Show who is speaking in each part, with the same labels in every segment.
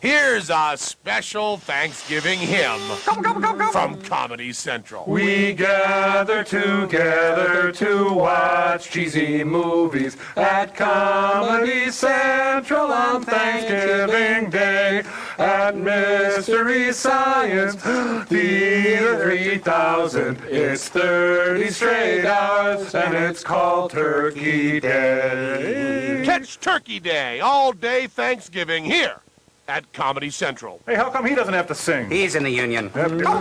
Speaker 1: Here's a special Thanksgiving hymn from Comedy Central.
Speaker 2: We gather together to watch cheesy movies at Comedy Central on Thanksgiving Day. At Mystery Science Theater 3000, it's 30 straight hours and it's called Turkey Day.
Speaker 1: Catch Turkey Day all day Thanksgiving here at Comedy Central.
Speaker 2: Hey, how come he doesn't have to sing?
Speaker 3: He's in the union.
Speaker 4: I got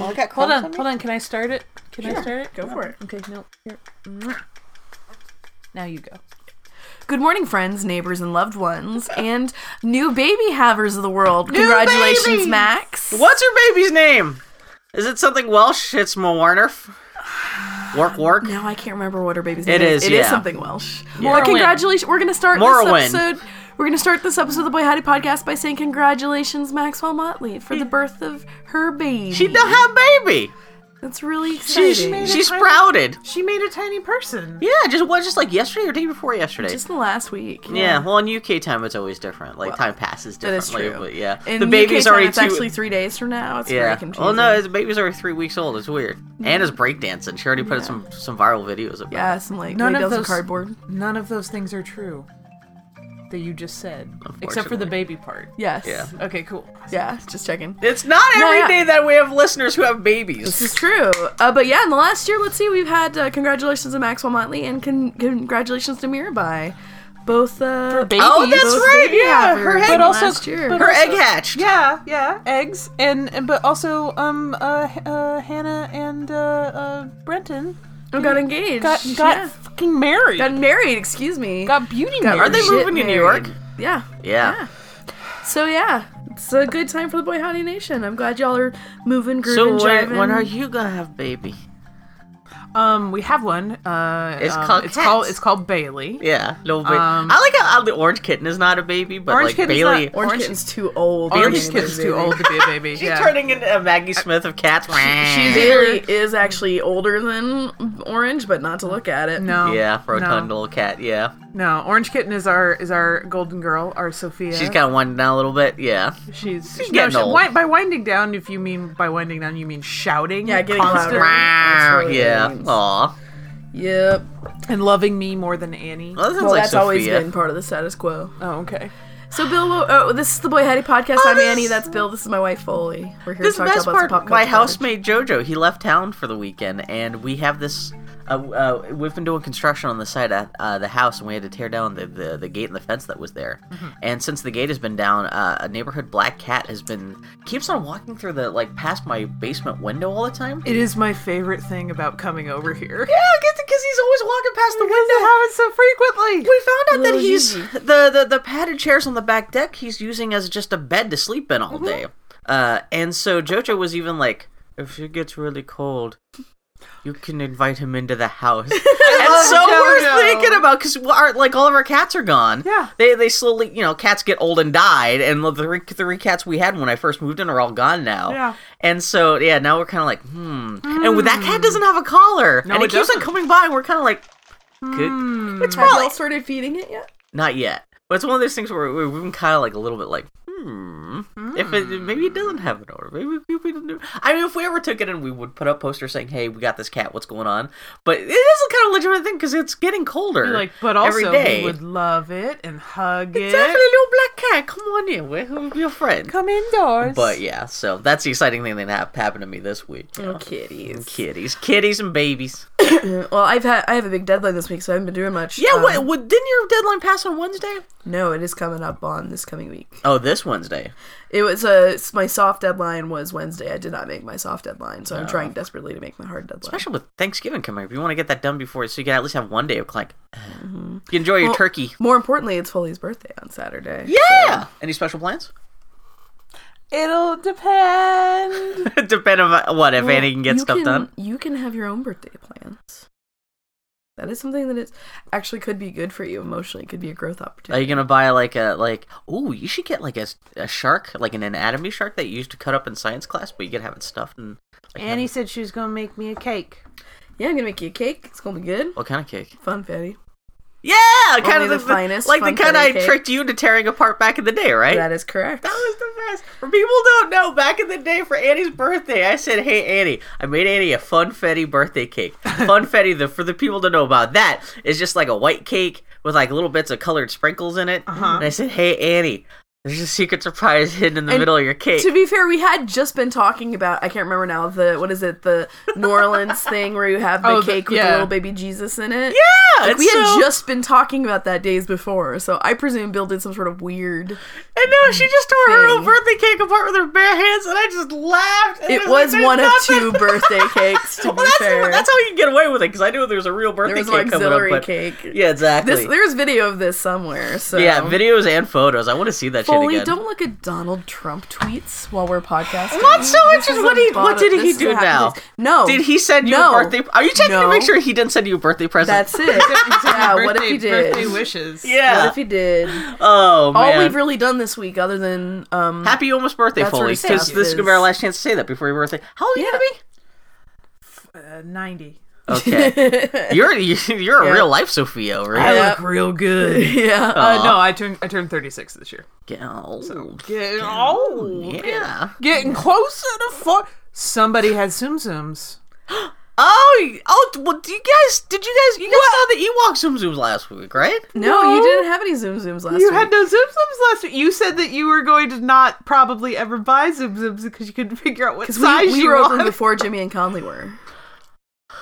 Speaker 5: Hold
Speaker 4: crumbs
Speaker 5: on,
Speaker 4: me?
Speaker 5: hold on. Can I start it? Can I start it? Go for it. Okay, no. Here. Mwah. Now you go. Good morning, friends, neighbors, and loved ones, and new baby havers of the world. Congratulations,
Speaker 4: babies!
Speaker 5: Max.
Speaker 6: What's her baby's name? Is it something Welsh? It's Mawarnerf. Work, work.
Speaker 5: No, I can't remember what her baby's
Speaker 6: It
Speaker 5: name is.
Speaker 6: is,
Speaker 5: It is
Speaker 6: yeah.
Speaker 5: something Welsh.
Speaker 6: Morrowind.
Speaker 5: Well, congratulations. We're going to start
Speaker 6: Morrowind.
Speaker 5: this episode. We're going to start this episode of the Boy Howdy podcast by saying congratulations, Maxwell Motley, for the birth of her baby.
Speaker 6: She don't have a baby.
Speaker 5: That's really
Speaker 6: She,
Speaker 5: exciting.
Speaker 6: she,
Speaker 4: a tiny-
Speaker 6: sprouted.
Speaker 4: She made a tiny person.
Speaker 6: Yeah, just what? Just like yesterday or day before yesterday.
Speaker 5: Just in the last week.
Speaker 6: yeah. Well, in UK time, it's always different. Like time passes
Speaker 5: That is
Speaker 6: differently.
Speaker 5: true.
Speaker 6: But yeah,
Speaker 5: In
Speaker 6: the baby's
Speaker 5: UK time,
Speaker 6: already
Speaker 5: it's
Speaker 6: two.
Speaker 5: actually three days from now. It's very
Speaker 6: yeah.
Speaker 5: confusing.
Speaker 6: Well, no, the baby's already three weeks old. It's weird. Anna's breakdancing. She already put up some some viral videos about.
Speaker 5: yeah,
Speaker 6: It.
Speaker 5: some like
Speaker 4: None
Speaker 5: None
Speaker 4: of
Speaker 5: of
Speaker 4: those-
Speaker 5: cardboard.
Speaker 4: None of those things are true that you just said, except for the baby part.
Speaker 5: Yes.
Speaker 6: Yeah.
Speaker 4: Okay, cool.
Speaker 5: Yeah. Just checking.
Speaker 6: It's not
Speaker 5: No,
Speaker 6: every day
Speaker 5: yeah.
Speaker 6: that we have listeners who have babies.
Speaker 5: This is true. Uh, but yeah, in the last year, let's see, we've had uh, congratulations to Maxwell Motley and con- congratulations to Mirabai. Both uh,
Speaker 4: For babies.
Speaker 6: Oh, that's right.
Speaker 5: baby
Speaker 6: Yeah,
Speaker 5: havers
Speaker 6: her
Speaker 5: in
Speaker 6: head.
Speaker 4: But also-
Speaker 5: last year.
Speaker 4: but
Speaker 6: her egg hatched.
Speaker 4: Yeah, yeah, eggs and, and but also um uh, H- uh Hannah and uh, uh Brenton
Speaker 5: Oh, got engaged.
Speaker 4: got got
Speaker 5: yeah.
Speaker 4: fucking married.
Speaker 5: got married. Excuse me.
Speaker 4: Got beauty
Speaker 5: Got
Speaker 4: married.
Speaker 6: Are they
Speaker 5: Shit
Speaker 6: moving to New
Speaker 5: married.
Speaker 6: York?
Speaker 5: yeah.
Speaker 6: Yeah.
Speaker 5: So yeah, it's a good time for the Boy Howdy Nation. I'm glad y'all are moving,
Speaker 6: So
Speaker 5: grooving,
Speaker 6: when,
Speaker 5: driving.
Speaker 6: when are you gonna have baby?
Speaker 4: Um, we have one. Uh,
Speaker 6: It's
Speaker 4: um,
Speaker 6: called
Speaker 4: it's called
Speaker 6: Cats.
Speaker 4: it's called Bailey.
Speaker 6: Yeah, little baby.
Speaker 4: Um,
Speaker 6: I like how, how the orange kitten is not a baby, but
Speaker 4: Orange
Speaker 6: like
Speaker 4: kitten's
Speaker 6: Bailey.
Speaker 4: not-
Speaker 5: Orange
Speaker 4: Orange-
Speaker 5: Kitten's too old.
Speaker 4: Orange
Speaker 5: Bailey's
Speaker 4: Kid's
Speaker 5: baby.
Speaker 4: too old to be a baby.
Speaker 6: She's
Speaker 4: yeah.
Speaker 6: turning into a Maggie Smith of cats.
Speaker 4: she's-
Speaker 5: Bailey is actually older than Orange, but not to look at it.
Speaker 4: No.
Speaker 6: yeah, rotund
Speaker 4: No,
Speaker 6: little cat. Yeah,
Speaker 4: no. Orange Kitten is our is our golden girl, our Sophia.
Speaker 6: she's kind of winding down a little bit. Yeah,
Speaker 4: she's, no,
Speaker 6: getting
Speaker 4: she-
Speaker 6: old.
Speaker 4: wi- by winding down, if you mean by winding down, you mean shouting.
Speaker 5: Yeah, getting
Speaker 4: constant-
Speaker 5: louder. That's what it
Speaker 6: yeah.
Speaker 5: means.
Speaker 6: Aw,
Speaker 5: Yep.
Speaker 4: and loving me more than Annie.
Speaker 6: well, that sounds
Speaker 5: Well,
Speaker 6: like
Speaker 5: that's
Speaker 6: Sophia.
Speaker 5: always been part of the status quo.
Speaker 4: Oh, okay.
Speaker 5: So, Bill, wo- oh, this is the Boy Hattie podcast. I'm
Speaker 6: Oh, this-
Speaker 5: Annie. That's Bill. This is my wife, Foley. We're here
Speaker 6: This
Speaker 5: to talk
Speaker 6: best
Speaker 5: about
Speaker 6: part.
Speaker 5: some pop culture.
Speaker 6: my
Speaker 5: knowledge.
Speaker 6: housemate Jojo, he left town for the weekend, and we have this. Uh, uh, we've been doing construction on the side at uh, the house, and we had to tear down the, the, the gate and the fence that was there.
Speaker 5: Mm-hmm.
Speaker 6: And since the gate has been down, uh, a neighborhood black cat has been keeps on walking through the like past my basement window all the time.
Speaker 4: It is my favorite thing about coming over here.
Speaker 6: Yeah, because he's always walking past the
Speaker 4: Because it
Speaker 6: window.
Speaker 4: happens so frequently.
Speaker 6: We found out that
Speaker 5: Little
Speaker 6: he's
Speaker 5: Gigi.
Speaker 6: the, the the padded chairs on the back deck he's using as just a bed to sleep in all
Speaker 4: Mm-hmm.
Speaker 6: day. Uh, and so Jojo was even like, if it gets really cold, you can invite him into the house. and so
Speaker 4: Jojo.
Speaker 6: we're thinking about because our like all of our cats are gone.
Speaker 4: Yeah.
Speaker 6: they they slowly you know cats get old and died, and the three, three cats we had when I first moved in are all gone now.
Speaker 4: Yeah.
Speaker 6: and so yeah, now we're kind of like hmm. And with that cat doesn't have a collar, and
Speaker 4: it
Speaker 6: it, keeps on
Speaker 4: doesn't. Hmm.
Speaker 6: coming by, and we're kind of like. Good. It's
Speaker 5: Have
Speaker 6: probably
Speaker 5: y'all started feeding it yet?
Speaker 6: not yet. But it's one of those things where we- we've been kind of like a little bit like, hmm, if it maybe it doesn't have an order, maybe we, we didn't. do- I mean, if we ever took it in, we would put up posters saying, "Hey, we got this cat. What's going on?" But it is a kind of legitimate thing because it's getting colder.
Speaker 4: You're like, but also
Speaker 6: every day.
Speaker 4: we would love it and hug it.
Speaker 6: Definitely, little black cat. Come on in, we're, we're your friend.
Speaker 4: Come indoors.
Speaker 6: But yeah, so that's the exciting thing that hap- happened to me this week.
Speaker 5: Oh, kitties.
Speaker 6: Kitties, kitties, and babies.
Speaker 5: Well, I've had I have a big deadline this week, so I haven't been doing much.
Speaker 6: Yeah,
Speaker 5: Um,
Speaker 6: what, what? Didn't your deadline pass on Wednesday?
Speaker 5: No, it is coming up on this coming week.
Speaker 6: Oh, this Wednesday.
Speaker 5: It was a my soft deadline was Wednesday. I did not make my soft deadline,
Speaker 6: Oh.
Speaker 5: so I'm trying desperately to make my hard deadline.
Speaker 6: Especially with Thanksgiving coming up, you want to get that done before, so you can at least have one day of like, you enjoy your
Speaker 5: Mm-hmm. Well-
Speaker 6: turkey.
Speaker 5: More importantly, it's Foley's birthday on Saturday.
Speaker 6: Yeah. Any special plans?
Speaker 4: it'll depend.
Speaker 6: Depend on what if Annie can get
Speaker 5: you
Speaker 6: stuff done.
Speaker 5: You can have your own birthday plans. That is something that is actually could be good for you emotionally. It could be a growth
Speaker 6: Are
Speaker 5: opportunity.
Speaker 6: you gonna buy like a like? Oh, you should get like a, a shark, like an anatomy shark that you used to cut up in science class, but you could have it stuffed and. Like,
Speaker 4: Annie
Speaker 6: have-
Speaker 4: said she was gonna make me a cake.
Speaker 5: yeah, I'm gonna make you a cake. It's gonna be good.
Speaker 6: What kind of cake?
Speaker 5: Fun, fatty.
Speaker 6: Yeah, kind
Speaker 5: Only
Speaker 6: of
Speaker 5: the finest
Speaker 6: like the
Speaker 5: fun
Speaker 6: kind
Speaker 5: pudding
Speaker 6: I
Speaker 5: cake.
Speaker 6: tricked you into tearing apart back in the day, right?
Speaker 5: That is correct.
Speaker 6: That was the best. For people who don't know, back in the day for Annie's birthday, I said, "Hey Annie, I made Annie a funfetti birthday cake." funfetti, the, for the people to know about that, is just like a white cake with like little bits of colored sprinkles in it. Uh-huh. And I said, "Hey Annie, there's a secret surprise hidden in the
Speaker 5: And
Speaker 6: middle of your cake."
Speaker 5: To be fair, we had just been talking about I can't remember now the what is it the New Orleans thing where you have the
Speaker 4: Oh, the-
Speaker 5: cake with the
Speaker 4: yeah.
Speaker 5: little baby Jesus in it.
Speaker 6: yeah,
Speaker 5: Like,
Speaker 6: it's
Speaker 5: we had
Speaker 6: so-
Speaker 5: just been talking about that days before, so I presume Bill did some sort of weird.
Speaker 6: And no, she just tore her own
Speaker 5: thing.
Speaker 6: birthday cake apart with her bare hands, and I just laughed. and
Speaker 5: It
Speaker 6: like,
Speaker 5: was
Speaker 6: "There's
Speaker 5: one of
Speaker 6: nothing."
Speaker 5: two birthday cakes. To
Speaker 6: well,
Speaker 5: be
Speaker 6: that's,
Speaker 5: fair,
Speaker 6: that's how you can get away with it because I knew there was a real birthday
Speaker 5: there was an
Speaker 6: cake coming up.
Speaker 5: auxiliary
Speaker 6: But...
Speaker 5: cake.
Speaker 6: Yeah, exactly.
Speaker 5: This there's video of this somewhere. So
Speaker 6: yeah, videos and photos. I want to see that
Speaker 5: Foley,
Speaker 6: shit again.
Speaker 5: don't look at Donald Trump tweets while we're podcasting.
Speaker 6: Not so much as
Speaker 5: is
Speaker 6: what
Speaker 5: a
Speaker 6: he- what
Speaker 5: bottom-
Speaker 6: did he
Speaker 5: this is
Speaker 6: do
Speaker 5: a happy
Speaker 6: now?
Speaker 5: place. No,
Speaker 6: Did he send you
Speaker 5: No.
Speaker 6: a birthday? Are you checking to
Speaker 5: No.
Speaker 6: make sure he didn't send you a birthday present?
Speaker 5: That's it. yeah, what if he did?
Speaker 4: Birthday wishes.
Speaker 5: What
Speaker 6: yeah.
Speaker 5: if he did?
Speaker 6: oh man.
Speaker 5: All we've really done this week, other than um,
Speaker 6: Happy almost birthday,
Speaker 5: That's what
Speaker 6: Foley,
Speaker 5: he said.
Speaker 6: because this is gonna be our last chance to say that before your birthday. How old are you
Speaker 4: Uh, Ninety.
Speaker 6: gonna be? Okay, you're you're a real life Sophia over here.
Speaker 5: Yeah.
Speaker 4: real good.
Speaker 5: yeah,
Speaker 4: Uh, no, I turned I turned 36 this year.
Speaker 6: Gal.
Speaker 4: Getting old.
Speaker 6: Yeah.
Speaker 4: Getting closer to four. Somebody had zumzums.
Speaker 6: Oh, y- oh, well, do you guys, did you guys, you guys saw the Ewok Zoom Zooms last week, right?
Speaker 5: no,
Speaker 4: No.
Speaker 5: you didn't have any zoom zooms last
Speaker 4: You
Speaker 5: week.
Speaker 4: had no zumzums last week. You said that you were going to not probably ever buy zumzums because you couldn't figure out what
Speaker 5: 'Cause
Speaker 4: size
Speaker 5: we, we
Speaker 4: you
Speaker 5: were open
Speaker 4: wanted.
Speaker 5: before Jimmy and Conley were.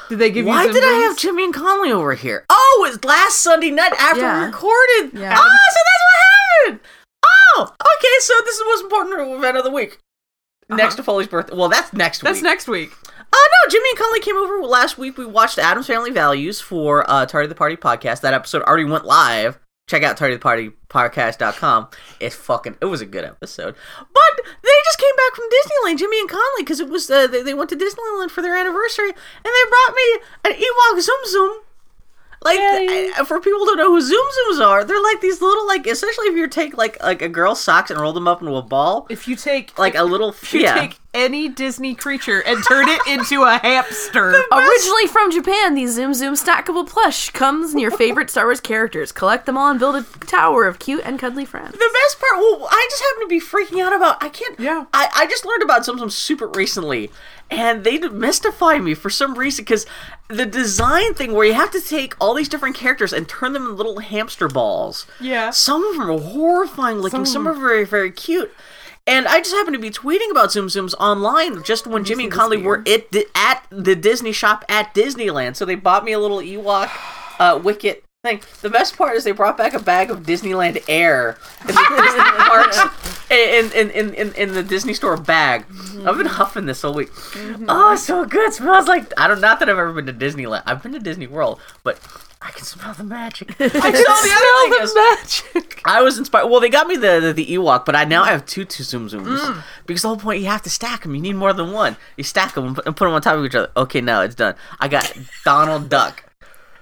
Speaker 4: Did they give
Speaker 6: Why
Speaker 4: you zumzums?
Speaker 6: did I have Jimmy and Conley over here? Oh, it was last Sunday night after we
Speaker 5: Yeah.
Speaker 6: recorded.
Speaker 5: Yeah.
Speaker 6: Oh, so that's what happened. Oh, okay, so this is the most important event of the week. Next to Foley's birthday. Well, that's next
Speaker 4: Uh-huh. That's
Speaker 6: week.
Speaker 4: next week.
Speaker 6: Oh no, Jimmy and Conley came over last week. We watched Adam's Family Values for uh, Tardy the Party podcast. That episode already went live. Check out tardythepartypodcast.com. It's fucking. It was a good episode. But they just came back from Disneyland, Jimmy and Conley, because it was uh, they, they went to Disneyland for their anniversary, and they brought me an Ewok Zoom Zoom. Like I- for people to know who Zoom Zooms are, they're like these little like essentially if you take like like a girl's socks and roll them up into a ball,
Speaker 4: If you take
Speaker 6: like a little
Speaker 4: if you
Speaker 6: yeah.
Speaker 4: take any Disney creature and turn it into a hamster. oh,
Speaker 5: Originally from Japan, these Zoom Zoom stackable plush comes in your favorite Star Wars characters. Collect them all and build a tower of cute and cuddly friends.
Speaker 6: The best part, well, I just happen to be freaking out about. I can't.
Speaker 4: Yeah.
Speaker 6: I, I just learned about Zoom Zoom super recently, and they d- mystify me for some reason because the design thing where you have to take all these different characters and turn them into little hamster balls.
Speaker 4: Yeah.
Speaker 6: Some of them are horrifying looking. Some, are very very cute. And I just happened to be tweeting about Zoom Zooms online just when Jimmy and Conley were it di- at the Disney shop at Disneyland. So they bought me a little Ewok uh, Wicket thing. The best part is they brought back a bag of Disneyland Air in the Disney parks in, in, in, in, in the Disney store bag. I've
Speaker 4: Mm-hmm.
Speaker 6: been huffing this all week. Oh, it's so good. It smells like I don't. Not that I've ever been to Disneyland. I've been to Disney World, but I can smell the magic. I can
Speaker 4: Smell the magic.
Speaker 6: I was inspired. Well, they got me the the, the Ewok, but I now have two two Zoom Zooms because the whole point you have to stack them. You need more than one. You stack them and put, and put them on top of each other. Okay, now it's done. I got Donald Duck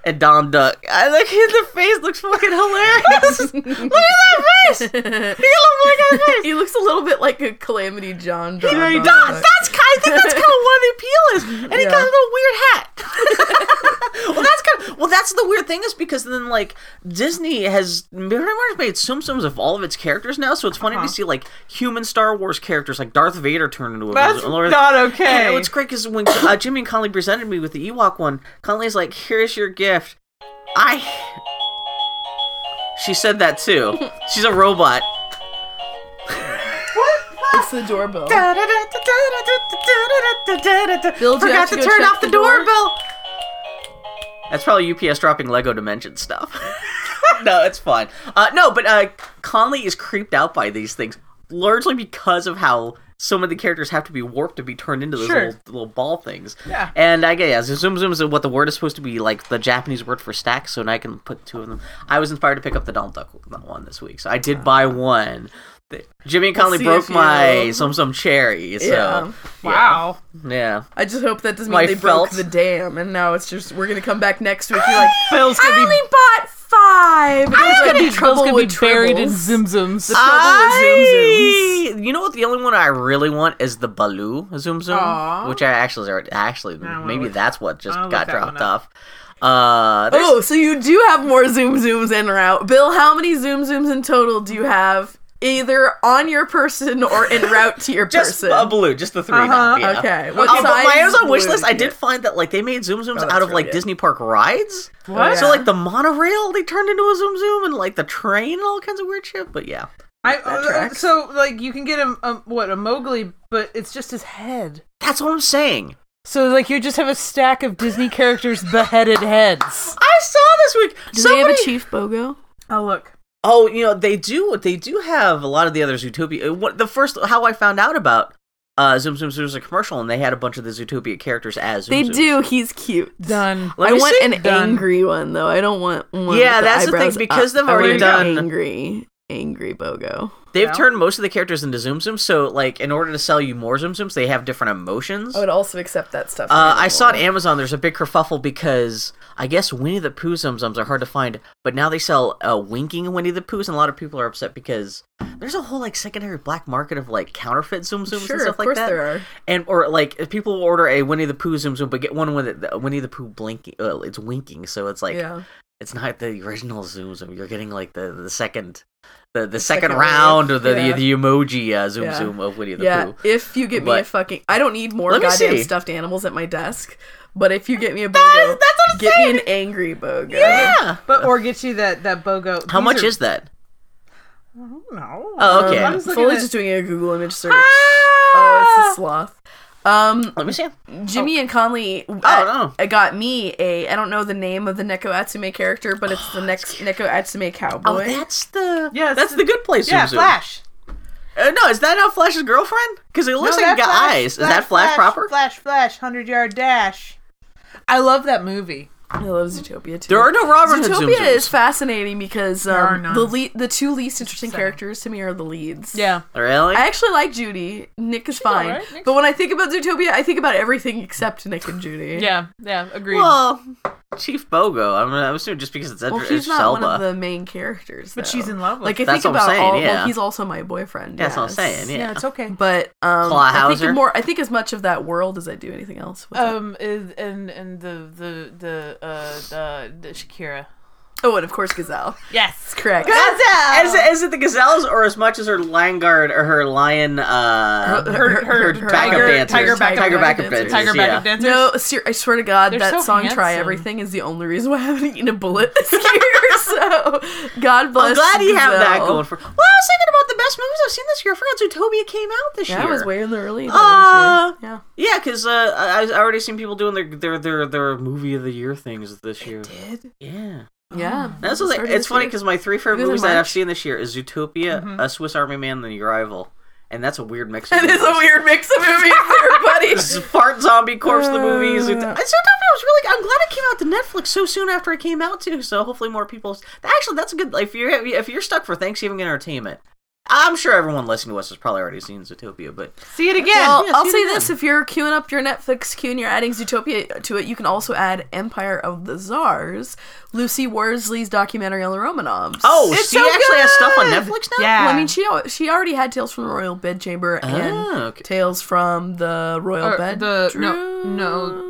Speaker 6: and Don Duck. I look his the face looks fucking hilarious. look at that face. He looks like a face.
Speaker 5: He looks a little bit like a Calamity John. John
Speaker 6: He
Speaker 5: Bonham.
Speaker 6: does. That's kind. I think that's kind of what the appeal is. And he got a
Speaker 5: Yeah.
Speaker 6: little weird hat. well, that's kind of. Well, that's the weird thing is because then like Disney has pretty much made sumsums of all of its characters now. So it's funny to see like human Star Wars characters like Darth Vader turn into a.
Speaker 4: That's
Speaker 6: or-
Speaker 4: not okay.
Speaker 6: And what's great is when uh, Jimmy and Conley presented me with the Ewok one. Conley's like, "Here's your gift." I. She said that too. She's a robot.
Speaker 5: It's the doorbell.
Speaker 6: Bill,
Speaker 5: Bill, do you
Speaker 6: forgot
Speaker 5: have
Speaker 6: to,
Speaker 5: to go
Speaker 6: turn
Speaker 5: check
Speaker 6: off the
Speaker 5: the door?
Speaker 6: doorbell. That's probably UPS dropping Lego Dimension stuff. no, it's fine. Uh, no, but uh, Conley is creeped out by these things largely because of how some of the characters have to be warped to be turned into those
Speaker 4: Sure.
Speaker 6: little, little ball things.
Speaker 4: Yeah.
Speaker 6: And I guess yeah, so zoom zoom is what the word is supposed to be, like the Japanese word for stack. So now I can put two of them. I was inspired to pick up the Donald Duck one this week, so I did buy one. The- Jimmy and Conley
Speaker 5: see
Speaker 6: broke
Speaker 5: if you-
Speaker 6: my some some cherry. So
Speaker 5: Yeah.
Speaker 4: Wow.
Speaker 6: yeah.
Speaker 5: I just hope that doesn't mean
Speaker 6: My
Speaker 5: they broke
Speaker 6: felt.
Speaker 5: the dam, and now it's just we're gonna come back next week. You're like,
Speaker 4: Phil's gonna
Speaker 5: I
Speaker 4: be-
Speaker 5: only bought five. There's
Speaker 4: It's
Speaker 5: gonna be trouble
Speaker 4: gonna
Speaker 5: with
Speaker 4: Ah! be buried in
Speaker 5: tribbles.
Speaker 4: zimzums.
Speaker 6: I, you know what? The only one I really want is the Baloo Zoom Zoom,
Speaker 4: Aw.
Speaker 6: which I actually already- actually
Speaker 4: I wanna
Speaker 6: maybe
Speaker 4: look-
Speaker 6: that's what just
Speaker 4: I'll look
Speaker 6: got
Speaker 4: that
Speaker 6: dropped
Speaker 4: one up.
Speaker 6: off. Uh, there's-
Speaker 5: Oh, so you do have more zoom zooms in or out. Bill, how many zoom zooms in total do you have either on your person or en route to your
Speaker 6: just
Speaker 5: person?
Speaker 6: uh, blue, just the 3
Speaker 5: Uh-huh,
Speaker 6: now. yeah.
Speaker 5: okay.
Speaker 6: Uh,
Speaker 5: What
Speaker 6: but my
Speaker 5: size
Speaker 6: Amazon wish
Speaker 5: blue
Speaker 6: list,
Speaker 5: do
Speaker 6: I
Speaker 5: you
Speaker 6: did
Speaker 5: get? Oh,
Speaker 6: find that like they made zoom zooms
Speaker 5: that's
Speaker 6: out of
Speaker 5: really
Speaker 6: like
Speaker 5: it.
Speaker 6: Disney park rides.
Speaker 4: What?
Speaker 6: So like the monorail, they turned into a zoom zoom, and like the train and all kinds of weird shit. But yeah,
Speaker 4: I, uh,
Speaker 6: tracks.
Speaker 4: so like you can get a, a what a Mowgli, but it's just his head.
Speaker 6: that's what I'm saying.
Speaker 4: So like you just have a stack of Disney characters' beheaded heads.
Speaker 6: I saw this week.
Speaker 5: Do
Speaker 6: somebody-
Speaker 5: they have a chief bogo?
Speaker 4: Oh look,
Speaker 6: Oh, you know they do. They do have a lot of the other Zootopia. uh, What the first how I found out about uh, Zoom Zoom Zoom was a commercial, and they had a bunch of the Zootopia characters as Zoom
Speaker 5: They
Speaker 6: Zooms.
Speaker 5: do. He's cute.
Speaker 4: done.
Speaker 6: Let
Speaker 5: I
Speaker 6: me
Speaker 5: want
Speaker 6: see.
Speaker 5: an
Speaker 4: Done.
Speaker 5: angry one though. I don't want one.
Speaker 6: Yeah,
Speaker 5: with
Speaker 6: that's the thing,
Speaker 5: eyebrows
Speaker 6: because
Speaker 5: up.
Speaker 6: they've
Speaker 5: I
Speaker 6: already
Speaker 5: want
Speaker 6: done-
Speaker 5: angry, angry bogo.
Speaker 6: They've
Speaker 4: Yeah.
Speaker 6: turned most of the characters into Zoom Zooms. So like in order to sell you more Zoom Zooms, they have different emotions.
Speaker 5: I would also accept that stuff.
Speaker 6: Uh, I saw on Amazon there's a big kerfuffle because I guess Winnie the Pooh zumzums are hard to find, but now they sell uh, winking Winnie the Poohs, and a lot of people are upset because there's a whole like secondary black market of like counterfeit zoom zooms
Speaker 5: Sure,
Speaker 6: and stuff
Speaker 5: of
Speaker 6: like
Speaker 5: course
Speaker 6: that.
Speaker 5: there are.
Speaker 6: And or like if people will order a Winnie the Pooh zoom zoom, but get one with it, Winnie the Pooh blinking. Uh, it's winking, so it's like
Speaker 5: yeah.
Speaker 6: it's not the original zoom zoom. You're getting like the the second. The, the, second,
Speaker 5: second
Speaker 6: round
Speaker 5: wave,
Speaker 6: or the,
Speaker 5: yeah.
Speaker 6: the, the emoji uh, zoom
Speaker 5: Yeah.
Speaker 6: zoom of Winnie the
Speaker 5: Yeah,
Speaker 6: Pooh.
Speaker 5: if you get me a
Speaker 6: But-
Speaker 5: fucking, I don't need more
Speaker 6: Let me
Speaker 5: goddamn
Speaker 6: see.
Speaker 5: stuffed animals at my desk. But if you get me a bogo,
Speaker 6: that's what I'm
Speaker 5: get
Speaker 6: saying.
Speaker 5: me an angry bogo.
Speaker 6: Yeah.
Speaker 4: But or get you that that bogo.
Speaker 6: How much is that?
Speaker 4: No.
Speaker 6: Oh, okay.
Speaker 4: I was looking
Speaker 5: Fully
Speaker 4: at-
Speaker 5: just doing a Google image search. Oh,
Speaker 6: Ah.
Speaker 5: it's a sloth. Um,
Speaker 6: Let me see.
Speaker 5: Jimmy and Conley
Speaker 6: Oh,
Speaker 5: uh, got me a I don't know the name of the Neko Atsume character, but it's the next Neko Atsume cowboy.
Speaker 6: Oh, that's the
Speaker 4: Yeah,
Speaker 6: yeah,
Speaker 4: it's
Speaker 6: that's
Speaker 4: the-
Speaker 6: the good place.
Speaker 4: yeah,
Speaker 6: Zoom Zoom.
Speaker 4: Flash.
Speaker 6: Uh, no, is that not Flash's girlfriend? Because it looks
Speaker 4: No,
Speaker 6: like he
Speaker 4: that
Speaker 6: got
Speaker 4: Flash,
Speaker 6: eyes. is that Flash, proper?
Speaker 4: Flash, Flash, hundred yard dash. I love that movie.
Speaker 5: I love Zootopia too.
Speaker 6: There are no Robin Hood Zoom
Speaker 5: Zootopia is
Speaker 6: Zooms.
Speaker 5: fascinating because
Speaker 4: are
Speaker 5: um,
Speaker 4: none.
Speaker 5: the le- the two least interesting characters to me are the leads.
Speaker 4: Yeah.
Speaker 6: Really?
Speaker 5: I actually like Judy. Nick is fine,
Speaker 4: alright. Nick's-
Speaker 5: but when I think about Zootopia, I think about everything except Nick and Judy.
Speaker 4: Yeah. Yeah. Agreed.
Speaker 6: well, Chief Bogo. I'm, I'm assuming just because it's
Speaker 5: Well,
Speaker 6: Edward
Speaker 5: he's not
Speaker 6: Selma.
Speaker 5: one of the main characters,
Speaker 4: But
Speaker 5: though.
Speaker 4: she's in love with
Speaker 5: Like I
Speaker 4: him.
Speaker 6: That's
Speaker 5: think
Speaker 6: what I'm
Speaker 5: about
Speaker 6: saying,
Speaker 5: all.
Speaker 6: yeah.
Speaker 5: Well, he's also my boyfriend.
Speaker 6: That's what I'm
Speaker 5: yes.
Speaker 6: saying. Yeah.
Speaker 4: yeah, it's okay.
Speaker 5: But um,
Speaker 6: Claw
Speaker 5: I think
Speaker 6: Hauser?
Speaker 5: more. I think as much of that world as I do anything else. With it.
Speaker 4: Um, is- and and the the the uh the, the Shakira.
Speaker 5: Oh, and of course Gazelle.
Speaker 4: Yes.
Speaker 5: Correct.
Speaker 6: Is it, is it the gazelles or as much as her Langard or her lion, uh,
Speaker 5: Her- her- her- her
Speaker 6: backup
Speaker 5: tiger-
Speaker 6: dancers?
Speaker 5: tiger backup-
Speaker 6: tiger backup
Speaker 5: tiger
Speaker 6: dancers.
Speaker 5: Tiger
Speaker 6: yeah.
Speaker 5: No, ser- I swear to God,
Speaker 4: They're
Speaker 5: that
Speaker 4: so
Speaker 5: song "Try
Speaker 4: handsome.
Speaker 5: Everything" is the only reason why I haven't eaten a bullet this year. so, God bless.
Speaker 6: I'm glad you have that
Speaker 5: Gazelle.
Speaker 6: going for. Well, I was thinking about the best movies I've seen this year. I forgot Zootopia came out this
Speaker 5: Yeah,
Speaker 6: year.
Speaker 5: I was way in the early.
Speaker 6: Uh,
Speaker 5: days here. yeah.
Speaker 6: Yeah, because uh, I I've already seen people doing their their their their movie of the year things this year.
Speaker 5: Did
Speaker 6: Yeah,
Speaker 4: Oh,
Speaker 5: yeah.
Speaker 6: that's what
Speaker 5: Started
Speaker 6: it's
Speaker 5: this
Speaker 6: funny
Speaker 5: year.
Speaker 6: because my three favorite
Speaker 5: It was in
Speaker 6: movies that I've
Speaker 5: March. Mm-hmm.
Speaker 6: seen this year is Zootopia, A Swiss Army Man, and The Arrival, and that's a weird mix. Of
Speaker 5: It is a
Speaker 6: movies.
Speaker 5: weird mix of movies, everybody.
Speaker 6: It's Fart zombie corpse the movie.
Speaker 5: Uh,
Speaker 6: Zoot- Zootopia was really. I'm glad it came out to Netflix so soon after it came out too. So hopefully more people. Actually, that's a good. If you're if you're stuck for Thanksgiving entertainment, I'm sure everyone listening to us has probably already seen Zootopia. But
Speaker 4: See it again.
Speaker 5: Well,
Speaker 6: yeah,
Speaker 5: I'll
Speaker 6: see it
Speaker 5: say
Speaker 6: again.
Speaker 5: this: if you're queuing up your Netflix queue and you're adding Zootopia to it, you can also add Empire of the Czars, Lucy Worsley's documentary on the Romanovs.
Speaker 6: oh,
Speaker 4: It's
Speaker 6: she
Speaker 4: so
Speaker 6: actually has stuff on
Speaker 4: good!
Speaker 6: Netflix now.
Speaker 4: Yeah.
Speaker 5: Well, I mean, she al- she already had Tales from the Royal Bedchamber and
Speaker 6: Ah, okay.
Speaker 5: Tales from the Royal
Speaker 4: Or
Speaker 5: Bed.
Speaker 4: the- no, no,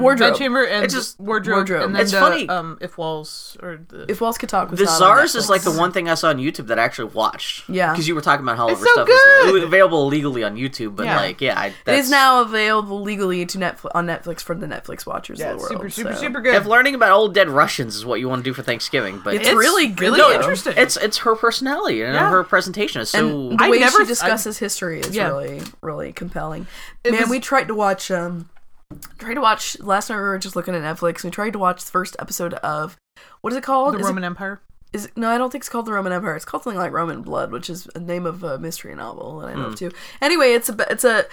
Speaker 5: wardrobe.
Speaker 4: Bedchamber and
Speaker 6: It's just
Speaker 4: wardrobe.
Speaker 5: wardrobe.
Speaker 4: And then
Speaker 6: It's
Speaker 4: the,
Speaker 6: funny.
Speaker 4: Um, if walls or the.
Speaker 5: If Walls could talk, was
Speaker 6: The
Speaker 5: not on
Speaker 6: czars is
Speaker 5: Netflix.
Speaker 6: like the one thing I saw on YouTube that I actually watched.
Speaker 5: Yeah.
Speaker 6: because you were talking about how all
Speaker 4: It's
Speaker 6: of her
Speaker 4: so
Speaker 6: stuff is
Speaker 4: good!
Speaker 6: available legally on YouTube, but
Speaker 4: Yeah.
Speaker 6: like, yeah, I,
Speaker 5: It
Speaker 6: that's,
Speaker 5: is now available legally to Netflix on Netflix from the Netflix watchers
Speaker 4: yeah,
Speaker 5: of the world.
Speaker 4: super, super,
Speaker 5: so.
Speaker 4: super good.
Speaker 6: If learning about old dead Russians is what you want to do for Thanksgiving, but
Speaker 5: It's really good,
Speaker 4: really
Speaker 5: though.
Speaker 4: interesting.
Speaker 6: it's it's her personality and
Speaker 4: Yeah.
Speaker 6: her presentation is so.
Speaker 5: And the
Speaker 4: I
Speaker 5: way
Speaker 4: never-
Speaker 5: she discusses history is
Speaker 4: Yeah.
Speaker 5: really, really compelling. Man,
Speaker 4: was-
Speaker 5: we tried to watch um tried to watch last night we were just looking at Netflix. We tried to watch the first episode of what is it called?
Speaker 4: the
Speaker 5: Is it-
Speaker 4: Roman Empire.
Speaker 5: is no, I don't think it's called the Roman Empire. It's called something like Roman Blood, which is a name of a mystery novel that I love
Speaker 4: Hmm.
Speaker 5: too. Anyway, it's a it's a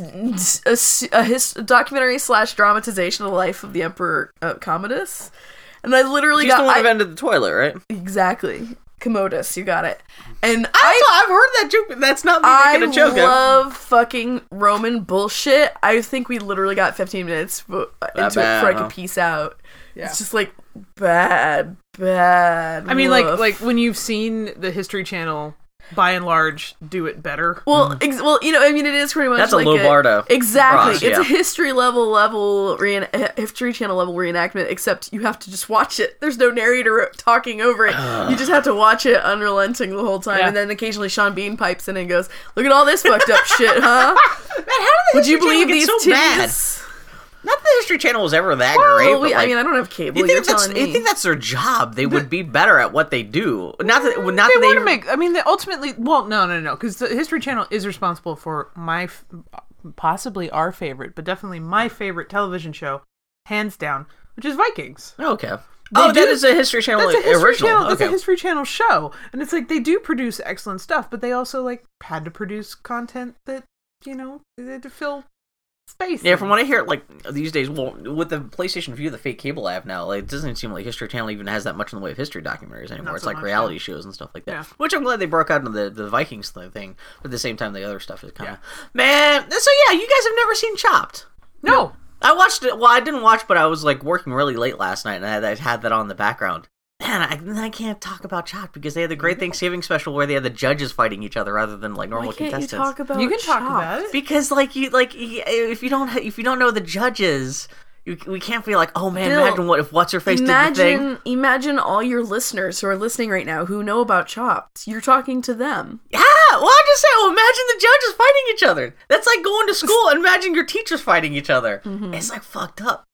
Speaker 5: a, a his, a documentary slash dramatization of the life of the Emperor uh, Commodus. And I literally
Speaker 6: She's
Speaker 5: got
Speaker 6: the one
Speaker 5: I-
Speaker 6: who ended the toilet, right?
Speaker 5: exactly Commodus. You got it. And
Speaker 6: I,
Speaker 5: I
Speaker 6: have heard that joke. but That's not me
Speaker 5: I
Speaker 6: making a joke. I'm-
Speaker 5: love fucking Roman bullshit. I think we literally got 15 minutes fo- uh, into it
Speaker 6: bad,
Speaker 5: before I
Speaker 6: huh?
Speaker 5: could piece out.
Speaker 4: Yeah.
Speaker 5: It's just like bad, bad.
Speaker 4: I mean, like
Speaker 5: woof.
Speaker 4: like when you've seen the History Channel by and large do it better.
Speaker 5: Well, ex- well, you know, I mean, it is pretty much
Speaker 6: Mm. That's a
Speaker 5: like
Speaker 6: Lombardo
Speaker 5: Exactly,
Speaker 6: cross,
Speaker 5: it's a
Speaker 6: yeah.
Speaker 5: history level level rean- history channel level reenactment. Except you have to just watch it. There's no narrator talking over it. you just have to watch it unrelenting the whole time,
Speaker 4: Yeah.
Speaker 5: and then occasionally Sean Bean pipes in and goes, "Look at all this fucked up shit, huh? Would you believe these
Speaker 6: so bad?
Speaker 5: titties?"
Speaker 6: Not that the History Channel was ever that
Speaker 5: Well,
Speaker 6: great. but,
Speaker 5: we- I
Speaker 6: like,
Speaker 5: mean, I don't have cable.
Speaker 6: you
Speaker 5: You're
Speaker 6: think, that's,
Speaker 5: telling me.
Speaker 6: you think that's their job? They would be better at what they do. Not that, not
Speaker 4: They
Speaker 6: that
Speaker 4: want to make. I mean, they ultimately. Well, no, no, no, because the History Channel is responsible for my, f- possibly our favorite, but definitely my favorite television show, hands down, which is Vikings.
Speaker 6: Okay. oh,
Speaker 4: do-
Speaker 6: that is a History Channel
Speaker 4: That's a History
Speaker 6: original.
Speaker 4: Channel. That's
Speaker 6: okay.
Speaker 4: a History Channel show, and it's like they do produce excellent stuff, but they also like had to produce content that you know they had to fill space.
Speaker 6: Yeah,
Speaker 4: in.
Speaker 6: from what I hear, like these days, well, with the PlayStation View, the fake cable I have now, like, it doesn't seem like History Channel even has that much in the way of history documentaries anymore.
Speaker 4: Not
Speaker 6: it's
Speaker 4: so
Speaker 6: like
Speaker 4: much,
Speaker 6: reality shows and stuff like that.
Speaker 4: Yeah.
Speaker 6: Which I'm glad they broke out into the, the Vikings thing- thing, but at the same time, the other stuff is kind of man. So yeah, you guys have never seen Chopped.
Speaker 4: no,
Speaker 6: I watched it. Well, I didn't watch, but I was like working really late last night, and I, I had that on in the background. Man, I, I can't talk about Chopped because they had the
Speaker 4: Mm-hmm.
Speaker 6: great Thanksgiving special where they had the judges fighting each other rather than like normal
Speaker 5: Why can't you
Speaker 6: contestants
Speaker 5: talk about?
Speaker 4: you can talk
Speaker 5: Chopped?
Speaker 4: about it.
Speaker 6: because like you like y- if you don't ha- if you don't know the judges you, we can't be like oh man
Speaker 5: Bill,
Speaker 6: imagine what if what's her face did the thing
Speaker 5: Imagine, imagine all your listeners who are listening right now who know about Chopped. You're talking to them.
Speaker 6: yeah well i just say well, imagine the judges fighting each other that's like going to school and imagine your teachers fighting each other
Speaker 5: Mm-hmm.
Speaker 6: it's like fucked up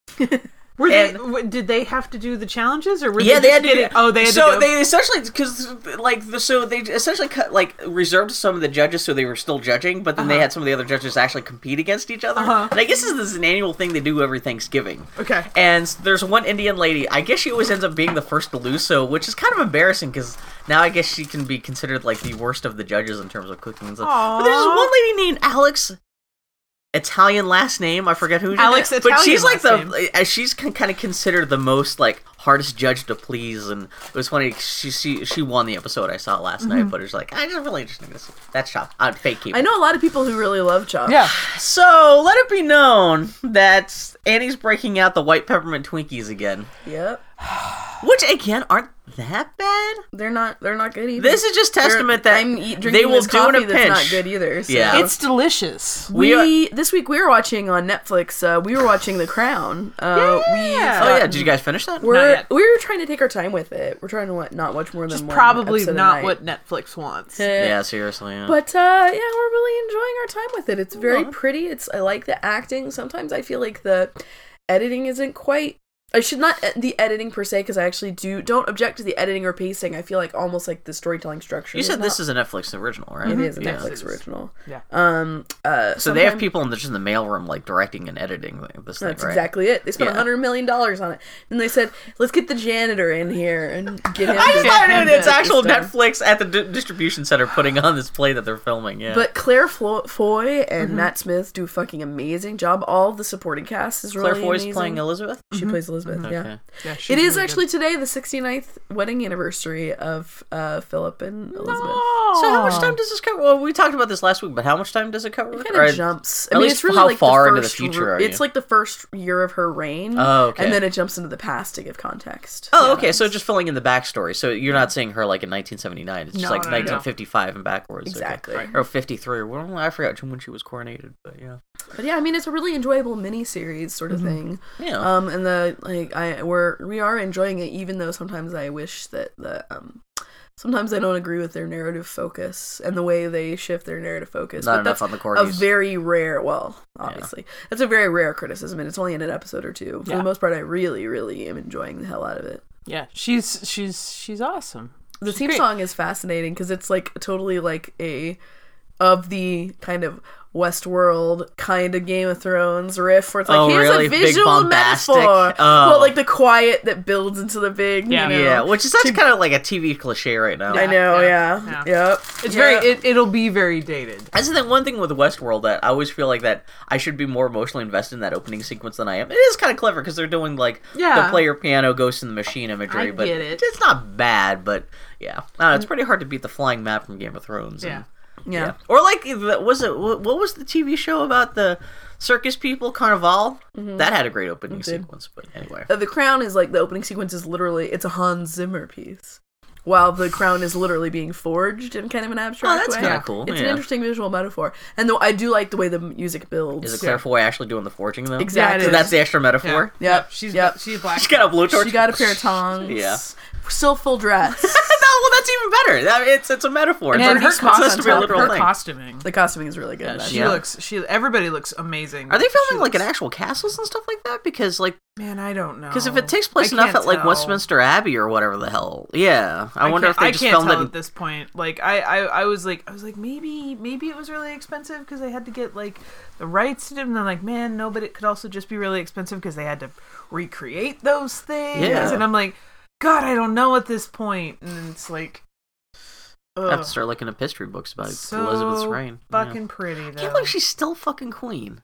Speaker 4: Were they,
Speaker 6: And-
Speaker 4: w- did they have to do the challenges or were
Speaker 6: yeah, they
Speaker 4: just
Speaker 6: had to.
Speaker 4: getting- Oh, they had
Speaker 6: so
Speaker 4: to. do-
Speaker 6: they essentially because like the- so they essentially cut like reserved some of the judges so they were still judging, but then they had some of the other judges actually compete against each other.
Speaker 4: Uh-huh.
Speaker 6: And I guess this is an annual thing they do every Thanksgiving.
Speaker 4: Okay.
Speaker 6: And s- there's one Indian lady. I guess she always ends up being the first to lose, so which is kind of embarrassing because now I guess she can be considered like the worst of the judges in terms of cooking and stuff. But there's this
Speaker 4: Aw.
Speaker 6: one lady named Alex. Italian last name, I forget who. she-
Speaker 4: Alex
Speaker 6: but
Speaker 4: Italian
Speaker 6: she's like
Speaker 4: last
Speaker 6: the
Speaker 4: name.
Speaker 6: uh, she's kind of considered the most like hardest judge to please, and it was funny. She she, she won the episode I saw last night, but it's like I just really interesting this that shop on fake cable.
Speaker 5: I know a lot of people who really love Chopped.
Speaker 4: yeah.
Speaker 6: So let it be known that Annie's breaking out the white peppermint Twinkies again,
Speaker 5: Yep.
Speaker 6: which again aren't that bad.
Speaker 5: They're not. They're not good either.
Speaker 6: This is just
Speaker 5: They're-
Speaker 6: testament that
Speaker 5: I'm eat, drinking
Speaker 6: they will
Speaker 5: this
Speaker 6: do in a
Speaker 5: coffee that's
Speaker 6: pinch.
Speaker 5: Not good either. so-
Speaker 6: Yeah.
Speaker 4: It's delicious.
Speaker 5: we,
Speaker 6: We are-
Speaker 5: this week we were watching on Netflix. Uh, we were watching The Crown. Uh,
Speaker 4: Yeah.
Speaker 5: We,
Speaker 6: Oh yeah, did you guys finish
Speaker 4: Not
Speaker 6: that?
Speaker 5: We're
Speaker 4: yet.
Speaker 5: we were trying to take our time with it. We're trying to what, not watch more than
Speaker 4: It's
Speaker 5: one
Speaker 4: probably
Speaker 5: episode a
Speaker 4: not
Speaker 5: night.
Speaker 4: what Netflix wants.
Speaker 5: Eh,
Speaker 6: Yeah, seriously. Yeah.
Speaker 5: But uh, yeah, we're really enjoying our time with it. It's very pretty. It's I like the acting. Sometimes I feel like the editing isn't quite. I should not e- the editing per se because I actually do don't object to the editing or pacing. I feel like almost like the storytelling structure.
Speaker 6: you said this is a Netflix original, right?
Speaker 5: it is a
Speaker 6: Yeah.
Speaker 5: Netflix original.
Speaker 4: Yeah.
Speaker 5: Um. Uh.
Speaker 6: So they have
Speaker 5: sometime-
Speaker 6: people in the, just in the mailroom like directing and editing this thing,
Speaker 5: That's
Speaker 6: right?
Speaker 5: exactly it. They spent a
Speaker 6: Yeah.
Speaker 5: hundred million dollars on it, and they said, "Let's get the janitor in here and get him."
Speaker 6: I
Speaker 5: to
Speaker 6: just thought
Speaker 5: do
Speaker 6: it,
Speaker 5: this
Speaker 6: it's actual
Speaker 5: stuff."
Speaker 6: Netflix at the di- distribution center putting on this play that they're filming. Yeah, Mm-hmm.
Speaker 5: But Claire Flo- Foy and Matt Smith do a fucking amazing job. All the supporting cast is
Speaker 6: Claire
Speaker 5: really
Speaker 6: Foy's
Speaker 5: amazing.
Speaker 6: playing Elizabeth.
Speaker 5: She plays Elizabeth. Mm-hmm. Yeah.
Speaker 6: Okay.
Speaker 4: Yeah,
Speaker 5: It is actually today the 69th wedding anniversary of uh, Philip and Elizabeth.
Speaker 6: So how much time does this cover? Well, we talked about this last week, but how much time does it cover?
Speaker 5: It kind
Speaker 6: Or-
Speaker 5: of jumps. I
Speaker 6: at
Speaker 5: mean,
Speaker 6: least
Speaker 5: it's really
Speaker 6: how
Speaker 5: like
Speaker 6: far
Speaker 5: the
Speaker 6: into the
Speaker 5: first
Speaker 6: future are
Speaker 5: It's
Speaker 6: you?
Speaker 5: like the first year of her reign.
Speaker 6: Oh, okay.
Speaker 5: And then it jumps into the past to give context.
Speaker 6: Oh, okay. So just filling in the backstory. So you're not seeing her like in 1979. It's just
Speaker 4: No,
Speaker 6: like
Speaker 4: no, no.
Speaker 6: 1955 and backwards. okay.
Speaker 5: Exactly.
Speaker 6: Or 53. Well, I forgot when she was coronated, but yeah.
Speaker 5: But yeah, I mean, it's a really enjoyable mini series sort of thing.
Speaker 6: Mm-hmm. Yeah.
Speaker 5: Um, and the like, I we're we are enjoying it, even though sometimes I wish that the um, sometimes I don't agree with their narrative focus and the way they shift their narrative focus.
Speaker 6: Not
Speaker 5: but
Speaker 6: enough
Speaker 5: that's
Speaker 6: on the
Speaker 5: A
Speaker 6: corgis.
Speaker 5: very rare, well, obviously that's a very rare criticism, and it's only in an episode or two. For
Speaker 4: Yeah.
Speaker 5: the most part, I really, really am enjoying the hell out of it.
Speaker 4: Yeah, she's she's she's awesome.
Speaker 5: The theme
Speaker 4: great.
Speaker 5: song is fascinating because it's like totally like a of the kind of Westworld kind of Game of Thrones riff where it's like
Speaker 6: Oh,
Speaker 5: here's
Speaker 6: really?
Speaker 5: a
Speaker 6: Big
Speaker 5: visual
Speaker 6: bombastic?
Speaker 5: metaphor,
Speaker 6: Oh.
Speaker 5: but like the quiet that builds into the big.
Speaker 4: Yeah.
Speaker 5: you know?
Speaker 6: Yeah, which is such kind of like a TV cliche right now.
Speaker 5: I know.
Speaker 4: Yeah,
Speaker 5: Yeah,
Speaker 4: yeah.
Speaker 5: yep.
Speaker 4: It's
Speaker 5: Yeah.
Speaker 4: very it, it'll be very dated.
Speaker 6: That's the thing- one thing with Westworld that I always feel like that I should be more emotionally invested in that opening sequence than I am. It is kind of clever because they're doing like the
Speaker 4: Yeah.
Speaker 6: player piano ghost in the machine imagery,
Speaker 4: I
Speaker 6: but
Speaker 4: get it.
Speaker 6: it's not bad. But yeah, uh, it's pretty hard to beat the flying map from Game of Thrones. and-
Speaker 4: Yeah.
Speaker 5: yeah.
Speaker 6: yeah. Or like, the- was it wh- what was the TV show about the circus people Carnival? That had a great opening sequence. But anyway,
Speaker 5: Uh, The Crown is like the opening sequence is literally it's a Hans Zimmer piece. while the crown is literally being forged in kind of an abstract
Speaker 6: Oh, that's
Speaker 5: way.
Speaker 6: kinda cool,
Speaker 5: It's
Speaker 6: yeah.
Speaker 5: an interesting visual metaphor. And though I do like the way the music builds.
Speaker 6: Is it Claire Foy actually doing the forging though?
Speaker 5: Exactly.
Speaker 6: So that's the extra metaphor.
Speaker 5: Yep.
Speaker 4: She's
Speaker 5: yep.
Speaker 4: she's black.
Speaker 6: She got a blowtorch.
Speaker 5: She got a pair of tongs.
Speaker 6: Yeah.
Speaker 5: Still full dress.
Speaker 6: no, well, that's even better. I mean, it's it's a metaphor.
Speaker 5: And
Speaker 6: it's
Speaker 5: her
Speaker 6: not- it's not
Speaker 5: costume-
Speaker 6: supposed to be a
Speaker 5: her
Speaker 6: literal
Speaker 4: her
Speaker 6: thing.
Speaker 4: costuming.
Speaker 5: the costuming is really good.
Speaker 4: She
Speaker 6: Yeah.
Speaker 4: looks. She everybody looks amazing.
Speaker 6: Are they
Speaker 4: She
Speaker 6: filming like in
Speaker 4: looks-
Speaker 6: actual castles and stuff like that? Because like,
Speaker 4: Man, I don't know.
Speaker 6: because if it takes
Speaker 4: Oh, I
Speaker 6: place enough
Speaker 4: can't
Speaker 6: at like
Speaker 4: tell.
Speaker 6: Westminster Abbey or whatever the hell, yeah, I, wonder
Speaker 4: can't-
Speaker 6: if they
Speaker 4: I
Speaker 6: just
Speaker 4: can't
Speaker 6: filmed
Speaker 4: tell
Speaker 6: it.
Speaker 4: at this point. Like I, I, I was like, I was like, maybe, maybe it was really expensive because they had to get like the rights to them. And they're like, man, no, but it could also just be really expensive because they had to recreate those things.
Speaker 6: Yeah.
Speaker 4: And I'm like, God, I don't know at this point. And it's like,
Speaker 6: I have
Speaker 4: ugh,
Speaker 6: to start looking up history books about
Speaker 4: so
Speaker 6: Elizabeth's reign. Yeah.
Speaker 4: fucking pretty. Though.
Speaker 6: I can't believe she's still fucking queen.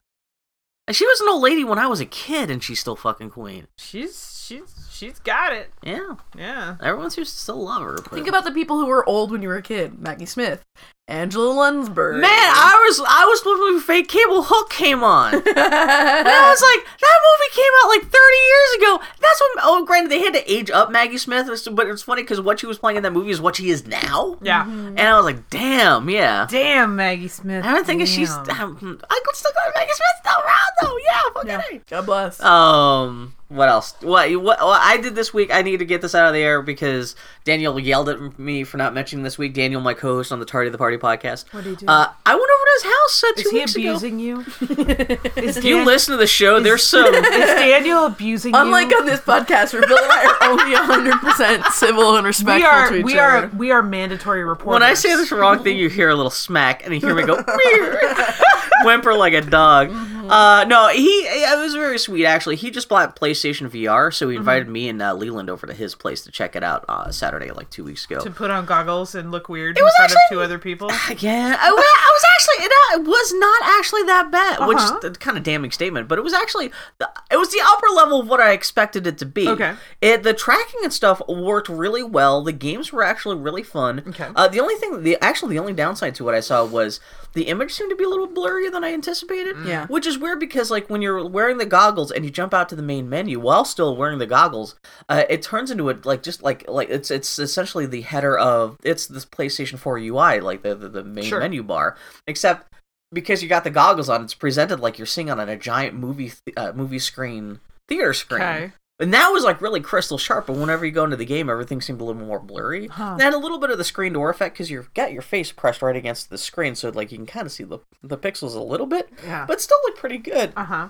Speaker 6: Like, She was an old lady when I was a kid, and she's still fucking queen.
Speaker 4: she's she's she's got it.
Speaker 6: Yeah,
Speaker 4: Yeah.
Speaker 6: everyone seems to still love her. But...
Speaker 5: Think about the people who were old when you were a kid. Maggie Smith, Angela Lunsberg.
Speaker 6: man. I was I was living with fake cable. Hook came on. And I was like, that movie came out like 30 years ago. That's when, oh, granted, they had to age up Maggie Smith, but it's funny because what she was playing in that movie is what she is now. Mm-hmm.
Speaker 4: Yeah.
Speaker 6: And I was like, damn, yeah.
Speaker 4: Damn, Maggie Smith.
Speaker 6: I don't think if she's.
Speaker 4: damn.
Speaker 6: Um, I could still go Maggie Smith's still around, though. Yeah, fucking
Speaker 5: Yeah.
Speaker 6: A.
Speaker 5: God bless.
Speaker 6: Um, what else? What, what what I did this week? I need to get this out of the air because Daniel yelled at me for not mentioning this week. Daniel, my co-host on the Tardy the Party podcast. What
Speaker 4: did he do?
Speaker 6: Uh, I went over to his house uh, two
Speaker 4: Is he
Speaker 6: weeks ago.
Speaker 4: abusing you? Is
Speaker 6: If you
Speaker 4: Dan-
Speaker 6: listen to the show, there's some
Speaker 4: Is Daniel abusing you?
Speaker 5: Unlike on this podcast, where Bill and I are only 100% civil and respectful
Speaker 4: we are
Speaker 5: to each
Speaker 4: we
Speaker 5: other.
Speaker 4: are we are mandatory reporters.
Speaker 6: When I say this wrong thing, you hear a little smack, and you hear me go whimper like a dog.
Speaker 4: Mm-hmm.
Speaker 6: Uh, no, he it was very sweet actually. He just bought PlayStation VR, so he
Speaker 4: Mm-hmm.
Speaker 6: invited me and uh, Leland over to his place to check it out uh, Saturday, like two weeks ago.
Speaker 4: to put on goggles and look weird in
Speaker 6: was
Speaker 4: front of
Speaker 6: actually-
Speaker 4: two other people.
Speaker 6: Yeah, I, wa- I was actually it, uh, it was not actually that bad,
Speaker 4: Uh-huh.
Speaker 6: which is kind of damning statement, but it was actually the, it was the upper level of what I expected it to be.
Speaker 4: Okay.
Speaker 6: it the tracking and stuff worked really well. The games were actually really fun.
Speaker 4: Okay.
Speaker 6: uh, the only thing, the actually the only downside to what I saw was the image seemed to be a little blurrier than I anticipated.
Speaker 4: Mm.
Speaker 5: Yeah.
Speaker 6: which is weird because like when you're wearing the goggles and you jump out to the main menu while still wearing the goggles, uh, it turns into a like just like like it's it's essentially the header of it's this PlayStation 4 UI like the the, the main
Speaker 4: Sure.
Speaker 6: menu bar, except because you got the goggles on, it's presented like you're seeing on a giant movie th- uh, movie screen theater screen.
Speaker 4: Okay.
Speaker 6: And that was like really crystal sharp, but whenever you go into the game, everything seemed a little more blurry.
Speaker 4: Huh.
Speaker 6: And a little bit of the screen door effect because you've got your face pressed right against the screen, so like you can kind of see the the pixels a little bit,
Speaker 4: Yeah.
Speaker 6: but still look pretty good.
Speaker 4: Uh huh.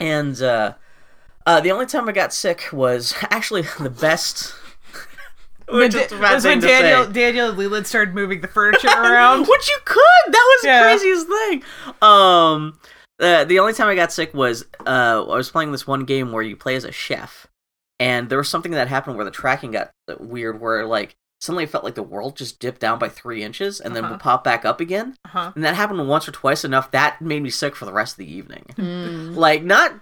Speaker 6: And uh, uh, the only time I got sick was actually the best. Which is a bad
Speaker 4: That's when
Speaker 6: thing to say.
Speaker 4: Daniel Daniel and Leland started moving the furniture around.
Speaker 6: Which you could. That was
Speaker 4: Yeah.
Speaker 6: the craziest thing. Um, uh, the only time I got sick was uh, I was playing this one game where you play as a chef, and there was something that happened where the tracking got weird, where like suddenly it felt like the world just dipped down by three inches and then
Speaker 4: Uh-huh.
Speaker 6: would pop back up again.
Speaker 4: Uh-huh.
Speaker 6: And that happened once or twice enough that made me sick for the rest of the evening.
Speaker 4: Hmm.
Speaker 6: Like not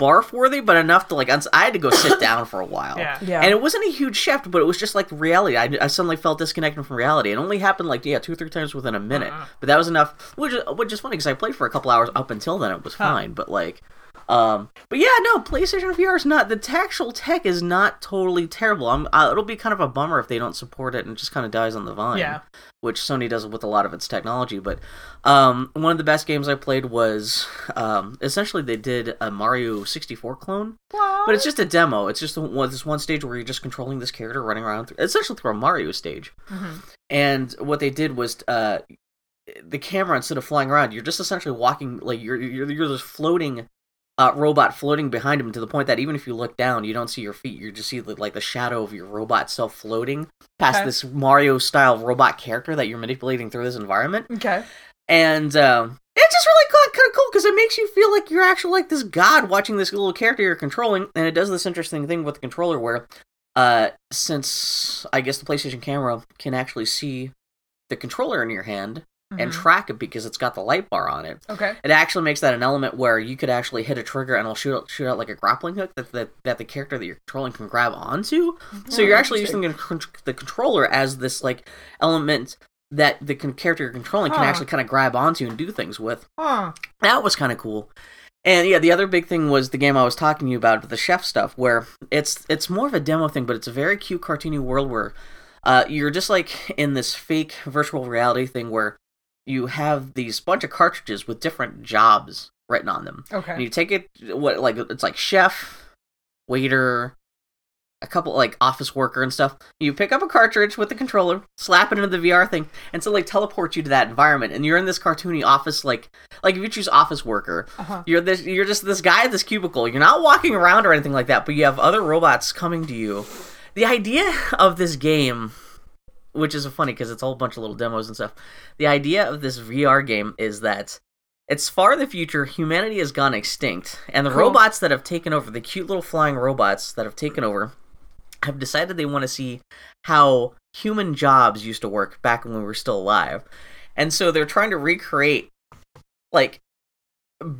Speaker 6: barf worthy, but enough to like uns- I had to go sit down for a while.
Speaker 4: Yeah.
Speaker 5: Yeah.
Speaker 6: And it wasn't a huge shift, but it was just like reality. I, I suddenly felt disconnected from reality. It only happened like yeah, two or three times within a minute, but that was enough. Which is- which is funny because I played for a couple hours up until then. It was fine, but like. Um, but yeah, no, PlayStation VR is not the actual tech is not totally terrible. I'm, uh, it'll be kind of a bummer if they don't support it and it just kind of dies on the vine
Speaker 4: Yeah.
Speaker 6: which Sony does with a lot of its technology. But um, one of the best games I played was um, essentially they did a Mario 64 clone, but it's just a demo. It's just the one, this one stage where you're just controlling this character running around, through, essentially through a Mario stage. And what they did was uh, the camera instead of flying around, you're just essentially walking like you're you're, you're just floating. Uh, robot floating behind him to the point that even if you look down, you don't see your feet. You just see the, like the shadow of your robot self floating past
Speaker 4: Okay.
Speaker 6: this Mario style robot character that you're manipulating through this environment.
Speaker 4: Okay.
Speaker 6: And um, it's just really cool, kind of cool because it makes you feel like you're actually like this god watching this little character you're controlling. And it does this interesting thing with the controller where, uh, since I guess the PlayStation camera can actually see the controller in your hand and track it because it's got the light bar on it.
Speaker 4: Mm-hmm. Okay.
Speaker 6: It actually makes that an element where you could actually hit a trigger and it'll shoot out, shoot out like a grappling hook that, that, that the character that you're controlling can grab onto.
Speaker 4: Mm-hmm.
Speaker 6: so you're actually using the, con- the controller as this like element that the con- character you're controlling can
Speaker 4: Huh.
Speaker 6: actually kind of grab onto and do things with.
Speaker 4: Huh.
Speaker 6: That was kind of cool. And yeah, the other big thing was the game I was talking to you about, the chef stuff, where it's it's more of a demo thing, but it's a very cute cartoony world where uh, you're just like in this fake virtual reality thing where you have these bunch of cartridges with different jobs written on them. And
Speaker 4: Okay.
Speaker 6: you take it what like it's like chef, waiter, a couple like office worker and stuff. You pick up a cartridge with the controller, slap it into the VR thing, and so like teleports you to that environment. And you're in this cartoony office like like if you choose office worker,
Speaker 4: Uh-huh.
Speaker 6: you're this you're just this guy at this cubicle. You're not walking around or anything like that, but you have other robots coming to you. The idea of this game which is funny because it's a whole bunch of little demos and stuff. The idea of this VR game is that it's far in the future, humanity has gone extinct, and the robots that have taken over, the cute little flying robots that have taken over, have decided they want to see how human jobs used to work back when we were still alive. And so they're trying to recreate, like,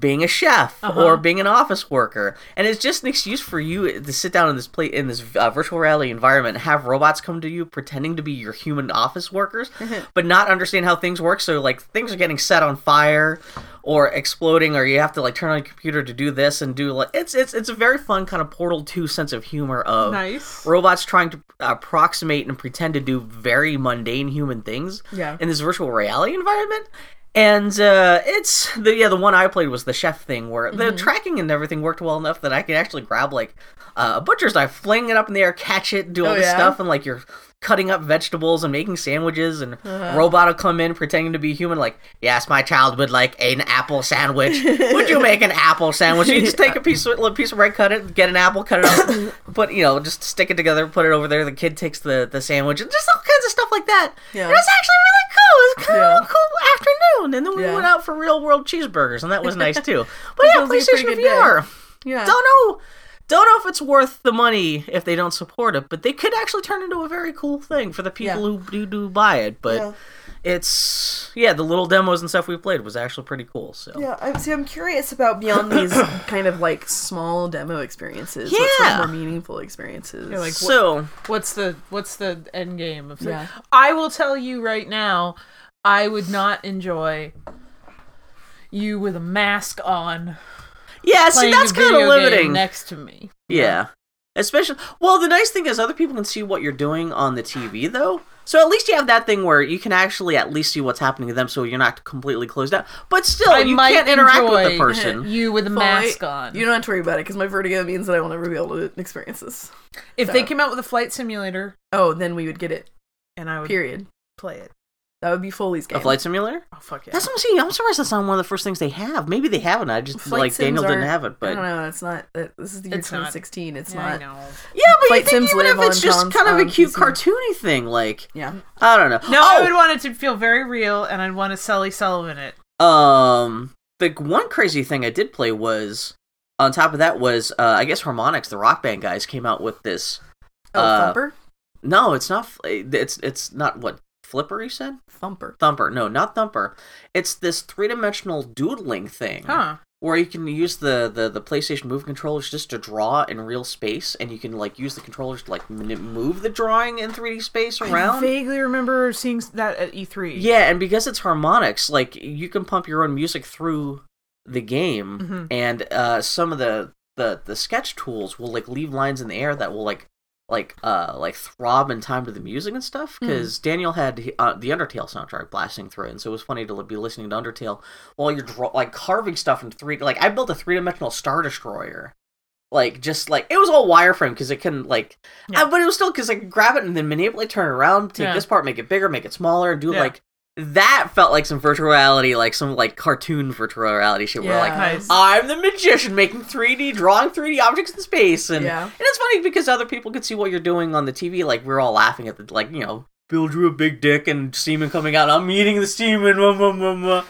Speaker 6: being a chef
Speaker 4: Uh-huh.
Speaker 6: or being an office worker, and it's just an excuse for you to sit down in this play in this uh, virtual reality environment, have robots come to you pretending to be your human office workers, but not understand how things work. So like things are getting set on fire or exploding, or you have to like turn on your computer to do this and do like it's it's it's a very fun kind of Portal Two sense of humor of
Speaker 4: Nice.
Speaker 6: robots trying to uh, approximate and pretend to do very mundane human things
Speaker 4: Yeah.
Speaker 6: in this virtual reality environment and uh, it's the yeah the one i played was the chef thing where the
Speaker 5: Mm-hmm.
Speaker 6: tracking and everything worked well enough that i could actually grab like uh, a butcher's knife fling it up in the air catch it do all
Speaker 5: Oh,
Speaker 6: this
Speaker 5: yeah?
Speaker 6: stuff and like you're cutting up vegetables and making sandwiches and
Speaker 5: Uh-huh.
Speaker 6: robot will come in pretending to be human like yes my child would like an apple sandwich would you make an apple sandwich you just take a piece of a piece of bread cut it get an apple cut it up put you know just stick it together put it over there the kid takes the the sandwich and just all kinds of stuff like that
Speaker 5: Yeah.
Speaker 6: And it's actually really cool it's kind of
Speaker 5: Yeah.
Speaker 6: a cool afternoon and then we
Speaker 5: Yeah.
Speaker 6: went out for real world cheeseburgers and that was nice too but yeah
Speaker 5: sounds like a pretty
Speaker 6: playstation
Speaker 5: good day.
Speaker 6: vr
Speaker 5: Yeah.
Speaker 6: don't know don't know if it's worth the money if they don't support it but they could actually turn into a very cool thing for the people
Speaker 5: Yeah.
Speaker 6: who do, do buy it but
Speaker 5: Yeah.
Speaker 6: it's yeah the little demos and stuff we played was actually pretty cool so
Speaker 5: Yeah, I, see, I'm curious about beyond these kind of like small demo experiences. what sort of
Speaker 6: Yeah.
Speaker 5: more meaningful experiences.
Speaker 4: like what-
Speaker 6: so
Speaker 4: what's the what's the end game of
Speaker 5: Yeah.
Speaker 4: yeah. I will tell you right now, I would not enjoy you with a mask on
Speaker 6: yeah see
Speaker 4: playing
Speaker 6: that's
Speaker 4: a
Speaker 6: kind of
Speaker 4: video
Speaker 6: limiting
Speaker 4: game next to me.
Speaker 6: Yeah. Especially, well, the nice thing is other people can see what you're doing on the TV, though. So at least you have that thing where you can actually at least see what's happening to them, so you're not completely closed out. But still,
Speaker 4: I
Speaker 6: you
Speaker 4: might
Speaker 6: can't interact with the
Speaker 4: enjoy
Speaker 6: person.
Speaker 4: You with a
Speaker 5: Well, I-
Speaker 4: mask on.
Speaker 5: You don't have to worry about it because my vertigo means that I will never be able to experience this.
Speaker 4: if they came out with a flight simulator
Speaker 5: Oh, then we would get it.
Speaker 4: and I would
Speaker 5: Period.
Speaker 4: play it.
Speaker 5: That would be Foley's game.
Speaker 6: A flight simulator?
Speaker 4: Oh fuck yeah.
Speaker 6: That's what I'm saying. I'm sururped that's not one of the first things they have. Maybe they haven't. I just
Speaker 5: Flight
Speaker 6: like
Speaker 5: sims
Speaker 6: Daniel didn't
Speaker 5: aren't-
Speaker 6: have it,
Speaker 5: I
Speaker 6: but
Speaker 5: don't know. It's not. It, this is the year
Speaker 4: It's not.
Speaker 5: 2016. It's
Speaker 4: yeah, I
Speaker 5: not.
Speaker 4: know.
Speaker 6: yeah, but
Speaker 5: Flight
Speaker 6: you think
Speaker 5: sims
Speaker 6: even
Speaker 5: live
Speaker 6: if it's
Speaker 5: on
Speaker 6: just
Speaker 5: cons-
Speaker 6: kind of
Speaker 5: on
Speaker 6: a cute
Speaker 5: PC.
Speaker 6: cartoony thing, like
Speaker 5: Yeah.
Speaker 6: I don't know.
Speaker 4: No,
Speaker 6: oh,
Speaker 4: I would want it to feel very real, and I'd want to Sully Sullivan it.
Speaker 6: Um, the one crazy thing I did play was on top of that was uh, I guess Harmonix, the rock band guys, came out with this.
Speaker 5: Oh,
Speaker 6: Uh,
Speaker 5: Thumper?
Speaker 6: No, it's not. fl- It's it's not what Flipper you said.
Speaker 5: Thumper.
Speaker 6: Thumper. No, not Thumper. It's this three dimensional doodling thing
Speaker 4: Huh?
Speaker 6: where you can use the, the the PlayStation Move controllers just to draw in real space, and you can like use the controllers to like mani- move the drawing in 3D space around.
Speaker 4: vaguely remember seeing that at E E3.
Speaker 6: Yeah, and because it's harmonics, like you can pump your own music through the game,
Speaker 4: Mhm.
Speaker 6: and uh, some of the, the the sketch tools will like leave lines in the air that will like like uh like throb in time to the music and stuff.
Speaker 4: Mm.
Speaker 6: Because Daniel had uh, the Undertale soundtrack blasting through, it, and so it was funny to be listening to Undertale while you're draw- like carving stuff in three. Like I built a three dimensional star destroyer. Like just like it was all wireframe because it couldn't like,
Speaker 4: Yeah.
Speaker 6: uh, but it was still because I could grab it and then manipulate, turn it around, take
Speaker 4: Yeah.
Speaker 6: this part, make it bigger, make it smaller, and do
Speaker 4: Yeah.
Speaker 6: like that felt like some virtual reality, like some like cartoon virtual reality shit. Where like
Speaker 4: nice.
Speaker 6: I'm the magician making 3D, drawing 3D objects in space, and
Speaker 5: Yeah.
Speaker 6: and it's funny because other people could see what you're doing on the TV. Like we're all laughing at the like you know. Bill drew a big dick and semen coming out. I'm eating the semen. Mwah, mwah, mwah, mwah.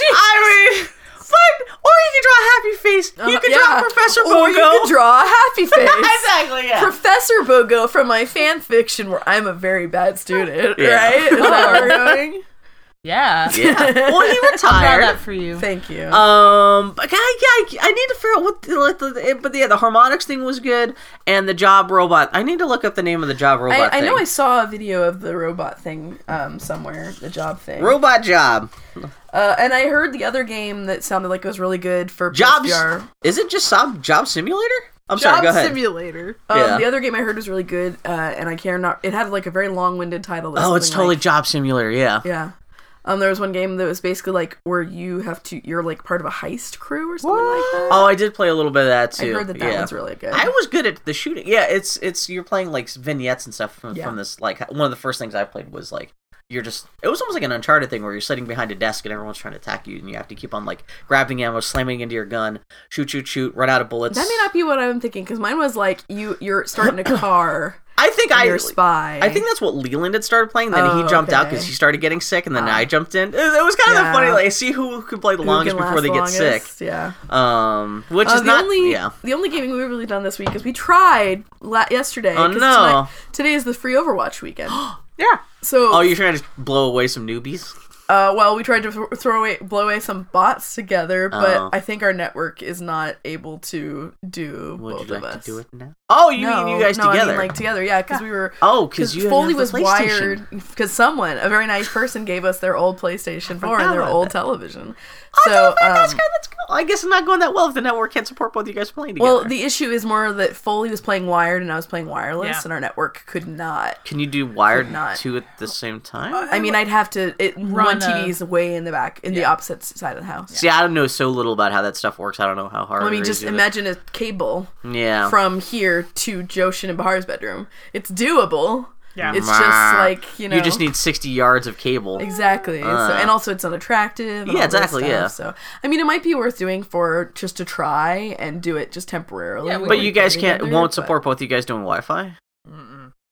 Speaker 6: I mean, but or you can draw a happy face. you
Speaker 5: Uh,
Speaker 6: can
Speaker 5: yeah.
Speaker 6: draw Professor Bogo.
Speaker 5: Or you could draw a happy face.
Speaker 6: exactly. Yeah.
Speaker 5: Professor Bogo from my fan fiction where I'm a very bad student,
Speaker 6: Yeah.
Speaker 5: right? Is that where we're going?
Speaker 4: Yeah.
Speaker 6: yeah. Well, he
Speaker 4: Draw
Speaker 6: retired.
Speaker 4: that for you.
Speaker 5: Thank you.
Speaker 6: Um, but yeah, yeah, I need to figure out what the, like the it- but yeah, the harmonics thing was good, and the job robot. I need to look up the name of the job robot.
Speaker 5: I, I
Speaker 6: thing.
Speaker 5: know I saw a video of the robot thing um, somewhere, the job thing.
Speaker 6: robot job
Speaker 5: uh, and I heard the other game that sounded like it was really good for
Speaker 6: jobs.
Speaker 5: PSVR.
Speaker 6: Is it just job job simulator? I'm sorry.
Speaker 4: Job
Speaker 6: Go ahead.
Speaker 4: simulator.
Speaker 5: Um,
Speaker 6: Yeah.
Speaker 5: The other game I heard was really good, uh, and I care not. It had like a very long-winded title.
Speaker 6: oh, it's
Speaker 5: something
Speaker 6: totally
Speaker 5: like-
Speaker 6: Job Simulator. Yeah.
Speaker 5: yeah. Um, there was one game that was basically like where you have to, you're like part of a heist crew or something like that.
Speaker 6: Oh, I did play a little bit of that too.
Speaker 5: I heard that that
Speaker 6: yeah.
Speaker 5: one's really good.
Speaker 6: I was good at the shooting. Yeah, it's it's you're playing like vignettes and stuff from,
Speaker 5: Yeah.
Speaker 6: from this. Like one of the first things I played was like you're just it was almost like an Uncharted thing where you're sitting behind a desk and everyone's trying to attack you and you have to keep on like grabbing ammo, slamming into your gun, shoot, shoot, shoot, run out of bullets.
Speaker 5: That may not be what I'm thinking because mine was like you you're starting a car,
Speaker 6: I think I
Speaker 5: you're a spy.
Speaker 6: I think that's what Leland had started playing. Then he
Speaker 5: Oh,
Speaker 6: jumped out
Speaker 5: okay. Ah.
Speaker 6: because he started getting sick, and then I jumped in. It, it was kind of
Speaker 5: Yeah.
Speaker 6: funny. Like see who could play the
Speaker 5: Who
Speaker 6: longest
Speaker 5: can
Speaker 6: before they
Speaker 5: last
Speaker 6: get
Speaker 5: longest, Yeah.
Speaker 6: sick. Um, which
Speaker 5: Uh,
Speaker 6: is
Speaker 5: the
Speaker 6: not
Speaker 5: only
Speaker 6: yeah.
Speaker 5: the only gaming we've really done this week is we tried la- yesterday.
Speaker 6: Oh,
Speaker 5: 'cause
Speaker 6: no.
Speaker 5: tonight- today is the free Overwatch weekend.
Speaker 4: Yeah.
Speaker 5: So
Speaker 6: Oh, you're trying to blow away some newbies.
Speaker 5: Uh, well, we tried to th- throw away, blow away some bots together, but
Speaker 6: Oh.
Speaker 5: I think our network is not able to do
Speaker 6: Would
Speaker 5: both
Speaker 6: you
Speaker 5: of
Speaker 6: like
Speaker 5: us.
Speaker 6: to do it now? Oh, you
Speaker 5: No,
Speaker 6: mean you guys
Speaker 5: no, I mean,
Speaker 6: together?
Speaker 5: like together, yeah, because we were.
Speaker 6: oh, because you
Speaker 5: Foley
Speaker 6: have
Speaker 5: was
Speaker 6: the PlayStation.
Speaker 5: wired because someone, a very nice person, gave us their old PlayStation 4 and their
Speaker 6: about
Speaker 5: old
Speaker 6: that.
Speaker 5: television.
Speaker 6: I
Speaker 5: so,
Speaker 6: thought, man, that's
Speaker 5: um,
Speaker 6: good. That's cool. I guess it's not going that well if the network can't support both you guys playing together.
Speaker 5: well, the issue is more that Foley was playing wired and I was playing wireless,
Speaker 4: Yeah.
Speaker 5: and our network could not.
Speaker 6: can you do wired
Speaker 5: Could not.
Speaker 6: two at the same time?
Speaker 5: I mean, I'd have to. It, one
Speaker 4: Run a-
Speaker 5: TV is way in the back, in the opposite side of the house.
Speaker 6: See, I don't know so little about how that stuff works. I don't know how hard.
Speaker 5: I
Speaker 6: it
Speaker 5: mean,
Speaker 6: is
Speaker 5: just
Speaker 6: to do it.
Speaker 5: imagine a cable
Speaker 6: Yeah.
Speaker 5: from here to Joshin and Bahar's bedroom. It's doable.
Speaker 4: Yeah.
Speaker 5: It's just like, you know.
Speaker 6: just need sixty yards of cable.
Speaker 5: Exactly. so, and also, it's unattractive. and
Speaker 6: Yeah,
Speaker 5: all this
Speaker 6: exactly,
Speaker 5: stuff,
Speaker 6: yeah.
Speaker 5: So, I mean, it might be worth doing for just to try and do it just temporarily.
Speaker 4: Yeah, we
Speaker 5: while
Speaker 6: But
Speaker 5: we
Speaker 6: you
Speaker 5: play
Speaker 6: guys can't
Speaker 5: together,
Speaker 6: won't
Speaker 5: but-
Speaker 6: support both you guys doing Wi-Fi.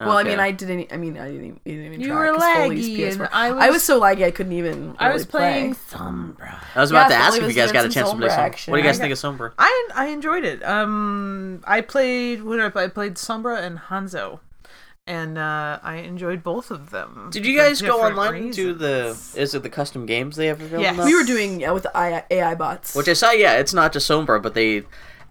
Speaker 5: Well, I
Speaker 6: Okay.
Speaker 5: mean, I didn't. I mean, I didn't, even- didn't even.
Speaker 4: You
Speaker 5: try,
Speaker 4: were
Speaker 5: 'cause Foley's
Speaker 4: laggy,
Speaker 5: PS4
Speaker 4: and I
Speaker 5: I was
Speaker 4: was-
Speaker 5: so laggy I couldn't even.
Speaker 4: I was
Speaker 5: really
Speaker 4: playing
Speaker 5: Play.
Speaker 4: Thumbra.
Speaker 6: I was about
Speaker 5: Yeah,
Speaker 6: to ask
Speaker 5: Foley
Speaker 6: if you
Speaker 5: was
Speaker 6: guys
Speaker 5: doing
Speaker 6: got a
Speaker 5: some
Speaker 6: chance to play
Speaker 5: Sombra
Speaker 6: some.
Speaker 5: action.
Speaker 6: What do you guys
Speaker 5: I
Speaker 6: think of Sombra?
Speaker 4: I I enjoyed it. Um, I played when I, I played Sombra and Hanzo, and uh, I enjoyed both of them.
Speaker 6: Did you
Speaker 4: for
Speaker 6: guys go
Speaker 4: different
Speaker 6: online and do the?
Speaker 4: reasons.
Speaker 6: Is it the custom games they have available?
Speaker 4: Yes.
Speaker 6: now?
Speaker 5: We were doing yeah with the AI, AI bots.
Speaker 6: Which I saw, yeah, it's not just Sombra, but they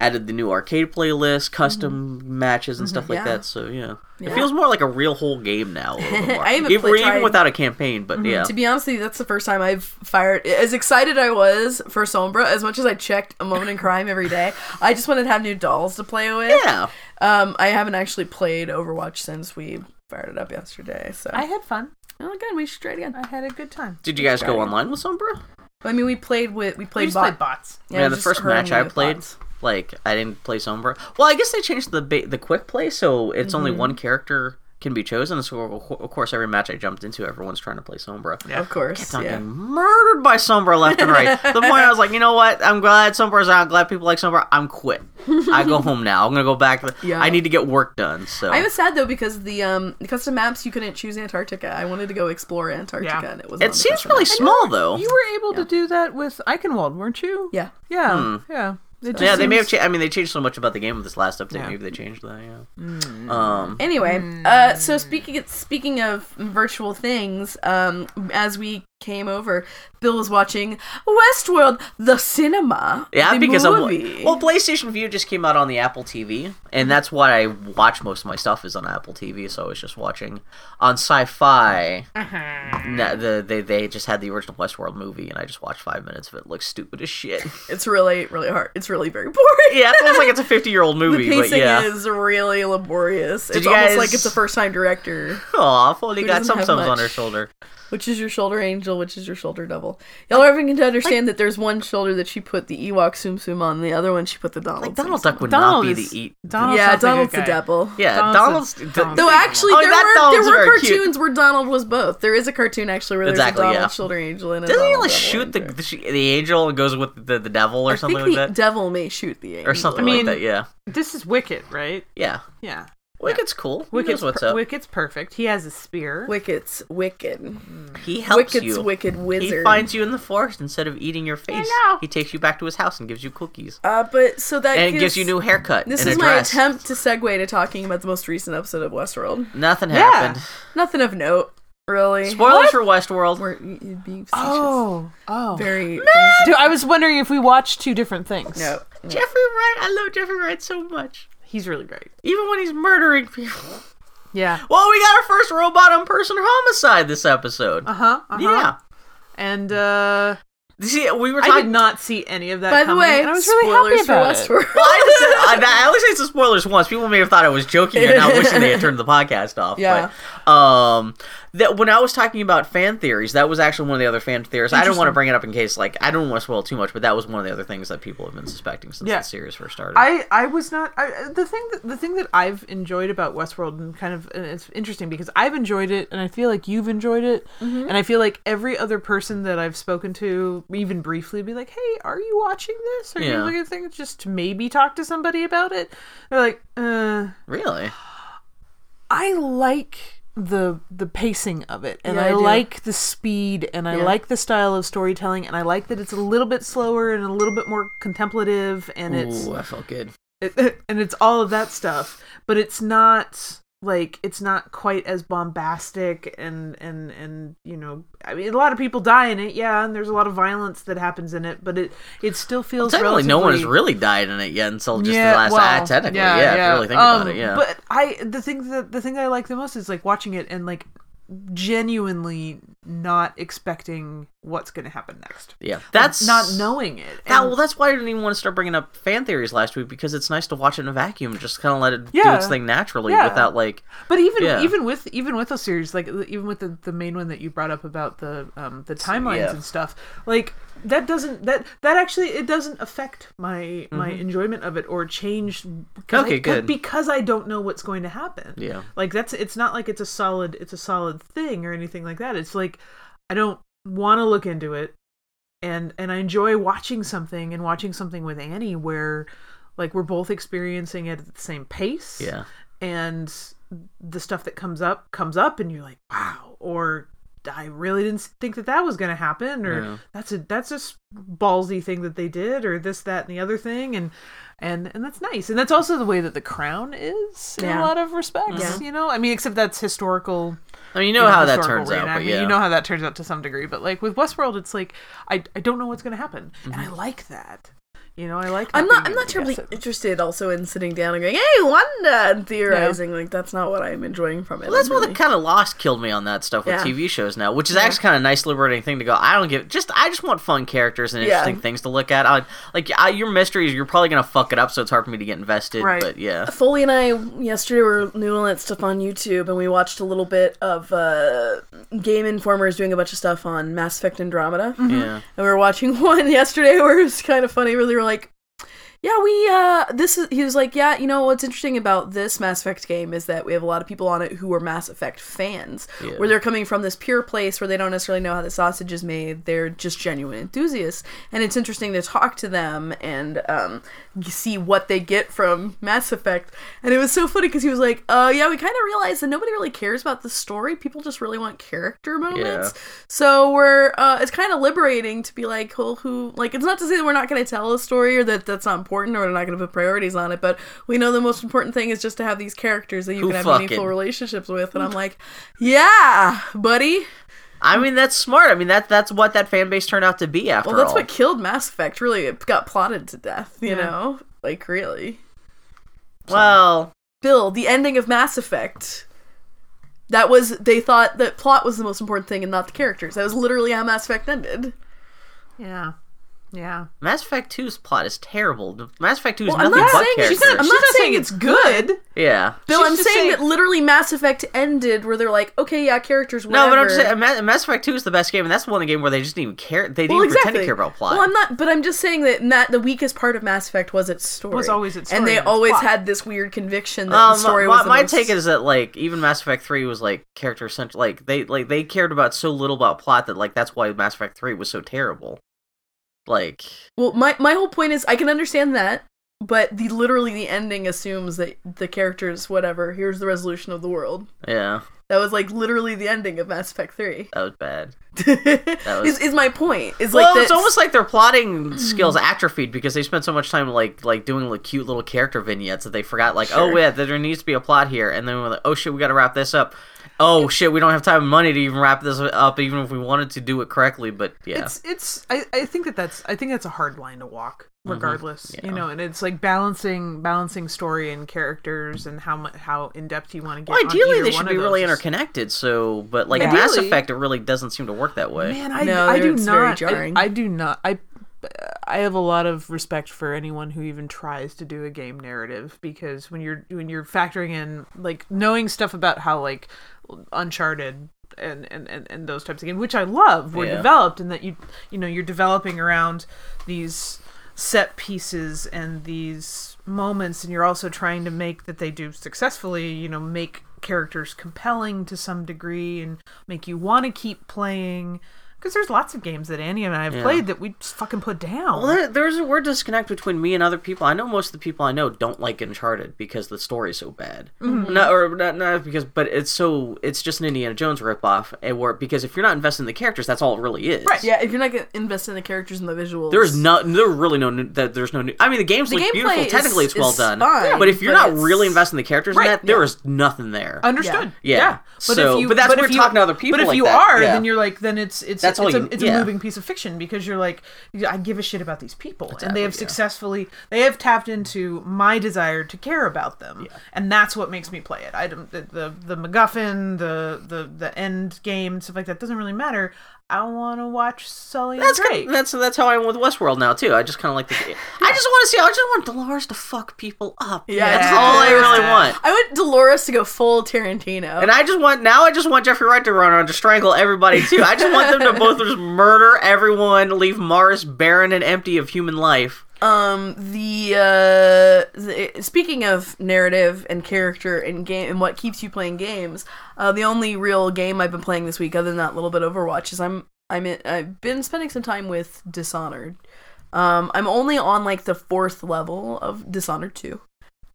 Speaker 6: added the new arcade playlist, custom matches, and stuff like
Speaker 5: Mm-hmm. Yeah.
Speaker 6: that. So yeah.
Speaker 5: Yeah.
Speaker 6: it feels more like a real whole game now. a little bit more.
Speaker 5: I haven't
Speaker 6: even,
Speaker 5: played-
Speaker 6: even
Speaker 5: tried-
Speaker 6: without a campaign, but yeah.
Speaker 5: To be honest with you, that's the first time I've fired. As excited I was for Sombra, as much as I checked A Moment in Crime every day, I just wanted to have new dolls to play with.
Speaker 6: yeah,
Speaker 5: Um, I haven't actually played Overwatch since we fired it up yesterday. So,
Speaker 4: I had fun.
Speaker 5: oh god, we should try it again.
Speaker 4: I had a good time.
Speaker 6: did you guys go online with Sombra?
Speaker 5: I mean, we played with we
Speaker 4: We
Speaker 5: played
Speaker 4: just
Speaker 5: bot.
Speaker 4: played bots.
Speaker 6: Yeah, the
Speaker 5: just
Speaker 6: first
Speaker 5: her and
Speaker 6: match
Speaker 5: me
Speaker 6: I
Speaker 5: with
Speaker 6: played,
Speaker 5: bots.
Speaker 6: like I didn't play Sombra. Well, I guess they changed the ba- the quick play, so it's only
Speaker 5: Mm-hmm.
Speaker 6: one character can be chosen. So of of course, every match I jumped into, everyone's trying to play Sombra. Yeah.
Speaker 5: Of course,
Speaker 6: Got
Speaker 5: yeah.
Speaker 6: murdered by Sombra left and right. the point I was like, you know what? I'm glad Sombra's out. I'm glad people like Sombra. I'm quit. I go home now. I'm gonna go back. To the-
Speaker 5: Yeah.
Speaker 6: I need to get work done. So
Speaker 5: I was sad though because the um the custom maps you couldn't choose Antarctica. I wanted to go explore Antarctica,
Speaker 4: Yeah.
Speaker 5: and it was.
Speaker 6: it seems really small though.
Speaker 4: You were able to do that with Eichenwald, weren't you?
Speaker 5: yeah.
Speaker 4: Yeah. Yeah. It just
Speaker 6: Hmm. yeah, they may have.
Speaker 4: seems-
Speaker 6: Cha- I mean, they changed so much about the game with this last update. Maybe they changed that. Yeah. Um.
Speaker 5: Anyway, uh, so
Speaker 6: Hmm.
Speaker 5: speaking speaking of virtual things, um, as we came over, Bill was watching Westworld, the cinema.
Speaker 6: Yeah,
Speaker 5: the
Speaker 6: because
Speaker 5: movie.
Speaker 6: I'm well, PlayStation View just came out on the Apple TV, and that's what I watch most of my stuff is on Apple TV. So I was just watching on Sci-Fi.
Speaker 5: Uh-huh.
Speaker 6: na- the, they they just had the original Westworld movie, and I just watched five minutes of it. it looks stupid as shit.
Speaker 5: it's really really hard. It's really very boring.
Speaker 6: yeah, it feels like it's a fifty-year-old
Speaker 5: the
Speaker 6: movie, but
Speaker 5: pacing
Speaker 6: yeah.
Speaker 5: is really laborious. it's
Speaker 6: you
Speaker 5: almost
Speaker 6: guys-
Speaker 5: like it's a first time director.
Speaker 6: Aw, Foley
Speaker 5: Who
Speaker 6: got
Speaker 5: doesn't
Speaker 6: some
Speaker 5: have
Speaker 6: thumbs on
Speaker 5: much?
Speaker 6: her shoulder.
Speaker 5: Which is your shoulder angel? Which is your shoulder double? Y'all are having to understand that there's one shoulder that she put the Ewok Tsum Tsum on, the other one she put the Donald.
Speaker 6: Like
Speaker 5: Tsum
Speaker 6: Donald
Speaker 5: Tsum
Speaker 6: Duck
Speaker 5: on.
Speaker 6: would
Speaker 4: Donald
Speaker 6: not be
Speaker 4: is-
Speaker 6: the eat.
Speaker 4: Donald's
Speaker 5: yeah,
Speaker 4: not the good
Speaker 5: Donald's the
Speaker 4: guy.
Speaker 5: devil.
Speaker 6: Yeah, Donald's.
Speaker 4: Donald's-
Speaker 6: Donald's
Speaker 4: Donald's-
Speaker 5: Though actually,
Speaker 6: Oh,
Speaker 5: there
Speaker 6: that
Speaker 5: were,
Speaker 6: Donald's
Speaker 5: there were
Speaker 6: very
Speaker 5: cartoons
Speaker 6: cute.
Speaker 5: where Donald was both. There is a cartoon actually where there's
Speaker 6: Exactly,
Speaker 5: a Donald
Speaker 6: yeah.
Speaker 5: shoulder angel and a
Speaker 6: doesn't he
Speaker 5: Donald
Speaker 6: like
Speaker 5: devil
Speaker 6: shoot the,
Speaker 5: angel.
Speaker 6: the the angel and goes with the, the devil or
Speaker 5: I
Speaker 6: something
Speaker 5: think
Speaker 6: like
Speaker 5: the
Speaker 6: that,
Speaker 5: devil may shoot the angel.
Speaker 6: or something
Speaker 4: I mean-
Speaker 6: like that? Yeah,
Speaker 4: This is Wicket, right?
Speaker 6: yeah.
Speaker 4: Yeah.
Speaker 6: Wicked's cool. He knows
Speaker 4: Wicket's
Speaker 6: what's
Speaker 4: per-
Speaker 6: up.
Speaker 4: Wicket's perfect. He has a spear.
Speaker 5: Wicked's wicked.
Speaker 6: He helps
Speaker 5: Wicked's
Speaker 6: you.
Speaker 5: wicked wizard.
Speaker 6: He finds you in the forest instead of eating your face.
Speaker 4: Hello.
Speaker 6: He takes you back to his house and gives you cookies
Speaker 5: uh, but so that
Speaker 6: and gives you new haircut
Speaker 5: This
Speaker 6: and
Speaker 5: is
Speaker 6: a
Speaker 5: my
Speaker 6: dress.
Speaker 5: attempt to segue to talking about the most recent episode of Westworld.
Speaker 6: Nothing
Speaker 4: Yeah.
Speaker 6: happened.
Speaker 5: Nothing of note, really.
Speaker 6: Spoilers for Westworld.
Speaker 5: We're y- y- being facetious.
Speaker 4: Oh. Oh.
Speaker 5: very.
Speaker 4: Dude, I was wondering if we watched two different things.
Speaker 5: No,
Speaker 6: Jeffrey Wright. I love Jeffrey Wright so much.
Speaker 4: He's really great.
Speaker 6: Even when he's murdering people.
Speaker 4: Yeah.
Speaker 6: Well, we got our first
Speaker 5: Uh-huh.
Speaker 6: robot on person homicide this episode.
Speaker 4: Uh huh. Uh huh.
Speaker 6: Yeah.
Speaker 4: And Uh-huh, uh
Speaker 6: See, we were
Speaker 4: I did
Speaker 6: talking.
Speaker 4: not see any of that.
Speaker 5: By the
Speaker 4: coming,
Speaker 5: way,
Speaker 4: and I was really happy about
Speaker 5: spoilers
Speaker 4: it.
Speaker 5: for Westworld.
Speaker 6: I, just, I, I only say it's the spoilers once. People may have thought I was joking and now wishing they had turned the podcast off.
Speaker 5: Yeah.
Speaker 6: But, um, that when I was talking about fan theories, that was actually one of the other fan theories. I don't want to bring it up in case, like, I don't want to spoil too much, but that was one of the other things that people have been suspecting since
Speaker 4: Yeah.
Speaker 6: the series first started.
Speaker 4: I, I was not I, the thing that the thing that I've enjoyed about Westworld and kind of and it's interesting because I've enjoyed it and I feel like you've enjoyed it
Speaker 5: Mm-hmm.
Speaker 4: and I feel like every other person that I've spoken to even briefly be like hey are you watching this are you
Speaker 6: Yeah.
Speaker 4: looking at things just to maybe talk to somebody about it they're like uh,
Speaker 6: really?
Speaker 4: I like the the pacing of it and
Speaker 5: Yeah, I
Speaker 4: I,
Speaker 5: do.
Speaker 4: like the speed and I like the style of storytelling and I like that it's a little bit slower and a little bit more contemplative and it's
Speaker 6: Ooh, I felt good.
Speaker 4: it- and it's all of that stuff but it's not like it's not quite as bombastic and and and you know i mean a lot of people die in it yeah and there's a lot of violence that happens in it but it it still feels
Speaker 6: Technically, no one has
Speaker 4: relatively-
Speaker 6: really died in it yet until just
Speaker 4: yeah,
Speaker 6: the last.
Speaker 4: well,
Speaker 6: ah, technically, yeah, if you really think
Speaker 4: Um,
Speaker 6: about it, yeah.
Speaker 4: But I, the thing that the thing that I like the most is like watching it and like genuinely not expecting what's going to happen next.
Speaker 6: yeah, that's
Speaker 4: not knowing it.
Speaker 5: Um,
Speaker 6: That,
Speaker 4: And-
Speaker 6: well, that's why I didn't even want to start bringing up fan theories last week because it's nice to watch it in a vacuum, just kind of let it do
Speaker 4: Yeah.
Speaker 6: its thing naturally
Speaker 4: Yeah.
Speaker 6: without like
Speaker 4: But even
Speaker 6: Yeah.
Speaker 4: even with even with those series, like even with the, the main one that you brought up about the um, the timelines
Speaker 6: yeah.
Speaker 4: and stuff, like that doesn't that that actually it doesn't affect my my enjoyment of it or change. 'cause
Speaker 6: Mm-hmm. Okay,
Speaker 4: I-
Speaker 6: good.
Speaker 4: Because I don't know what's going to happen.
Speaker 6: Yeah.
Speaker 4: like that's it's not like it's a solid it's a solid thing or anything like that. It's like I don't want to look into it and and I enjoy watching something and watching something with Annie where like we're both experiencing it at the same pace.
Speaker 6: Yeah.
Speaker 4: And the stuff that comes up comes up and you're like, "Wow." Or I really didn't think that that was going to happen or
Speaker 6: Yeah.
Speaker 4: that's a that's a s- ballsy thing that they did or this that and the other thing and and and that's nice. And that's also the way that the crown is in
Speaker 5: Yeah.
Speaker 4: a lot of respects,
Speaker 5: Yeah.
Speaker 4: you know? I mean, except that's historical
Speaker 6: I mean, you know, how that turns out,
Speaker 4: I
Speaker 6: but
Speaker 4: mean,
Speaker 6: yeah,
Speaker 4: you know how that turns out to some degree. But like with Westworld, it's like I, I don't know what's going to happen, and
Speaker 6: Mm-hmm.
Speaker 4: I like that. You know, I like.
Speaker 5: I'm
Speaker 4: being
Speaker 5: not. I'm
Speaker 4: able
Speaker 5: not
Speaker 4: to guess
Speaker 5: terribly
Speaker 4: it.
Speaker 5: interested. Also, in sitting down and going, "Hey, Wanda," and theorizing. Like that's not what I'm enjoying from it.
Speaker 6: Well, that's
Speaker 5: really.
Speaker 6: what the kind of lost killed me on that stuff with
Speaker 5: Yeah.
Speaker 6: TV shows now, which is actually kind of nice, liberating thing to go. I don't give just I just want fun characters and
Speaker 5: Yeah.
Speaker 6: interesting things to look at. I, like I, your mysteries, you're probably gonna fuck it up, so it's hard for me to get invested.
Speaker 4: Right.
Speaker 6: But yeah,
Speaker 5: Foley and I yesterday were noodling at stuff on YouTube, and we watched a little bit of uh, Game Informers doing a bunch of stuff on Mass Effect Andromeda, and
Speaker 6: yeah,
Speaker 5: we were watching one yesterday where it was kind of funny. Where they were like, "Yeah, we uh, this is." He was like, "Yeah, you know what's interesting about this Mass Effect game is that we have a lot of people on it who are Mass Effect fans,
Speaker 6: Yeah.
Speaker 5: where they're coming from this pure place where they don't necessarily know how the sausage is made. They're just genuine enthusiasts, and it's interesting to talk to them and um, you see what they get from Mass Effect." And it was so funny because he was like, "Oh yeah, we kind of realized that nobody really cares about the story. People just really want character moments. So we're uh, it's kind of liberating to be like, well, who like it's not to say that we're not going to tell a story or that that's not important or we're not going to put priorities on it, but we know the most important thing is just to have these characters that you
Speaker 6: Who
Speaker 5: can have
Speaker 6: fucking-
Speaker 5: meaningful relationships with. And I'm like, yeah, buddy.
Speaker 6: I mean that's smart. I mean that that's what that fan base turned out to be after
Speaker 5: Well, that's
Speaker 6: all.
Speaker 5: what killed Mass Effect. Really, it got plotted to death. You
Speaker 4: Yeah.
Speaker 5: know, like really.
Speaker 6: well,
Speaker 5: Bill, the ending of Mass Effect. That was they thought that plot was the most important thing and not the characters. That was literally how Mass Effect ended.
Speaker 4: Yeah, yeah.
Speaker 6: Mass Effect 2's plot is terrible. Mass Effect 2 is
Speaker 5: Well, I'm
Speaker 6: nothing
Speaker 5: not
Speaker 6: but
Speaker 5: saying
Speaker 6: characters.
Speaker 5: she's not- I'm
Speaker 4: She's not saying it's good.
Speaker 6: yeah.
Speaker 5: Bill,
Speaker 4: She's
Speaker 5: I'm
Speaker 4: just
Speaker 5: saying,
Speaker 4: saying-
Speaker 5: that literally Mass Effect ended where they're like, okay, yeah, characters. Whatever.
Speaker 6: No, but I'm just saying Ma- Mass Effect 2 is the best game, and that's one of the game where they just didn't even care. They didn't
Speaker 5: well,
Speaker 6: even
Speaker 5: exactly.
Speaker 6: pretend to care about plot.
Speaker 5: Well, I'm not, but I'm just saying that Matt, the weakest part of Mass Effect was its story.
Speaker 4: Was always its
Speaker 5: and
Speaker 4: story
Speaker 5: they
Speaker 4: and its
Speaker 5: always
Speaker 4: plot.
Speaker 5: had this weird conviction that
Speaker 6: Um,
Speaker 5: the story
Speaker 6: my,
Speaker 5: was. the
Speaker 6: my
Speaker 5: most-
Speaker 6: take is that like even Mass Effect 3 was like character central. Like they like they cared about so little about plot that like that's why Mass Effect 3 was so terrible. Like
Speaker 5: Well, my my whole point is I can understand that, but the literally the ending assumes that the characters, whatever, here's the resolution of the world.
Speaker 6: yeah,
Speaker 5: That was like literally the ending of Mass Effect Three.
Speaker 6: that was bad. was-
Speaker 5: is, is my point. Is
Speaker 6: well,
Speaker 5: like
Speaker 6: it's
Speaker 5: that-
Speaker 6: almost like their plotting skills atrophied because they spent so much time like like doing like cute little character vignettes that they forgot like oh
Speaker 5: Sure.
Speaker 6: yeah there needs to be a plot here and then we're like oh shit we got to wrap this up oh shit, we don't have time and money to even wrap this up, even if we wanted to do it correctly. But yeah,
Speaker 4: it's it's I, I think that that's i think that's a hard line to walk regardless
Speaker 6: Mm-hmm. Yeah.
Speaker 4: you know and it's like balancing balancing story and characters and how much how in-depth you want to get
Speaker 6: well,
Speaker 4: on
Speaker 6: ideally
Speaker 4: either
Speaker 6: they
Speaker 4: one
Speaker 6: should
Speaker 4: of
Speaker 6: be really
Speaker 4: those.
Speaker 6: interconnected. So, but like
Speaker 4: Yeah.
Speaker 6: Mass
Speaker 4: Ideally-
Speaker 6: Effect, it really doesn't seem to work that way.
Speaker 4: man i,
Speaker 5: No,
Speaker 4: I do
Speaker 5: it's
Speaker 4: not
Speaker 5: very
Speaker 4: I-
Speaker 5: jarring.
Speaker 4: I, do not i i have a lot of respect for anyone who even tries to do a game narrative because when you're when you're factoring in like knowing stuff about how like uncharted and, and, and, and those types of games, which I love, were
Speaker 6: Yeah.
Speaker 4: developed, and that you you know you're developing around these set pieces and these moments, and you're also trying to make that they do successfully. You know, make characters compelling to some degree, and make you want to keep playing. Because there's lots of games that Annie and I have played that we just fucking put down.
Speaker 6: Well, there, there's a weird disconnect between me and other people. I know most of the people I know don't like Uncharted because the story's so bad.
Speaker 5: Mm-hmm.
Speaker 6: Not or not, not because, but it's so it's just an Indiana Jones ripoff. And where because if you're not invested in the characters, that's all it really is. Right.
Speaker 5: Yeah, if you're not gonna invest in the characters and the visuals,
Speaker 6: There's no, there really no. new- That there's no. New, I mean, the games look
Speaker 5: gameplay
Speaker 6: beautiful.
Speaker 5: is-
Speaker 6: Technically, it's well
Speaker 5: is
Speaker 6: done.
Speaker 5: fine,
Speaker 6: but if you're
Speaker 5: but
Speaker 6: not
Speaker 5: it's-
Speaker 6: really invested in the characters, in
Speaker 4: Right,
Speaker 6: that there
Speaker 5: yeah.
Speaker 6: is nothing there.
Speaker 4: Understood.
Speaker 6: Yeah.
Speaker 4: But
Speaker 6: So-
Speaker 4: if you,
Speaker 6: but that's when
Speaker 4: if
Speaker 6: we're
Speaker 4: you-
Speaker 6: talking to other people
Speaker 4: But if
Speaker 6: like
Speaker 4: you
Speaker 6: that.
Speaker 4: are,
Speaker 6: Yeah.
Speaker 4: then you're like, then it's it's
Speaker 6: That's all
Speaker 4: it's,
Speaker 6: you-
Speaker 4: a, it's
Speaker 6: yeah.
Speaker 4: a moving piece of fiction because you're like, I give a shit about these people, and
Speaker 6: Exactly,
Speaker 4: they have
Speaker 6: yeah.
Speaker 4: successfully they have tapped into my desire to care about them, and that's what makes me play it. I don't the the, the MacGuffin, the the the end game, stuff like that doesn't really matter. I want to watch Sully
Speaker 6: That's
Speaker 4: and
Speaker 6: kinda-
Speaker 4: Drake.
Speaker 6: that's that's how I am with Westworld now too. I just kind of like the. I just want to see. I just want Dolores to fuck people up.
Speaker 5: Yeah,
Speaker 6: that's
Speaker 5: just
Speaker 6: all I
Speaker 5: Dolores
Speaker 6: really
Speaker 5: to-
Speaker 6: want.
Speaker 5: I want Dolores to go full Tarantino.
Speaker 6: And I just want now. I just want Jeffrey Wright to run around to strangle everybody too. I just want them to both just murder everyone, leave Mars barren and empty of human life.
Speaker 5: um, the, uh, the speaking of narrative and character and game and what keeps you playing games, uh, the only real game I've been playing this week, other than that little bit Overwatch, is I'm I'm in, I've been spending some time with Dishonored. Um, I'm only on like the fourth level of Dishonored two,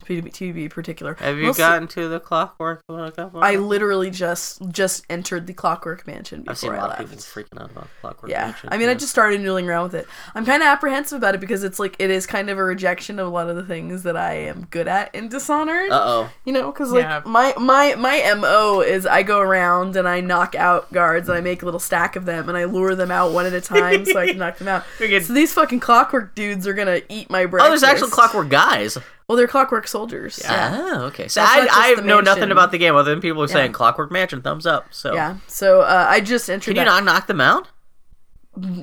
Speaker 5: to be, to be particular.
Speaker 6: Have you
Speaker 5: Mostly-
Speaker 6: gotten to the clockwork? Clockwork?
Speaker 5: I literally just just entered the Clockwork Mansion before
Speaker 6: I've seen a
Speaker 5: I
Speaker 6: lot of
Speaker 5: left.
Speaker 6: people freaking out about clockwork.
Speaker 5: yeah
Speaker 6: Mansion.
Speaker 5: i mean i just started noodling around with it i'm kind of apprehensive about it because it's like it is kind of a rejection of a lot of the things that i am good at in dishonored
Speaker 6: Uh oh.
Speaker 5: you know because like
Speaker 4: Yeah.
Speaker 5: my my my mo is i go around and i knock out guards and i make a little stack of them and i lure them out one at a time so i can knock them out so these fucking clockwork dudes are gonna eat my breakfast
Speaker 6: Oh, there's actual clockwork guys.
Speaker 5: well they're clockwork soldiers
Speaker 6: Oh, okay. So
Speaker 5: That's
Speaker 6: I,
Speaker 5: not just
Speaker 6: I
Speaker 5: the
Speaker 6: know nothing
Speaker 5: mansion.
Speaker 6: about the game other than people are saying clockwork mansion thumbs up. So
Speaker 5: yeah so uh, i just entered
Speaker 6: Can you
Speaker 5: that-
Speaker 6: not knock them out?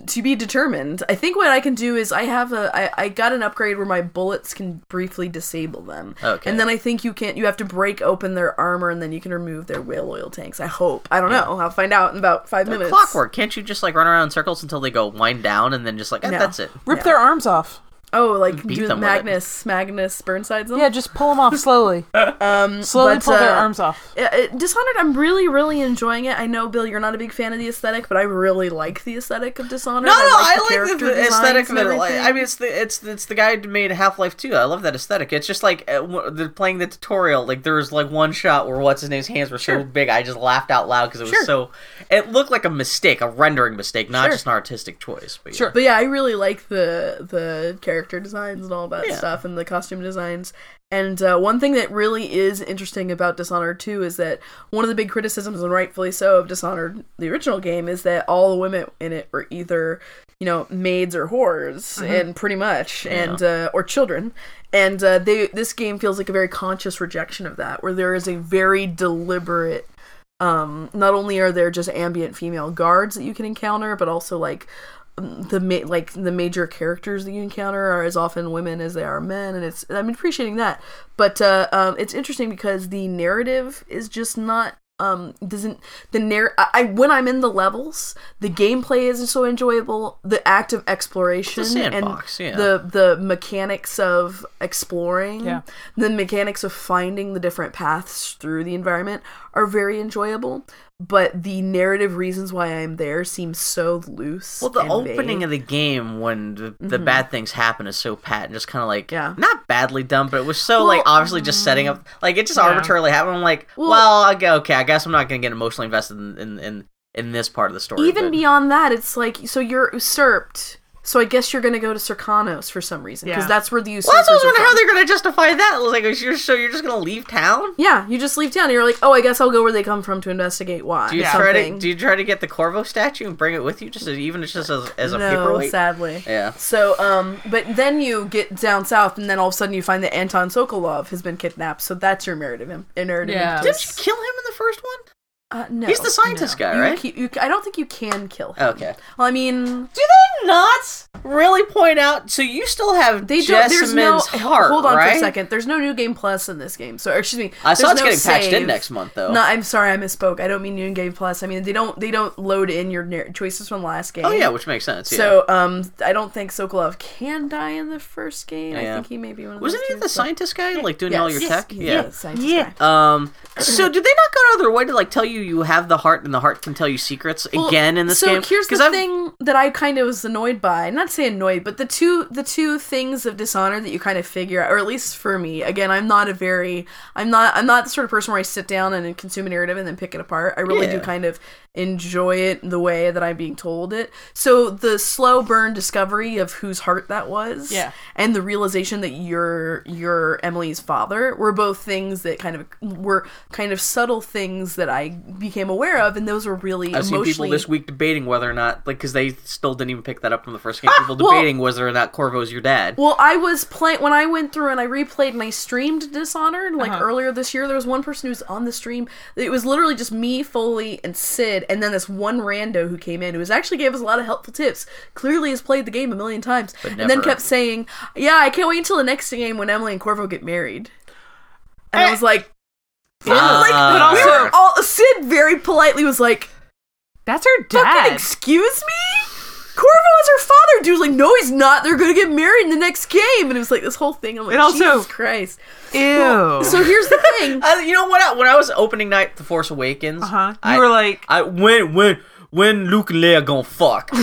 Speaker 5: to be determined. I think what I can do is I have a I, I got an upgrade where my bullets can briefly disable them.
Speaker 6: Okay.
Speaker 5: And then I think you can't you have to break open their armor and then you can remove their whale oil tanks. I hope. I don't know. I'll find out in about 5
Speaker 6: They're
Speaker 5: minutes.
Speaker 6: clockwork. Can't you just like run around in circles until they go wind down and then just like eh,
Speaker 5: No.
Speaker 6: that's it?
Speaker 4: Rip
Speaker 5: Yeah.
Speaker 4: their arms off.
Speaker 5: Oh, like
Speaker 6: Beat
Speaker 5: do the
Speaker 6: them with it.
Speaker 5: Magnus Magnus Burnside's them?
Speaker 4: Yeah, just pull them off slowly. um, slowly
Speaker 5: but,
Speaker 4: pull their
Speaker 5: uh,
Speaker 4: arms off.
Speaker 5: Uh, uh, Dishonored, I'm really, really enjoying it. I know, Bill, you're not a big fan of the aesthetic, but I really like the aesthetic of Dishonored.
Speaker 6: No, no, I
Speaker 5: the
Speaker 6: like the,
Speaker 5: character
Speaker 6: the
Speaker 5: designs
Speaker 6: aesthetic of
Speaker 5: and
Speaker 6: it. Like,
Speaker 5: everything.
Speaker 6: I mean, it's the it's it's the guy who made Half Life Two. I love that aesthetic. It's just like uh, w- they're playing the tutorial. Like there was like one shot where what's his name's hands were so big, I just laughed out loud because it was
Speaker 5: Sure.
Speaker 6: so. It looked like a mistake, a rendering mistake, not just an artistic choice. But sure.
Speaker 5: But yeah, I really like the the character designs and all that
Speaker 6: Yeah.
Speaker 5: stuff, and the costume designs. And uh, one thing that really is interesting about Dishonored 2 is that one of the big criticisms, and rightfully so, of Dishonored, the original game, is that all the women in it were either, you know, maids or whores,
Speaker 6: Mm-hmm.
Speaker 5: and pretty much, and uh, or children. And uh, they this game feels like a very conscious rejection of that, where there is a very deliberate um, not only are there just ambient female guards that you can encounter, but also like um, the ma- like the major characters that you encounter are as often women as they are men, and it's I'm appreciating that. But uh, um, it's interesting because the narrative is just not um doesn't the narr I, I when I'm in the levels, the gameplay isn't so enjoyable. The act of exploration
Speaker 6: sandbox,
Speaker 5: and
Speaker 6: yeah.
Speaker 5: the the mechanics of exploring,
Speaker 4: Yeah.
Speaker 5: the mechanics of finding the different paths through the environment are very enjoyable. But the narrative reasons why I'm there seems so loose.
Speaker 6: Well, the
Speaker 5: and
Speaker 6: opening
Speaker 5: vague.
Speaker 6: of the game when the, the bad things happen is so patent, just kind of like
Speaker 5: Yeah.
Speaker 6: not badly done, but it was so like obviously just setting up. Like it just arbitrarily happened. I'm like, well,
Speaker 5: Well-
Speaker 6: I gu- okay, I guess I'm not gonna get emotionally invested in in in, in this part of the story.
Speaker 5: even
Speaker 6: but-
Speaker 5: beyond that, it's like so you're usurped So I guess you're going to go to Circanos for some reason because
Speaker 4: Yeah.
Speaker 5: that's where the usurpers
Speaker 6: Well, I was always
Speaker 5: are
Speaker 6: wondering
Speaker 5: from.
Speaker 6: how they're going to justify that. Like, is your- so you're just going to leave town?
Speaker 5: yeah, you just leave town. and You're like, oh, I guess I'll go where they come from to investigate why.
Speaker 6: Do you
Speaker 5: or
Speaker 6: try to
Speaker 5: something.
Speaker 6: do you try to get the Corvo statue and bring it with you, just as, even just as, as a
Speaker 5: no,
Speaker 6: paperweight?
Speaker 5: sadly.
Speaker 6: Yeah.
Speaker 5: So, um, but then you get down south, and then all of a sudden you find that Anton Sokolov has been kidnapped. So that's your narrative, im- uh, narrative.
Speaker 3: Yeah.
Speaker 6: Didn't
Speaker 5: impetus.
Speaker 6: you kill him in the first one?
Speaker 5: Uh, no,
Speaker 6: He's the scientist
Speaker 5: no.
Speaker 6: guy,
Speaker 5: You
Speaker 6: right?
Speaker 5: ca- you ca- I don't think you can kill him.
Speaker 6: Okay.
Speaker 5: Well, I mean,
Speaker 6: Do they not really point out? So you still have
Speaker 5: they don't. There's
Speaker 6: Jessamine's
Speaker 5: no.
Speaker 6: heart,
Speaker 5: hold on
Speaker 6: right?
Speaker 5: for a second. There's no new game plus in this game. So, or excuse me.
Speaker 6: I saw
Speaker 5: there's
Speaker 6: it's
Speaker 5: no
Speaker 6: getting patched in
Speaker 5: save.
Speaker 6: next month, though.
Speaker 5: No, I'm sorry, I misspoke. I don't mean new game plus. I mean they don't. They don't load in your nar- choices from last game.
Speaker 6: oh yeah, which makes sense. yeah.
Speaker 5: So um, I don't think Sokolov can die in the first game. I
Speaker 6: Yeah.
Speaker 5: think he may be one of
Speaker 6: Wasn't
Speaker 5: those
Speaker 6: he
Speaker 5: two,
Speaker 6: the
Speaker 5: but-
Speaker 6: scientist guy, like doing all your
Speaker 5: Yes.
Speaker 6: tech?
Speaker 5: Yes.
Speaker 6: Yeah.
Speaker 5: Yes, scientist
Speaker 4: Yeah.
Speaker 5: guy.
Speaker 6: Um. So did they not go out of their way to like tell you you have the heart and the heart can tell you secrets
Speaker 5: Well,
Speaker 6: again in this
Speaker 5: so
Speaker 6: game?
Speaker 5: here's
Speaker 6: 'Cause
Speaker 5: the
Speaker 6: I've-
Speaker 5: thing that I kind of was annoyed by. Not say annoyed, but the two the two things of dishonor that you kind of figure out, or at least for me. Again, I'm not a very I'm not I'm not the sort of person where I sit down and consume a narrative and then pick it apart. I really do
Speaker 6: Yeah.
Speaker 5: kind of enjoy it the way that I'm being told it. So the slow burn discovery of whose heart that was,
Speaker 3: Yeah.
Speaker 5: and the realization that you're you're Emily's father were both things that kind of were kind of subtle things that I became aware of, and those were really
Speaker 6: I've seen
Speaker 5: emotionally.
Speaker 6: people this week debating whether or not, like, because they still didn't even pick that up from the first game. people
Speaker 5: Ah, well-
Speaker 6: debating whether or not Corvo's your dad.
Speaker 5: Well, I was playing when I went through and I replayed and I streamed Dishonored like
Speaker 6: Uh-huh.
Speaker 5: earlier this year. There was one person who was on the stream. It was literally just me, Foley, and Sid, and then this one rando who came in who was actually gave us a lot of helpful tips. Clearly, has played the game a million times, and then
Speaker 6: never-
Speaker 5: kept saying, "Yeah, I can't wait until the next game when Emily and Corvo get married."
Speaker 6: Eh.
Speaker 5: And I was like, like,
Speaker 6: Ah.
Speaker 5: but also, all Sid very politely was like,
Speaker 3: That's her
Speaker 5: Fucking
Speaker 3: dad.
Speaker 5: excuse me? Corvo is her father. Dude's like, no, he's not. They're gonna get married in the next game. And it was like this whole thing. I'm like,
Speaker 4: It also-
Speaker 5: Jesus Christ.
Speaker 4: Ew.
Speaker 5: So here's the thing.
Speaker 6: Uh, you know what? I- When I was opening night, The Force Awakens,
Speaker 4: uh-huh. You
Speaker 6: I,
Speaker 4: were like,
Speaker 6: I when when when Luke and Leia gonna fuck?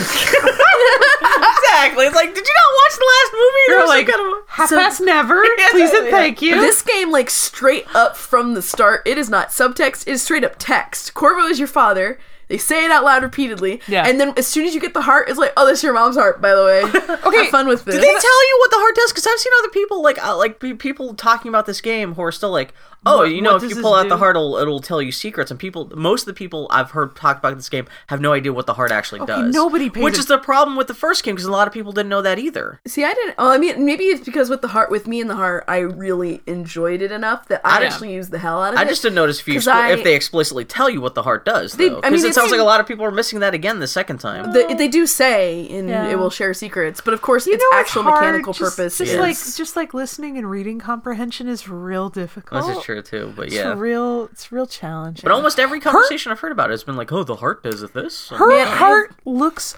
Speaker 6: exactly. It's like, did you not watch the last movie? There
Speaker 4: you were
Speaker 6: was some
Speaker 4: like,
Speaker 6: kind of-
Speaker 4: half past never. Please and thank you.
Speaker 5: This game, like straight up from the start, it is not subtext. It is straight up text. Corvo is your father. They say it out loud repeatedly.
Speaker 4: Yeah.
Speaker 5: And then as soon as you get the heart, it's like, oh, that's your mom's heart, by the way. okay. Have fun with this.
Speaker 6: Did they tell you what the heart does? Because I've seen other people like uh, like pe- people talking about this game who are still like, oh,
Speaker 4: What-
Speaker 6: you know,
Speaker 4: what
Speaker 6: if
Speaker 4: does
Speaker 6: you
Speaker 4: this
Speaker 6: pull out the
Speaker 4: do?
Speaker 6: heart, it'll, it'll tell you secrets. And people, most of the people I've heard talk about this game have no idea what the heart actually does.
Speaker 4: nobody pays
Speaker 6: which
Speaker 4: a-
Speaker 6: is the problem with the first game because a lot of people didn't know that either.
Speaker 5: See, I didn't. Oh, I mean, maybe it's because with the heart, with me and the heart, I really enjoyed it enough that I
Speaker 6: Yeah.
Speaker 5: actually used the hell out of
Speaker 6: I
Speaker 5: it.
Speaker 6: just didn't notice if you
Speaker 5: 'Cause
Speaker 6: expl-
Speaker 5: I-
Speaker 6: if they explicitly tell you what the heart does
Speaker 5: They- I
Speaker 6: though, because
Speaker 5: mean, they
Speaker 6: it sounds like
Speaker 5: say-
Speaker 6: a lot of people are missing that again the second time.
Speaker 5: the, they do say in
Speaker 3: Yeah.
Speaker 5: it will share secrets, but of course
Speaker 4: Oh. you
Speaker 5: its
Speaker 4: know what's
Speaker 5: actual
Speaker 4: hard?
Speaker 5: mechanical
Speaker 4: Just-
Speaker 5: purpose
Speaker 4: Just
Speaker 5: is
Speaker 4: like just like listening and reading comprehension is real difficult.
Speaker 6: This is true too, but
Speaker 4: It's
Speaker 6: yeah.
Speaker 4: real. It's real challenging.
Speaker 6: But oh, almost every conversation I've heard about it has been like, oh, the heart does it this.
Speaker 4: her
Speaker 5: Man, I-
Speaker 4: heart looks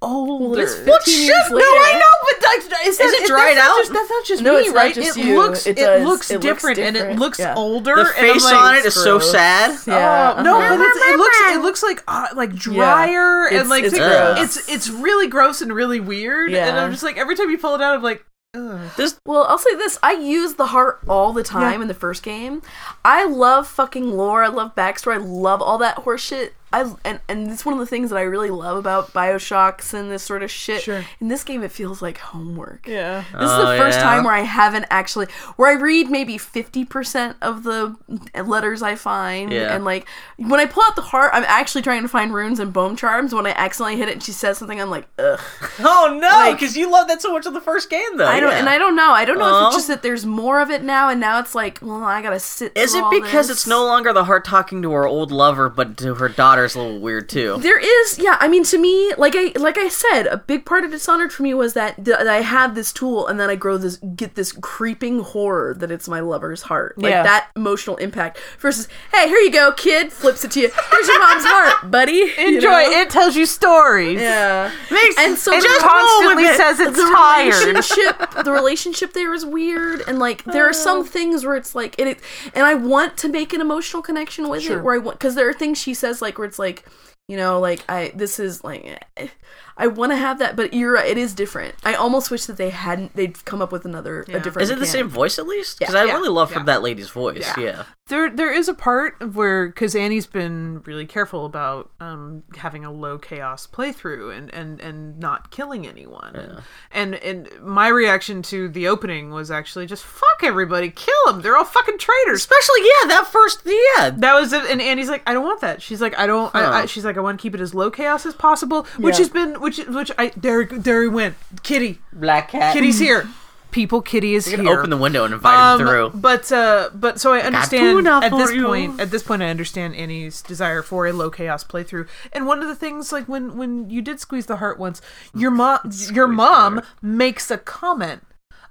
Speaker 4: older.
Speaker 5: it's 15 years later.
Speaker 4: but that's, is,
Speaker 6: it
Speaker 4: that's
Speaker 6: dried
Speaker 4: not
Speaker 6: out?
Speaker 4: Just, that's not just
Speaker 5: No,
Speaker 4: me,
Speaker 5: it's not
Speaker 4: right?
Speaker 5: just
Speaker 4: it
Speaker 5: you.
Speaker 4: looks
Speaker 5: It
Speaker 4: it,
Speaker 5: does.
Speaker 4: looks,
Speaker 5: It looks
Speaker 4: different, and
Speaker 5: different.
Speaker 4: it looks
Speaker 5: Yeah.
Speaker 4: older.
Speaker 6: The
Speaker 4: and I'm
Speaker 6: face
Speaker 4: like,
Speaker 6: on it is so
Speaker 5: gross.
Speaker 6: sad.
Speaker 5: Yeah,
Speaker 4: Oh, no,
Speaker 5: uh-huh.
Speaker 4: but it's, it looks it looks like uh, like drier
Speaker 5: It's-
Speaker 4: and like
Speaker 5: it's
Speaker 4: it's,
Speaker 6: gross.
Speaker 4: it's really gross and really weird. And
Speaker 5: Yeah.
Speaker 4: I'm just like every time you pull it out, I'm like, Ugh.
Speaker 5: Well, I'll say this: I use the heart all the time
Speaker 4: Yeah.
Speaker 5: in the first game. I love fucking lore. I love backstory. I love all that horseshit. I and and it's one of the things that I really love about Bioshocks and this sort of shit.
Speaker 4: Sure.
Speaker 5: In this game, it feels like homework.
Speaker 4: yeah.
Speaker 5: This is the
Speaker 6: Oh,
Speaker 5: first
Speaker 6: yeah.
Speaker 5: time where I haven't actually where I read maybe fifty percent of the letters I find,
Speaker 6: Yeah.
Speaker 5: and like when I pull out the heart, I'm actually trying to find runes and bone charms. When I accidentally hit it, and she says something, I'm like, ugh,
Speaker 6: Oh no,
Speaker 5: Like-
Speaker 6: because you loved that so much in the first game, though.
Speaker 5: I don't,
Speaker 6: Oh, yeah.
Speaker 5: and I don't know, I don't know if
Speaker 6: Oh.
Speaker 5: it's just that there's more of it now, and now it's like, well, I gotta sit.
Speaker 6: Is
Speaker 5: through
Speaker 6: it
Speaker 5: all
Speaker 6: because
Speaker 5: this.
Speaker 6: it's no longer the heart talking to her old lover, but to her daughter's a little weird too?
Speaker 5: There is, yeah. I mean, to me, like I like I said, a big part of Dishonored for me was that, th- that I have this tool, and then I grow this, get this creeping horror that it's my lover's heart, like
Speaker 4: Yeah.
Speaker 5: that emotional impact. Versus, hey, here you go, kid, flips it to you. Here's your mom's heart, buddy. Enjoy
Speaker 4: Enjoy. It tells you stories.
Speaker 5: Yeah.
Speaker 4: Makes,
Speaker 5: And so
Speaker 4: it
Speaker 5: just
Speaker 4: constantly
Speaker 5: roll with it.
Speaker 4: says it's
Speaker 5: the
Speaker 4: tired.
Speaker 5: relationship, the relationship there is weird, and like there are
Speaker 4: Oh.
Speaker 5: some things where it's like, and it, and I want to make an emotional connection with it, where I want because there are things she says like where it's like, you know, like I this is like, eh, I want to have that, but you're right, it is different. I almost wish that they hadn't. They'd come up with another
Speaker 4: Yeah.
Speaker 5: a different.
Speaker 6: Is it the same
Speaker 5: mechanic.
Speaker 6: voice at least? Because
Speaker 5: Yeah.
Speaker 6: I
Speaker 5: Yeah.
Speaker 6: really love
Speaker 4: Yeah.
Speaker 6: from that lady's voice.
Speaker 5: Yeah.
Speaker 6: Yeah.
Speaker 4: There, there is a part of where because Annie's been really careful about um, having a low chaos playthrough and and and not killing anyone. And, and and my reaction to the opening was actually just fuck everybody, kill them. They're all fucking traitors.
Speaker 6: Especially yeah, that first yeah.
Speaker 4: That was it, and Annie's like, I don't want that. She's like, I don't. I, I,
Speaker 6: Huh.
Speaker 4: she's like, I want to keep it as low chaos as possible, which
Speaker 5: Yeah.
Speaker 4: has been, which, which I there, there he went. Kitty,
Speaker 6: Black cat.
Speaker 4: Kitty's here. People, Kitty is
Speaker 6: You
Speaker 4: here. Um,
Speaker 6: can open the window and invite him through.
Speaker 4: But uh, but so I understand
Speaker 6: tuna
Speaker 4: at
Speaker 6: for
Speaker 4: this
Speaker 6: you.
Speaker 4: point. At this point, I understand Annie's desire for a low chaos playthrough. And one of the things, like when when you did squeeze the heart once, your mom your mom makes a comment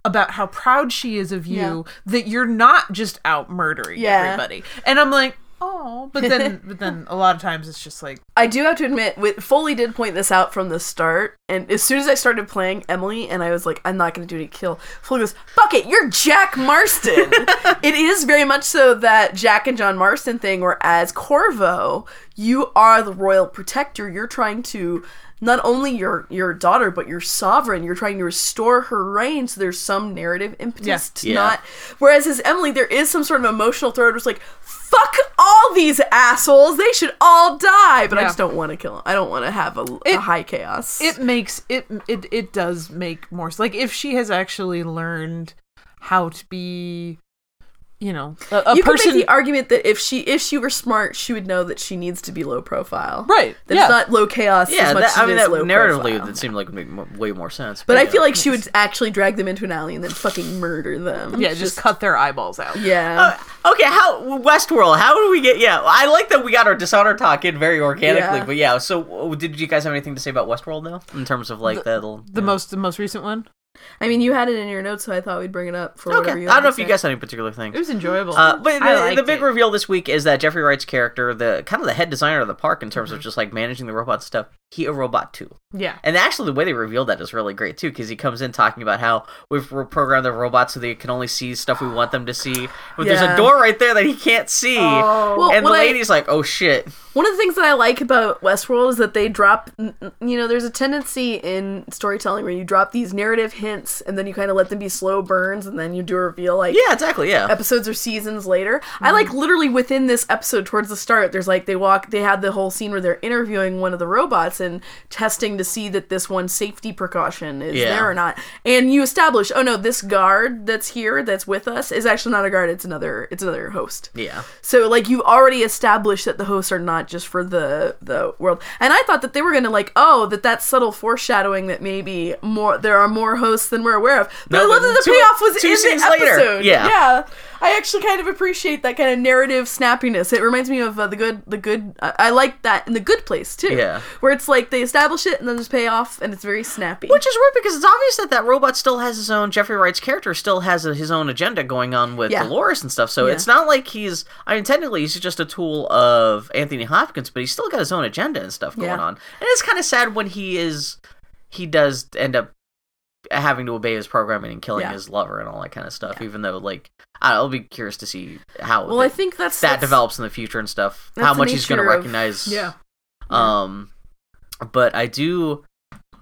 Speaker 4: about how proud she is of you that you're not just out murdering
Speaker 5: Yeah.
Speaker 4: everybody. And I'm like, oh, but then but then a lot of times it's just like
Speaker 5: I do have to admit, with, Foley did point this out from the start, and as soon as I started playing Emily, and I was like, "I'm not going to do any kill," Foley goes, "Fuck it, you're Jack Marston." it is very much so that Jack and John Marston thing, where as Corvo, you are the royal protector. You're trying to not only your your daughter, but your sovereign. You're trying to restore her reign. So there's some narrative impetus
Speaker 4: Yeah.
Speaker 5: to
Speaker 6: Yeah.
Speaker 5: not Whereas as Emily, there is some sort of emotional thread where it's like, fuck all these assholes. They should all die. But I
Speaker 4: Yeah.
Speaker 5: just don't want to kill them. I don't want to have a, a
Speaker 4: It-
Speaker 5: high chaos.
Speaker 4: it makes it it it does make more s- like if she has actually learned how to be you know a, a
Speaker 5: you
Speaker 4: person
Speaker 5: could make the argument that if she if she were smart, she would know that she needs to be low profile.
Speaker 4: right
Speaker 5: That it's not low chaos
Speaker 6: Yeah,
Speaker 5: as much
Speaker 6: that,
Speaker 5: as
Speaker 6: I mean
Speaker 5: it is
Speaker 6: that
Speaker 5: low
Speaker 6: narratively
Speaker 5: profile.
Speaker 6: that seemed like it would make mo- way more sense.
Speaker 5: but I
Speaker 6: yeah.
Speaker 5: feel like she would actually drag them into an alley and then fucking murder them.
Speaker 4: yeah, just, cut their eyeballs out.
Speaker 5: Yeah.
Speaker 6: Uh, okay, how Westworld? How do we get? Yeah, I like that we got our Dishonor talk in very organically.
Speaker 5: Yeah.
Speaker 6: But yeah, so uh, did you guys have anything to say about Westworld now in terms of like that? The
Speaker 4: The most the most recent one.
Speaker 5: I mean, you had it in your notes, so I thought we'd bring it up for
Speaker 6: Okay,
Speaker 5: whatever
Speaker 6: I
Speaker 5: you
Speaker 6: don't know
Speaker 5: wanted
Speaker 6: if you
Speaker 5: to
Speaker 6: guys had any particular things.
Speaker 4: It was enjoyable.
Speaker 6: Uh, but
Speaker 4: I
Speaker 6: the, the
Speaker 4: liked
Speaker 6: big
Speaker 4: it.
Speaker 6: reveal this week is that Jeffrey Wright's character, the kind of the head designer of the park in terms of just like managing the robot stuff, he a robot too.
Speaker 4: Yeah.
Speaker 6: And actually, the way they revealed that is really great too, because he comes in talking about how we've programmed the robots so they can only see stuff we want them to see, but there's
Speaker 5: Yeah.
Speaker 6: a door right there that he can't see.
Speaker 5: say. Well,
Speaker 6: and the
Speaker 5: when I-
Speaker 6: lady's like, "Oh shit!"
Speaker 5: One of the things that I like about Westworld is that they drop, n- n- you know, there's a tendency in storytelling where you drop these narrative hints and then you kind of let them be slow burns and then you do a reveal like
Speaker 6: Yeah, Mm-hmm. exactly. Yeah,
Speaker 5: episodes or seasons later. I like literally within this episode towards the start, there's like they walk, they had the whole scene where they're interviewing one of the robots and testing to see that this one safety precaution is
Speaker 6: Yeah.
Speaker 5: there or not. And you establish, oh no, this guard that's here, that's with us, is actually not a guard. It's another, it's another host.
Speaker 6: yeah.
Speaker 5: So like you've already established that the hosts are not just for the the world. And I thought that they were gonna like oh that that subtle foreshadowing that maybe more there are more hosts than we're aware of. But
Speaker 6: No,
Speaker 5: I love
Speaker 6: but
Speaker 5: that the
Speaker 6: two-
Speaker 5: payoff was
Speaker 6: two
Speaker 5: in
Speaker 6: scenes
Speaker 5: the
Speaker 6: later.
Speaker 5: episode.
Speaker 6: Yeah.
Speaker 5: yeah. I actually kind of appreciate that kind of narrative snappiness. It reminds me of uh, the good the good. I I like that in the good place too.
Speaker 6: Yeah.
Speaker 5: where it's like they establish it and then just pay off and it's very snappy.
Speaker 6: Which is weird because it's obvious that that robot still has his own Jeffrey Wright's character still has a, his own agenda going on with
Speaker 5: Yeah.
Speaker 6: Dolores and stuff. So it's not like he's I mean technically he's just a tool of Anthony Hopkins, but he's still got his own agenda and stuff going
Speaker 5: Yeah.
Speaker 6: on. And it's kind of sad when he is he does end up having to obey his programming and killing
Speaker 5: Yeah.
Speaker 6: his lover and all that kind of stuff. Even though like I- I'll be curious to see how
Speaker 5: well,
Speaker 6: that,
Speaker 5: I think that's
Speaker 6: that
Speaker 5: that's-
Speaker 6: develops in the future and stuff.
Speaker 5: that's
Speaker 6: How
Speaker 5: the
Speaker 6: much he's going to
Speaker 5: nature of-
Speaker 6: recognize.
Speaker 4: Yeah.
Speaker 6: Um, but I do.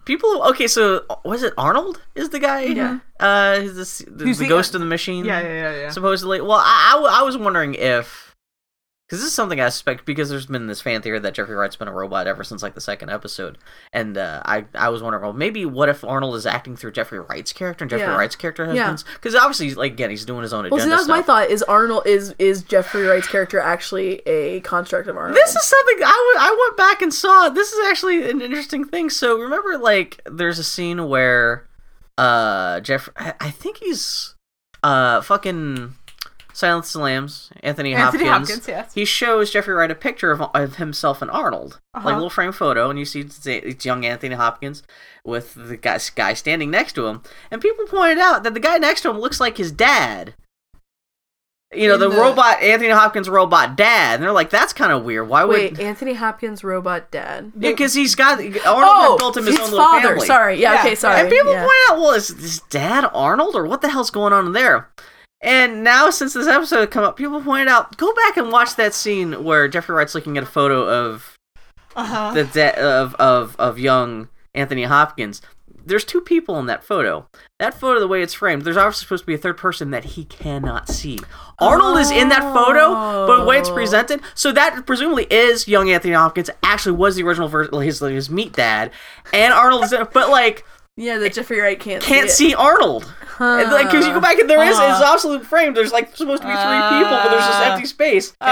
Speaker 6: People, okay, so was it Arnold? Is the guy?
Speaker 5: Yeah.
Speaker 6: Uh, is this the,
Speaker 4: Who's
Speaker 6: the
Speaker 4: the-
Speaker 6: ghost in the machine?
Speaker 4: Yeah, yeah, yeah, yeah.
Speaker 6: Supposedly, well, I, I w- I was wondering if because this is something I suspect because there's been this fan theory that Jeffrey Wright's been a robot ever since like the second episode, and uh, I I was wondering, well, maybe what if Arnold is acting through Jeffrey Wright's character and Jeffrey
Speaker 5: Yeah.
Speaker 6: Wright's character has
Speaker 5: Yeah.
Speaker 6: because obviously, he's, like again, he's doing his own agenda.
Speaker 5: Well, see, that was my
Speaker 6: stuff.
Speaker 5: thought. Is Arnold is is Jeffrey Wright's character actually a construct of Arnold?
Speaker 6: This is something I wa- I went back and saw. This is actually an interesting thing. So remember, like, there's a scene where, uh, Jeff, I, I think he's, uh, fucking Silence of the Lambs, Anthony Hopkins.
Speaker 4: Anthony Hopkins, yes.
Speaker 6: He shows Jeffrey Wright a picture of, of himself and Arnold,
Speaker 4: Uh-huh.
Speaker 6: like a little frame photo, and you see it's, it's young Anthony Hopkins with the guy, guy standing next to him. And people pointed out that the guy next to him looks like his dad you know,
Speaker 5: In
Speaker 6: the,
Speaker 5: the-
Speaker 6: robot Anthony Hopkins robot dad, and they're like, that's kind of weird. Why
Speaker 5: Oh, Wait,
Speaker 6: would?
Speaker 5: Anthony Hopkins robot dad.
Speaker 6: Because he's got Arnold had built him his, own little
Speaker 5: Oh, father.
Speaker 6: family.
Speaker 5: Sorry, yeah, okay, sorry.
Speaker 6: And people
Speaker 5: yeah.
Speaker 6: point out, well, is this dad Arnold or what the hell's going on in there? And now, since this episode had come up, people pointed out, go back and watch that
Speaker 5: Uh-huh.
Speaker 6: scene where Jeffrey Wright's looking at a photo of the da- of, of of young Anthony Hopkins. There's two people in that photo. That photo, the way it's framed, there's obviously supposed to be a third person that he cannot see. Arnold is in that photo, but the way
Speaker 5: Oh.
Speaker 6: it's presented, so that presumably is young Anthony Hopkins. Actually, was the original version, his, his meat dad, and Arnold is, in, but like
Speaker 5: Yeah, that Jeffrey Wright can't
Speaker 6: can't
Speaker 5: it.
Speaker 6: see Arnold. Because you go back and there is it's absolute frame. There's like supposed to be three
Speaker 4: Uh,
Speaker 6: people, but there's just empty space.
Speaker 5: And we,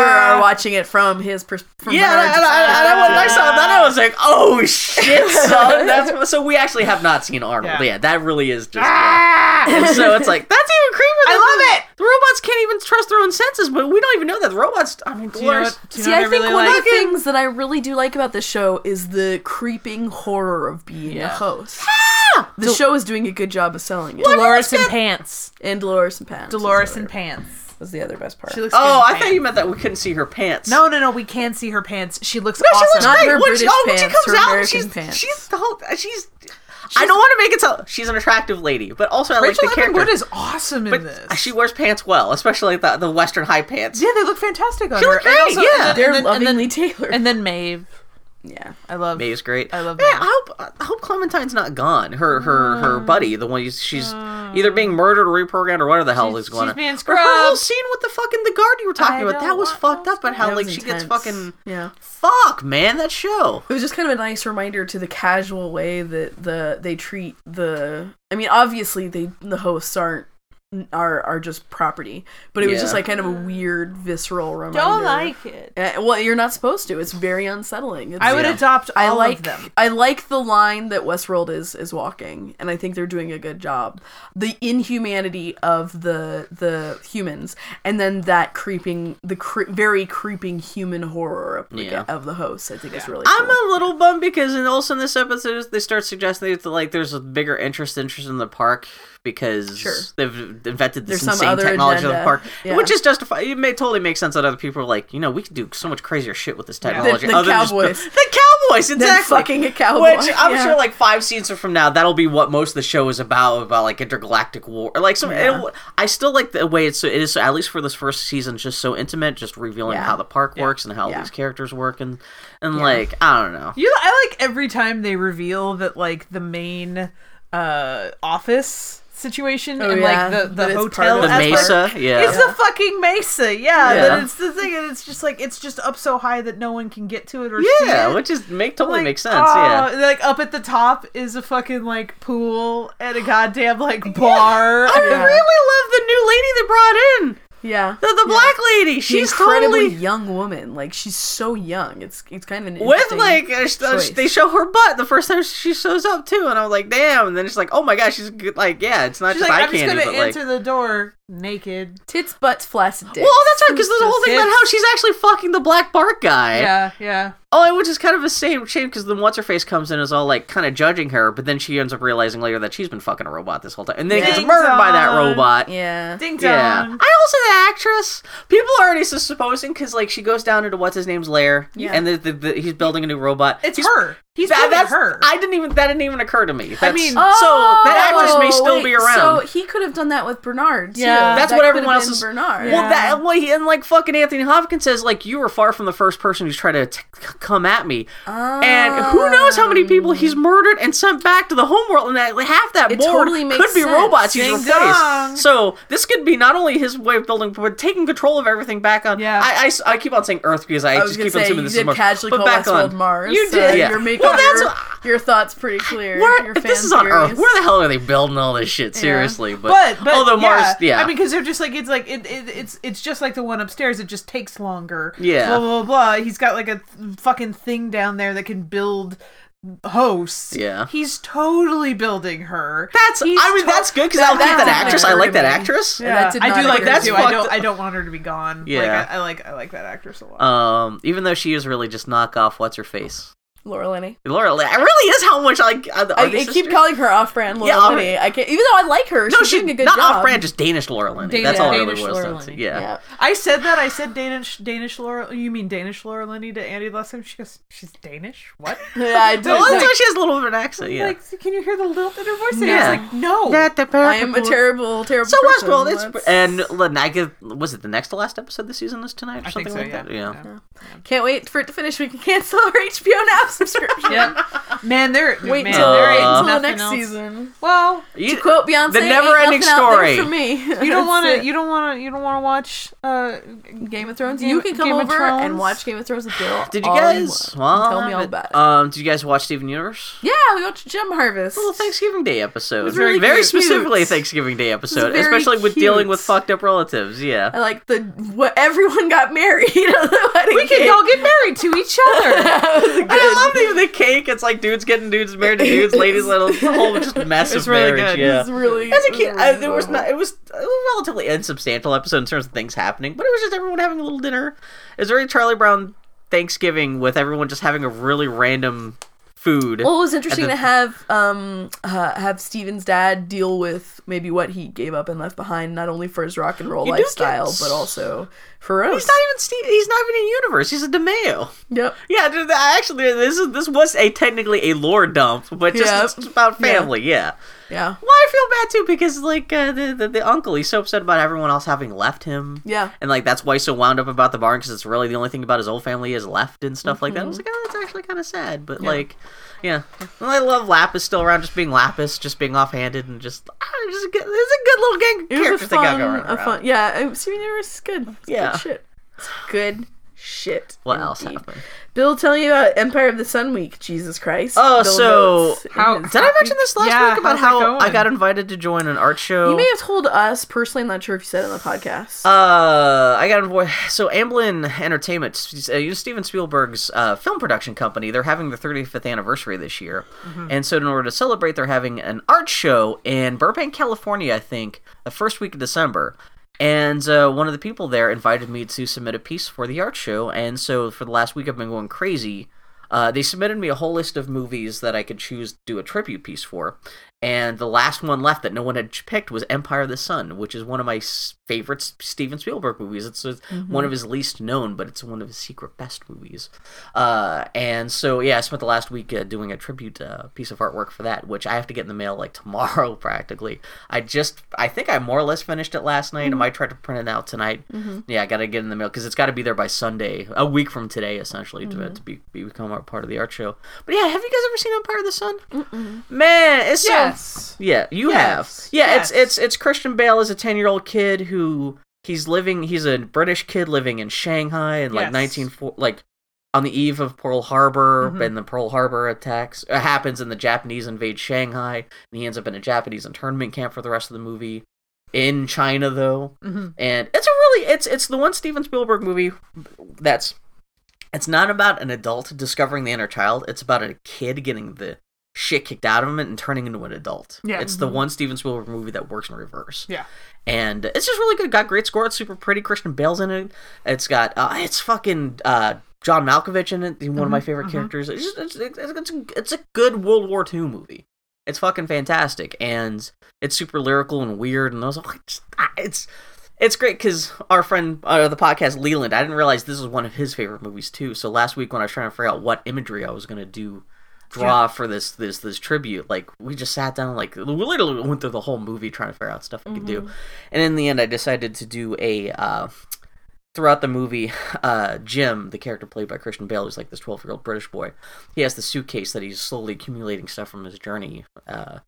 Speaker 5: the viewer, are watching it from his perspective.
Speaker 6: Yeah, and, I- and, I- and I- when I saw that, I was like, "Oh shit, son!" That's, so we actually have not seen Arnold. Yeah,
Speaker 4: Yeah. Ah!
Speaker 6: that really is just. And so it's like that's even creepier. Than
Speaker 4: I love
Speaker 6: the, it. The robots can't even trust their own senses, but we don't even know that the robots. I mean,
Speaker 4: Do you know
Speaker 6: Dolores.
Speaker 4: what, do you
Speaker 5: See,
Speaker 4: know what
Speaker 5: I think
Speaker 4: really
Speaker 5: one
Speaker 4: like?
Speaker 5: of the things that I really do like about this show is the creeping horror of being a host.
Speaker 6: Ah!
Speaker 5: The show is doing a good job of selling it.
Speaker 3: Dolores in pants.
Speaker 5: And Dolores and Pat.
Speaker 3: Dolores in pants.
Speaker 5: was the other best part.
Speaker 4: She looks
Speaker 6: Oh,
Speaker 4: good in
Speaker 6: I thought you
Speaker 4: pants.
Speaker 6: meant that we couldn't see her pants.
Speaker 3: No, no, no. We can see her pants. She looks
Speaker 6: she
Speaker 3: awesome.
Speaker 6: looks
Speaker 5: Not
Speaker 6: great.
Speaker 5: her
Speaker 6: when she,
Speaker 5: British
Speaker 6: oh, when she
Speaker 5: pants, her
Speaker 6: comes out,
Speaker 5: American
Speaker 6: she's
Speaker 5: pants.
Speaker 6: she's the whole she's. I don't want to make it sound she's an attractive lady, but also I
Speaker 4: Rachel
Speaker 6: like the
Speaker 4: Evan
Speaker 6: character.
Speaker 4: Wood is awesome in this.
Speaker 6: She wears pants well, especially like the the western high pants.
Speaker 4: yeah, they look fantastic on
Speaker 6: She
Speaker 4: her.
Speaker 6: looked
Speaker 4: And
Speaker 6: great,
Speaker 4: also-
Speaker 6: yeah.
Speaker 4: and then-
Speaker 5: They're
Speaker 4: and then- and then-
Speaker 5: lovingly tailored.
Speaker 3: And then Maeve.
Speaker 5: yeah.
Speaker 3: I love.
Speaker 6: Maeve's great.
Speaker 3: I love
Speaker 6: Yeah,
Speaker 3: Maeve.
Speaker 6: I hope I hope Clementine's not gone. Her her her buddy, the one you- she's either being murdered or reprogrammed or whatever the hell is
Speaker 3: she's
Speaker 6: going on.
Speaker 3: being
Speaker 6: But her whole
Speaker 3: scrubbed.
Speaker 6: scene with the fucking the guard you were talking
Speaker 3: I
Speaker 6: about that
Speaker 3: don't
Speaker 6: was
Speaker 3: want
Speaker 6: fucked up. But how
Speaker 5: That was
Speaker 6: like she gets
Speaker 5: intense.
Speaker 6: fucking
Speaker 5: Yeah.
Speaker 6: fuck man that show.
Speaker 5: It was just kind of a nice reminder to the casual way that the they treat the. I mean, obviously they the hosts aren't are are just property, but it was
Speaker 6: Yeah.
Speaker 5: just like kind of a weird visceral reminder.
Speaker 3: Don't like it.
Speaker 5: Uh, well, you're not supposed to. It's very unsettling. It's,
Speaker 4: I would
Speaker 6: Yeah.
Speaker 4: adopt all
Speaker 5: I like
Speaker 4: of them.
Speaker 5: I like the line that Westworld is is walking, and I think they're doing a good job. The inhumanity of the the humans, and then that creeping, the cre- very creeping human horror of the,
Speaker 6: Yeah.
Speaker 5: of the hosts. I think is really.
Speaker 6: I'm
Speaker 5: cool.
Speaker 6: a little bummed because in also in this episode they start suggesting that like there's a bigger interest interest in the park because
Speaker 5: Sure.
Speaker 6: they've invented this
Speaker 5: There's some
Speaker 6: insane
Speaker 5: other
Speaker 6: technology in the
Speaker 5: agenda.
Speaker 6: park,
Speaker 5: Yeah.
Speaker 6: which is justified. It may totally make sense that other people are like, you know, we could do so much crazier shit with this technology.
Speaker 5: The- the
Speaker 6: other than just-
Speaker 5: cowboys.
Speaker 6: the cowboys, exactly.
Speaker 5: fucking a cowboy,
Speaker 6: Which I'm
Speaker 5: yeah.
Speaker 6: sure like five seasons from now that'll be what most of the show is about about like intergalactic war, or, like some.
Speaker 5: Yeah.
Speaker 6: it- I still like the way it's so it is so, at least for this first season just so intimate, just revealing
Speaker 5: Yeah.
Speaker 6: how the park works and how
Speaker 5: Yeah.
Speaker 6: these characters work and and like I don't know.
Speaker 4: You, I like every time they reveal that like the main uh office situation
Speaker 5: Oh,
Speaker 4: and
Speaker 5: yeah,
Speaker 4: like the the
Speaker 5: that it's
Speaker 4: hotel
Speaker 5: part
Speaker 6: the
Speaker 5: of
Speaker 4: aspect.
Speaker 6: mesa yeah
Speaker 4: It's the fucking mesa, yeah.
Speaker 6: Yeah.
Speaker 4: That it's the thing, and it's just like it's just up so high that no one can get to it or see
Speaker 6: yeah
Speaker 4: it.
Speaker 6: which is make totally
Speaker 4: Like,
Speaker 6: makes sense
Speaker 4: oh,
Speaker 6: yeah
Speaker 4: Like up at the top is a fucking like pool and a goddamn like bar.
Speaker 6: I really love the new lady they
Speaker 5: yeah.
Speaker 6: brought in the, the black lady
Speaker 5: The
Speaker 6: she's
Speaker 5: incredibly
Speaker 6: totally
Speaker 5: young woman. Like she's so young. It's it's kind of an
Speaker 6: with
Speaker 5: interesting-
Speaker 6: like uh, sh- uh, sh-
Speaker 5: choice.
Speaker 6: they show her butt the first time she shows up too and I'm like damn and then it's like oh my gosh she's good like yeah it's not
Speaker 4: She's
Speaker 6: just
Speaker 4: like,
Speaker 6: eye
Speaker 4: I'm just
Speaker 6: candy
Speaker 4: gonna
Speaker 6: but
Speaker 4: answer
Speaker 6: like
Speaker 4: the door naked.
Speaker 5: tits, butts, flaccid dick.
Speaker 6: well, that's right, because there's a whole thing about
Speaker 4: It's-
Speaker 6: how she's actually fucking the black bark guy.
Speaker 4: Yeah, yeah.
Speaker 6: Oh, which is kind of a shame, shame because then what's her face comes in and is all like kind of judging her, but then she ends up realizing later that she's been fucking a robot this whole time, and then gets
Speaker 4: Ding
Speaker 6: murdered by that
Speaker 4: dong.
Speaker 6: robot.
Speaker 5: yeah.
Speaker 4: Ding dong.
Speaker 6: Yeah. I also the actress. People are already sus- supposing because like she goes down into what's his name's lair,
Speaker 5: Yeah.
Speaker 6: and the, the, the, he's building a new robot.
Speaker 4: It's
Speaker 6: He's-
Speaker 4: her. He's
Speaker 6: That,
Speaker 4: that,
Speaker 6: that's
Speaker 4: her.
Speaker 6: I didn't even that didn't even occur to me. That's,
Speaker 4: mean-
Speaker 6: so that actress may
Speaker 5: Oh,
Speaker 6: still
Speaker 5: wait,
Speaker 6: be around.
Speaker 5: So he could have done that with Bernard. Too.
Speaker 4: Yeah.
Speaker 6: that's
Speaker 5: That
Speaker 6: what
Speaker 5: could
Speaker 6: everyone
Speaker 5: have
Speaker 6: else
Speaker 5: been
Speaker 6: is.
Speaker 5: Bernard.
Speaker 6: Well, that well, he, and like fucking Anthony Hopkins says, like you were far from the first person who's tried to t- c- come at me, and who knows how many people he's murdered and sent back to the homeworld, and that like, half that
Speaker 5: It
Speaker 6: board
Speaker 5: totally makes
Speaker 6: could be
Speaker 5: sense.
Speaker 6: robots he's
Speaker 4: Ding
Speaker 6: replaced.
Speaker 4: dong.
Speaker 6: So this could be not only his way of building, but taking control of everything back on.
Speaker 4: Yeah.
Speaker 6: I, I s- I keep on saying Earth because I,
Speaker 5: I was
Speaker 6: just
Speaker 5: gonna
Speaker 6: keep
Speaker 5: say
Speaker 6: assuming
Speaker 5: you
Speaker 6: this
Speaker 5: did
Speaker 6: is Mars,
Speaker 5: casually
Speaker 6: but
Speaker 5: call
Speaker 6: back
Speaker 5: Westworld
Speaker 6: on
Speaker 5: Mars.
Speaker 6: You
Speaker 5: so
Speaker 6: did. yeah.
Speaker 5: You're making
Speaker 6: well, that's
Speaker 5: your,
Speaker 6: what-
Speaker 5: your thoughts pretty clear.
Speaker 6: where,
Speaker 5: your
Speaker 6: if
Speaker 5: fan
Speaker 6: this is on Earth,
Speaker 5: theories.
Speaker 6: where the hell are they building all this shit? Seriously,
Speaker 4: but, but
Speaker 6: although Mars, yeah,
Speaker 4: I mean, because they're just like it's like it, it, it's it's just like the one upstairs. It just takes longer.
Speaker 6: Yeah.
Speaker 4: blah blah blah. He's got like a th- fucking thing down there that can build hosts.
Speaker 6: Yeah.
Speaker 4: he's totally building her.
Speaker 6: that's
Speaker 4: He's
Speaker 6: I mean
Speaker 4: to-
Speaker 6: that's good because I like
Speaker 5: that
Speaker 6: that
Speaker 5: didn't
Speaker 6: actress. I like
Speaker 5: occur
Speaker 6: that
Speaker 5: to me.
Speaker 6: actress.
Speaker 5: Yeah. That did
Speaker 4: I
Speaker 5: not
Speaker 4: do like
Speaker 5: occur
Speaker 4: that
Speaker 5: to
Speaker 4: too.
Speaker 5: me.
Speaker 4: I don't I don't want her to be gone.
Speaker 6: Yeah.
Speaker 4: like, I, I like I like that actress a lot.
Speaker 6: Um, even though she is really just knock off what's her face.
Speaker 5: Laura Linney.
Speaker 6: Laura, Linney- it really is how much I like. Uh, the
Speaker 5: I, I
Speaker 6: Argus
Speaker 5: Oh, keep
Speaker 6: sister.
Speaker 5: calling her off-brand Laura
Speaker 6: Yeah, all
Speaker 5: Linney. I can't, even though I like her,
Speaker 6: No,
Speaker 5: she's
Speaker 6: she's
Speaker 5: doing a good
Speaker 6: not
Speaker 5: job.
Speaker 6: off-brand, just Danish Laura Linney.
Speaker 3: Danish-
Speaker 6: That's all it
Speaker 3: Danish
Speaker 6: really was.
Speaker 3: Laura
Speaker 6: that's-
Speaker 3: Linney.
Speaker 6: Yeah.
Speaker 5: Yeah.
Speaker 4: I said that. I said Danish Danish Laura. You mean Danish Laura Linney to Andy last time? She goes, she's Danish. What?
Speaker 5: Yeah, I do.
Speaker 6: Well, that's
Speaker 5: like-
Speaker 6: why she has a little bit of an accent. Yeah.
Speaker 4: Like, can you hear the lilt in her voice? And
Speaker 6: Yeah.
Speaker 4: I was like, no.
Speaker 5: I am a terrible, terrible.
Speaker 6: So
Speaker 5: person.
Speaker 6: Westworld, it's
Speaker 5: That's-
Speaker 6: and and I give, was it the next to last episode this season is tonight or
Speaker 4: I
Speaker 6: something
Speaker 4: think so.
Speaker 6: like
Speaker 4: yeah.
Speaker 6: that? Yeah.
Speaker 5: Can't wait for it to finish. We can cancel our HBO Now subscription.
Speaker 3: Yep. Man, there.
Speaker 5: Wait
Speaker 3: man,
Speaker 5: till,
Speaker 3: there ain't
Speaker 5: till the
Speaker 3: nothing
Speaker 5: next
Speaker 3: else.
Speaker 5: season.
Speaker 3: Well,
Speaker 6: You-
Speaker 5: To quote Beyonce,
Speaker 6: the
Speaker 5: "Ain't
Speaker 6: never-ending
Speaker 5: nothing out there
Speaker 6: story.
Speaker 5: For me,
Speaker 3: you don't want to. You don't want to. You don't want to watch. Uh,
Speaker 5: Game of Thrones.
Speaker 3: Game-
Speaker 5: you can come
Speaker 3: Game of
Speaker 5: over and
Speaker 3: Thrones.
Speaker 5: watch Game of Thrones with Bill.
Speaker 6: Did you
Speaker 5: all
Speaker 6: guys?
Speaker 5: want.
Speaker 6: Well,
Speaker 5: tell me all about it.
Speaker 6: Um, did you guys watch Steven Universe?
Speaker 5: yeah, we watched Gem Harvest.
Speaker 6: Little Thanksgiving Day episode.
Speaker 5: really
Speaker 6: very
Speaker 5: cute.
Speaker 6: specifically a Thanksgiving Day episode,
Speaker 5: very
Speaker 6: especially with
Speaker 5: cute.
Speaker 6: dealing with fucked up relatives. Yeah.
Speaker 5: I like the what everyone got married at the wedding.
Speaker 3: we could all get married to each other.
Speaker 6: And I love the, the cake. It's like dudes getting dudes married to dudes, ladies little the whole just mess of
Speaker 3: really
Speaker 6: marriage.
Speaker 3: good.
Speaker 6: Yeah.
Speaker 5: It's really.
Speaker 6: As a kid,
Speaker 5: really
Speaker 6: I, there was
Speaker 5: adorable.
Speaker 6: not. It was a relatively insubstantial episode in terms of things happening, but it was just everyone having a little dinner. It was very Charlie Brown Thanksgiving with everyone just having a really random food.
Speaker 5: Well, it was interesting
Speaker 6: the-
Speaker 5: to have um uh, have Steven's dad deal with maybe what he gave up and left behind, not only for his rock and roll
Speaker 6: You do get
Speaker 5: lifestyle,
Speaker 6: s-
Speaker 5: but also for us.
Speaker 6: he's not even Steve. He's not even in universe. He's a DeMeo.
Speaker 5: Yep.
Speaker 6: Yeah, dude, that- actually, this is this was a technically a lore dump, but just
Speaker 5: Yep.
Speaker 6: it's about
Speaker 5: Yeah.
Speaker 6: family. Yeah.
Speaker 5: Yeah.
Speaker 6: Well, I feel bad too because like uh, the, the the uncle, he's so upset about everyone else having left him.
Speaker 5: Yeah.
Speaker 6: and like that's why he's so wound up about the barn because it's really the only thing about his old family is left and stuff like that. I was
Speaker 5: Mm-hmm.
Speaker 6: like, oh, that's actually kind of sad, but like, yeah. Well, I love Lapis still around, just being Lapis, just being offhanded and just ah, just a good, it's a good little gang
Speaker 5: It was
Speaker 6: character
Speaker 5: a
Speaker 6: thing I
Speaker 5: fun,
Speaker 6: got going
Speaker 5: a
Speaker 6: around.
Speaker 5: fun. Yeah, uh, Steven Universe is good. It's
Speaker 6: Yeah.
Speaker 5: good shit. It's good shit.
Speaker 6: What else
Speaker 5: indeed.
Speaker 6: happened?
Speaker 5: Bill, tell you about Empire of the Sun Week. Jesus Christ.
Speaker 6: Oh,
Speaker 5: Bill
Speaker 6: so-
Speaker 5: votes in
Speaker 3: How-
Speaker 5: his-
Speaker 6: Did I mention this last
Speaker 3: Yeah,
Speaker 6: week about
Speaker 3: how's that
Speaker 6: how I
Speaker 3: going?
Speaker 6: got invited to join an art show?
Speaker 5: You may have told us personally. I'm not sure if you said it on the podcast.
Speaker 6: Uh, I got involved. So Amblin Entertainment, s- uh, you know, Steven Spielberg's uh, film production company, they're having their 35th anniversary this year,
Speaker 5: Mm-hmm.
Speaker 6: and so in order to celebrate, they're having an art show in Burbank, California, I think, the first week of December. And uh, one of the people there invited me to submit a piece for the art show, and so for the last week, I've been going crazy. Uh, they submitted me a whole list of movies that I could choose to do a tribute piece for, and the last one left that no one had picked was Empire of the Sun, which is one of my s- favorite S- Steven Spielberg movies. It's uh, one of his least known, but it's one of his secret best movies. Uh, and so, yeah, I spent the last week uh, doing a tribute uh, piece of artwork for that, which I have to get in the mail like tomorrow, practically. I just, I think I more or less finished it last night. I might try to print it out tonight. Yeah, I got to get in the mail because it's got to be there by Sunday, a week from today, essentially, to, to be, be- become a part of the art show. But yeah, have you guys ever seen Empire of the Sun? Man, it's so-
Speaker 3: yes.
Speaker 6: yeah, you
Speaker 3: Yes,
Speaker 6: have. Yeah,
Speaker 3: yes.
Speaker 6: it's it's it's Christian Bale is a ten year old kid who he's living. He's a British kid living in Shanghai in like
Speaker 3: Yes.
Speaker 6: nineteen four, like on the eve of Pearl Harbor,
Speaker 3: Mm-hmm.
Speaker 6: and the Pearl Harbor attacks uh, happens, and the Japanese invade Shanghai, and he ends up in a Japanese internment camp for the rest of the movie in China though
Speaker 3: Mhm.
Speaker 6: and it's a really it's it's the one Steven Spielberg movie that's it's not about an adult discovering the inner child. It's about a kid getting the shit kicked out of him and turning into an adult.
Speaker 3: Yeah. mm-hmm.
Speaker 6: it's the one Steven Spielberg movie that works in reverse.
Speaker 3: Yeah.
Speaker 6: and it's just really good. Got great score. It's super pretty. Christian Bale's in it. It's got uh, it's fucking uh, John Malkovich in it. One of
Speaker 3: Mm-hmm,
Speaker 6: my favorite characters. It's, just, it's, it's, it's, a, it's a good World War II movie. It's fucking fantastic, and it's super lyrical and weird. And I was like, just- ah, it's it's great because our friend uh, the podcast Leland, I didn't realize this was one of his favorite movies too. So last week when I was trying to figure out what imagery I was gonna do, draw for this this this tribute, like we just sat down like we literally went through the whole movie trying to figure out stuff I could
Speaker 5: Mm-hmm.
Speaker 6: do, and in the end I decided to do a. Uh, Throughout the movie, uh, Jim, the character played by Christian Bale, who's like this 12 year old British boy, he has the suitcase that he's slowly accumulating stuff from his journey uh,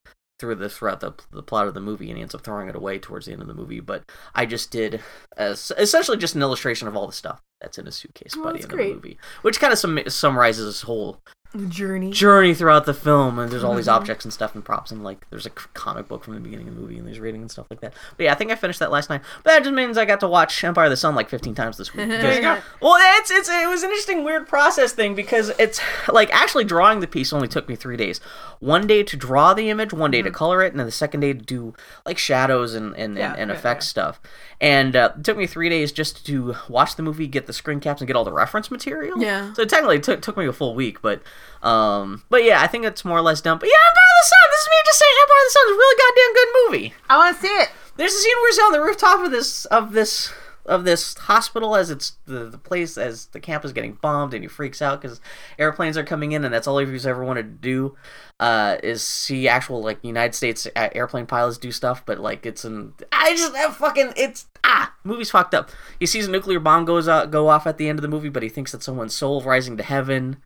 Speaker 6: through the throughout the, the plot of the movie and he ends up throwing it away towards the end of the movie but i just did uh, s- essentially just an illustration of all the stuff that's in his suitcase
Speaker 5: Oh,
Speaker 6: by the
Speaker 5: that's
Speaker 6: end of
Speaker 5: great.
Speaker 6: the movie which kind of sum- summarizes his whole
Speaker 5: the journey.
Speaker 6: journey throughout the film and there's all these objects and stuff and props and like there's a c- comic book from the beginning of the movie and there's reading and stuff like that but yeah i think i finished that last night but that just means i got to watch empire of the sun like 15 times this week because- well it's, it's it was an interesting weird process thing because it's like actually drawing the piece only took me three days one day to draw the image one day to color it and then the second day to do like shadows and and, and, and effects stuff and uh, it took me three days just to watch the movie get the screen caps and get all the reference material
Speaker 5: Yeah.
Speaker 6: so technically, it took took me a full week, but um, but yeah, I think it's more or less done. But yeah, Empire of the Sun. This is me just saying Empire of the Sun is a really goddamn good movie.
Speaker 3: I want to see it.
Speaker 6: There's a scene where he's on the rooftop of this of this of this hospital as it's the, the place as the camp is getting bombed and he freaks out because airplanes are coming in and that's all he's ever wanted to do uh, is see actual like United States uh, airplane pilots do stuff but like it's an I just that fucking it's ah movie's fucked up he sees a nuclear bomb goes out go off at the end of the movie but he thinks that someone's soul rising to heaven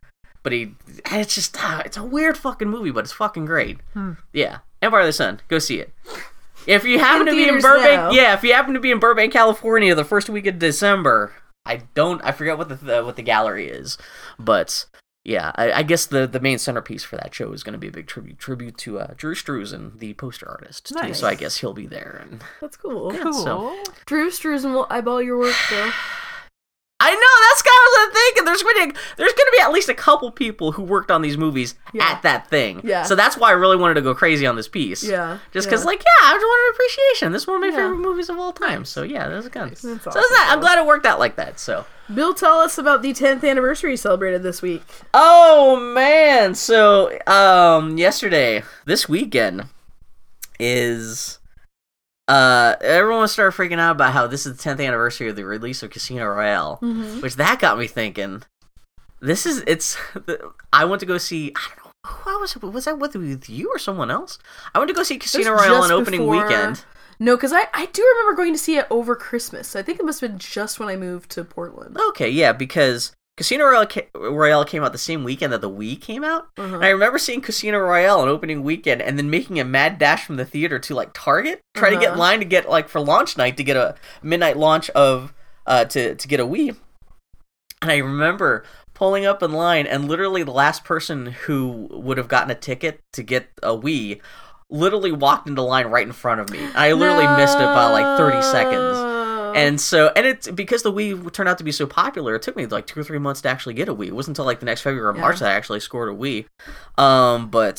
Speaker 6: But he, it's just, ah, it's a weird fucking movie, but it's fucking great.
Speaker 5: Hmm.
Speaker 6: Yeah, Empire of the Sun. Go see it. If you happen
Speaker 5: In
Speaker 6: to be in
Speaker 5: theaters
Speaker 6: Burbank,
Speaker 5: now.
Speaker 6: yeah, if you happen to be in Burbank, California, the first week of December, I don't, I forget what the, the what the gallery is, but yeah, I, I guess the the main centerpiece for that show is going to be a big tribute tribute to uh, Drew Struzan, the poster artist. too,
Speaker 4: Nice.
Speaker 6: so I guess he'll be there. And
Speaker 5: That's cool.
Speaker 6: yeah, so-
Speaker 5: Drew Struzan will eyeball your work, though.
Speaker 6: I know that's kind of the thing. and There's going to there's going to be at least a couple people who worked on these movies
Speaker 5: Yeah.
Speaker 6: at that thing.
Speaker 5: Yeah.
Speaker 6: So that's why I really wanted to go crazy on this piece.
Speaker 5: Yeah,
Speaker 6: Just
Speaker 5: yeah.
Speaker 6: because, like, yeah, I just wanted appreciation. This is one of my
Speaker 5: Yeah.
Speaker 6: favorite movies of all time. So yeah, that was good. So
Speaker 5: That's
Speaker 6: it's
Speaker 5: awesome.
Speaker 6: not- I'm glad it worked out like that. So.
Speaker 5: Bill, tell us about the 10th anniversary celebrated this week.
Speaker 6: Oh man! So um, yesterday, this weekend is uh, everyone started freaking out about how this is the 10th anniversary of the release of Casino Royale,
Speaker 5: Mm-hmm.
Speaker 6: which that got me thinking. This is it's. I went to go see. I don't know who I was. Was that with, with you or someone else? I went to go see Casino
Speaker 5: This was
Speaker 6: Royale on
Speaker 5: just
Speaker 6: opening
Speaker 5: before-
Speaker 6: weekend.
Speaker 5: No, because I, I do remember going to see it over Christmas. So I think it must have been just when I moved to Portland.
Speaker 6: Okay, yeah, because Casino Royale, ca- Royale came out the same weekend that the Wii came out. And I remember seeing Casino Royale on opening weekend and then making a mad dash from the theater to like Target, try to get in line to get like for launch night to get a midnight launch of uh to to get a Wii. And I remember pulling up in line and literally the last person who would have gotten a ticket to get a Wii literally walked into line right in front of me. I literally missed it by like 30 seconds. And so, and it's because the Wii turned out to be so popular, it took me like two or three months to actually get a Wii. It wasn't until like the next February or March that I actually scored a Wii. Um, but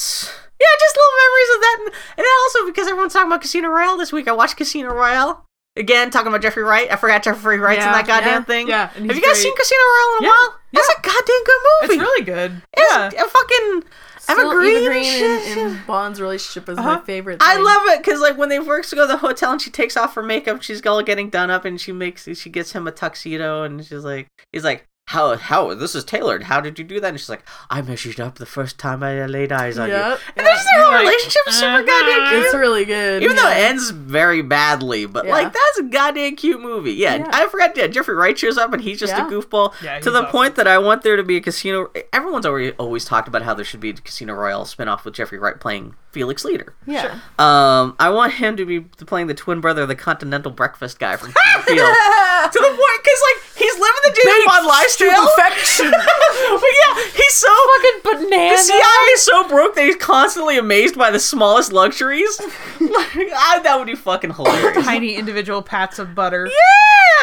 Speaker 6: yeah, just little memories of that. And, and then also because everyone's talking about Casino Royale this week, I watched Casino Royale. Again, talking about Jeffrey Wright. I forgot Jeffrey Wright's in
Speaker 4: Yeah,
Speaker 6: that goddamn
Speaker 4: yeah,
Speaker 6: thing.
Speaker 4: yeah,
Speaker 6: Have
Speaker 4: and
Speaker 6: you
Speaker 4: he's
Speaker 6: guys
Speaker 4: great.
Speaker 6: seen Casino Royale in a
Speaker 4: Yeah,
Speaker 6: while? That's a goddamn good
Speaker 4: It's
Speaker 6: movie.
Speaker 4: really good. yeah.
Speaker 6: It's a fucking
Speaker 5: Still,
Speaker 6: Evergreen
Speaker 5: Eva
Speaker 6: and
Speaker 5: Green
Speaker 6: shit,
Speaker 5: and, and Bond's relationship is my
Speaker 4: Uh-huh.
Speaker 5: favorite.
Speaker 6: I
Speaker 5: thing.
Speaker 6: love it because like when they works to go to the hotel and she takes off her makeup, she's all getting done up and she makes she gets him a tuxedo and she's like he's like how how this is tailored how did you do that and she's like I measured up the first time I laid eyes on you
Speaker 5: Yep,
Speaker 6: and there's their whole
Speaker 4: Like, "Uh,
Speaker 6: relationship super goddamn cute.
Speaker 5: It's really good.
Speaker 6: Even though
Speaker 5: yeah.
Speaker 6: it ends very badly, but
Speaker 5: Yeah.
Speaker 6: like that's a goddamn cute movie. Yeah,
Speaker 5: Yeah.
Speaker 6: I forgot. Yeah, Jeffrey Wright shows up and he's just
Speaker 5: Yeah.
Speaker 6: a goofball
Speaker 4: Yeah, he's
Speaker 6: to the
Speaker 4: awesome.
Speaker 6: point that I want there to be a casino. Everyone's already always talked about how there should be a Casino Royale spinoff with Jeffrey Wright playing Felix Leader.
Speaker 5: yeah.
Speaker 6: Um, I want him to be playing the twin brother of the Continental Breakfast guy from Field. to the point, because like he's living the dream on lifestyle.
Speaker 5: perfection.
Speaker 6: but yeah, he's so fucking
Speaker 5: banana.
Speaker 6: The CIA is so broke that he's constantly amazed by the smallest luxuries. like, I, that would be fucking hilarious.
Speaker 4: Tiny individual pats of butter.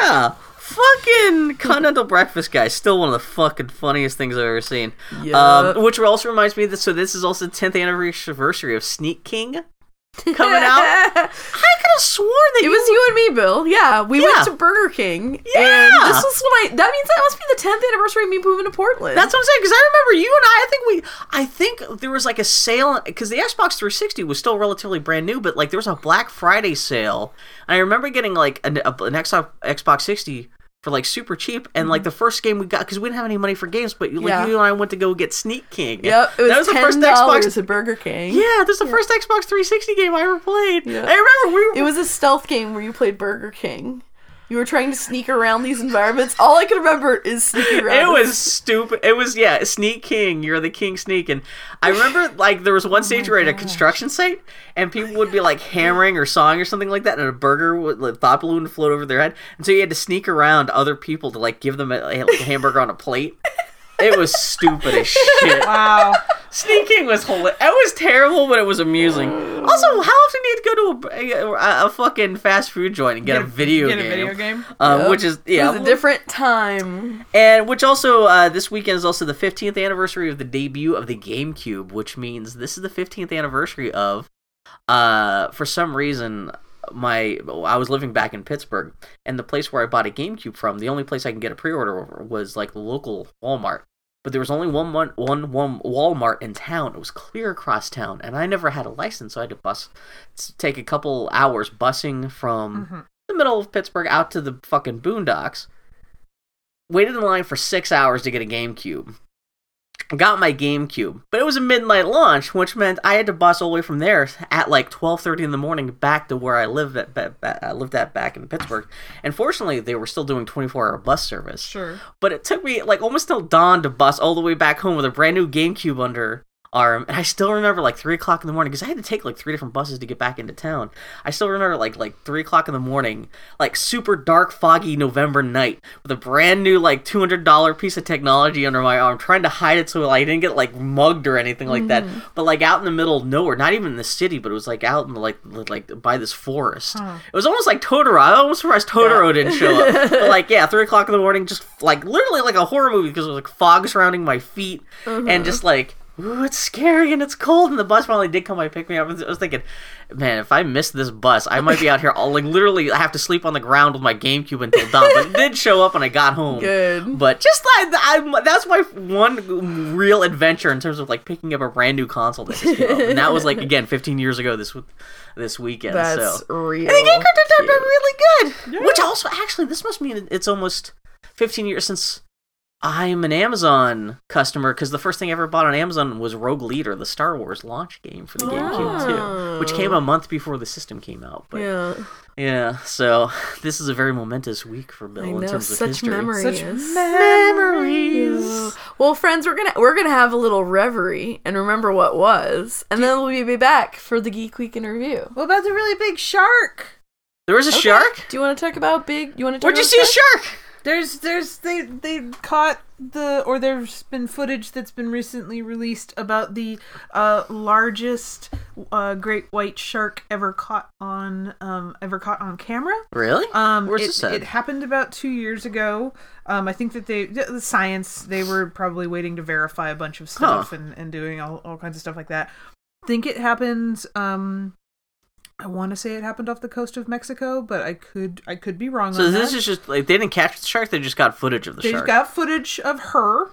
Speaker 6: yeah, fucking Continental Breakfast guy. Still one of the fucking funniest things I've ever seen.
Speaker 5: Yup.
Speaker 6: Um, which also reminds me that so this is also the 10th anniversary of Sneak King coming out. I could have sworn that
Speaker 5: It
Speaker 6: you
Speaker 5: was you and me, Bill. Yeah, we
Speaker 6: Yeah.
Speaker 5: went to Burger King.
Speaker 6: Yeah.
Speaker 5: and this was when I. That means that must be the tenth anniversary of me moving to Portland.
Speaker 6: That's what I'm saying because I remember you and I. I think we. I think there was like a sale because the Xbox 360 was still relatively brand new, but like there was a Black Friday sale, and I remember getting like an, a, an Xbox Xbox 60 for like super cheap, and like the first game we got because we didn't have any money for games, but like
Speaker 5: Mm-hmm. Yeah.
Speaker 6: you and I went to go get Sneak King.
Speaker 5: yep. It was,
Speaker 6: that was the first
Speaker 5: ten dollars
Speaker 6: Xbox.
Speaker 5: at Burger King.
Speaker 6: Yeah, that was the first Xbox 360 game I ever played.
Speaker 5: Yeah.
Speaker 6: I remember we were
Speaker 5: It was a stealth game where you played Burger King. You were trying to sneak around these environments. All I can remember is sneaking around.
Speaker 6: It was stupid. It was yeah, sneak king. You're the king sneak, and I remember like there was one stage where we were at a construction site, and people would be like hammering or sawing or something like that, and a burger would like, thought balloon would float over their head, and so you had to sneak around other people to like give them a, a- like, a hamburger on a plate. It was stupid as shit.
Speaker 4: Wow.
Speaker 6: Sneaking was whole. It was terrible, but it was amusing. Also, how often do you go to a, a, a fucking fast food joint and get, a video
Speaker 4: Get
Speaker 6: game?
Speaker 4: a video game.
Speaker 6: Uh, Which is yeah,
Speaker 5: It was a different time.
Speaker 6: and which also uh, this weekend is also the 15th anniversary of the debut of the GameCube, which means this is the 15th anniversary of. Uh, for some reason, my I was living back in Pittsburgh, and the place where I bought a GameCube from, the only place I can get a pre-order over was like the local Walmart. But there was only one one one one Walmart in town. It was clear across town, and I never had a license, so I had to bus take a couple hours busing from the middle of Pittsburgh out to the fucking boondocks waited in line for six hours to get a GameCube. got my GameCube, but it was a midnight launch, which meant I had to bus all the way from there at like twelve thirty in the morning back to where I lived at ba- ba- uh, lived at back in Pittsburgh. And fortunately, they were still doing twenty four hour bus service.
Speaker 7: Sure.
Speaker 6: But it took me like almost till dawn to bus all the way back home with a brand new GameCube under arm, and I still remember like three o'clock in the morning because I had to take like three different buses to get back into town. I still remember like like three o'clock in the morning, like super dark, foggy November night with a brand new like two hundred dollar piece of technology under my arm, trying to hide it so like, I didn't get like mugged or anything like that. But like out in the middle of nowhere, not even in the city, but it was like out in the, like li- like by this forest. It was almost like Totoro. I almost surprised Totoro didn't show up. But like yeah, three o'clock in the morning, just like literally like a horror movie because it was like fog surrounding my feet and just like ooh, it's scary and it's cold. And the bus finally did come by and pick me up. And I was thinking, man, if I miss this bus, I might be out here. I'll like literally have to sleep on the ground with my GameCube until dawn. But it did show up when I got home.
Speaker 5: Good.
Speaker 6: But just like I, that's my one real adventure in terms of like picking up a brand new console that just came out. And that was like again 15 years ago this this weekend.
Speaker 5: That's
Speaker 6: so
Speaker 5: real.
Speaker 6: and the game content have
Speaker 5: cute.
Speaker 6: been really good. Which also, actually, this must mean it's almost 15 years since I'm an Amazon customer because the first thing I ever bought on Amazon was Rogue Leader, the Star Wars launch game for the GameCube too, which came
Speaker 4: Oh.
Speaker 6: a month before the system came out. But yeah,
Speaker 5: Yeah,
Speaker 6: so this is a very momentous week for Bill
Speaker 5: I
Speaker 6: in
Speaker 5: know.
Speaker 6: terms of
Speaker 5: Such
Speaker 6: history.
Speaker 5: memories.
Speaker 6: Memories.
Speaker 5: Well, friends, we're gonna we're gonna have a little reverie and remember what was, and then we'll be back for the Geek Week interview.
Speaker 4: What about the really big shark?
Speaker 6: There was a shark.
Speaker 5: Do you want to talk about big? You want to? Talk
Speaker 6: Where'd you
Speaker 5: about
Speaker 6: see a
Speaker 5: that?
Speaker 6: shark?
Speaker 4: There's there's they they caught the or there's been footage that's been recently released about the uh, largest uh, great white shark ever caught on um, ever caught on camera.
Speaker 6: Really?
Speaker 4: Um,
Speaker 6: Where's
Speaker 4: it,
Speaker 6: this at?
Speaker 4: it happened about two years ago. Um, I think that they the the science they were probably waiting to verify a bunch of stuff
Speaker 6: Huh.
Speaker 4: and, and doing all, all kinds of stuff like that. think it happened. Um, I want to say it happened off the coast of Mexico, but I could I could be wrong.
Speaker 6: so
Speaker 4: on
Speaker 6: this
Speaker 4: that.
Speaker 6: is just like they didn't catch the shark; they just got footage of the
Speaker 4: They've
Speaker 6: shark.
Speaker 4: got footage of her,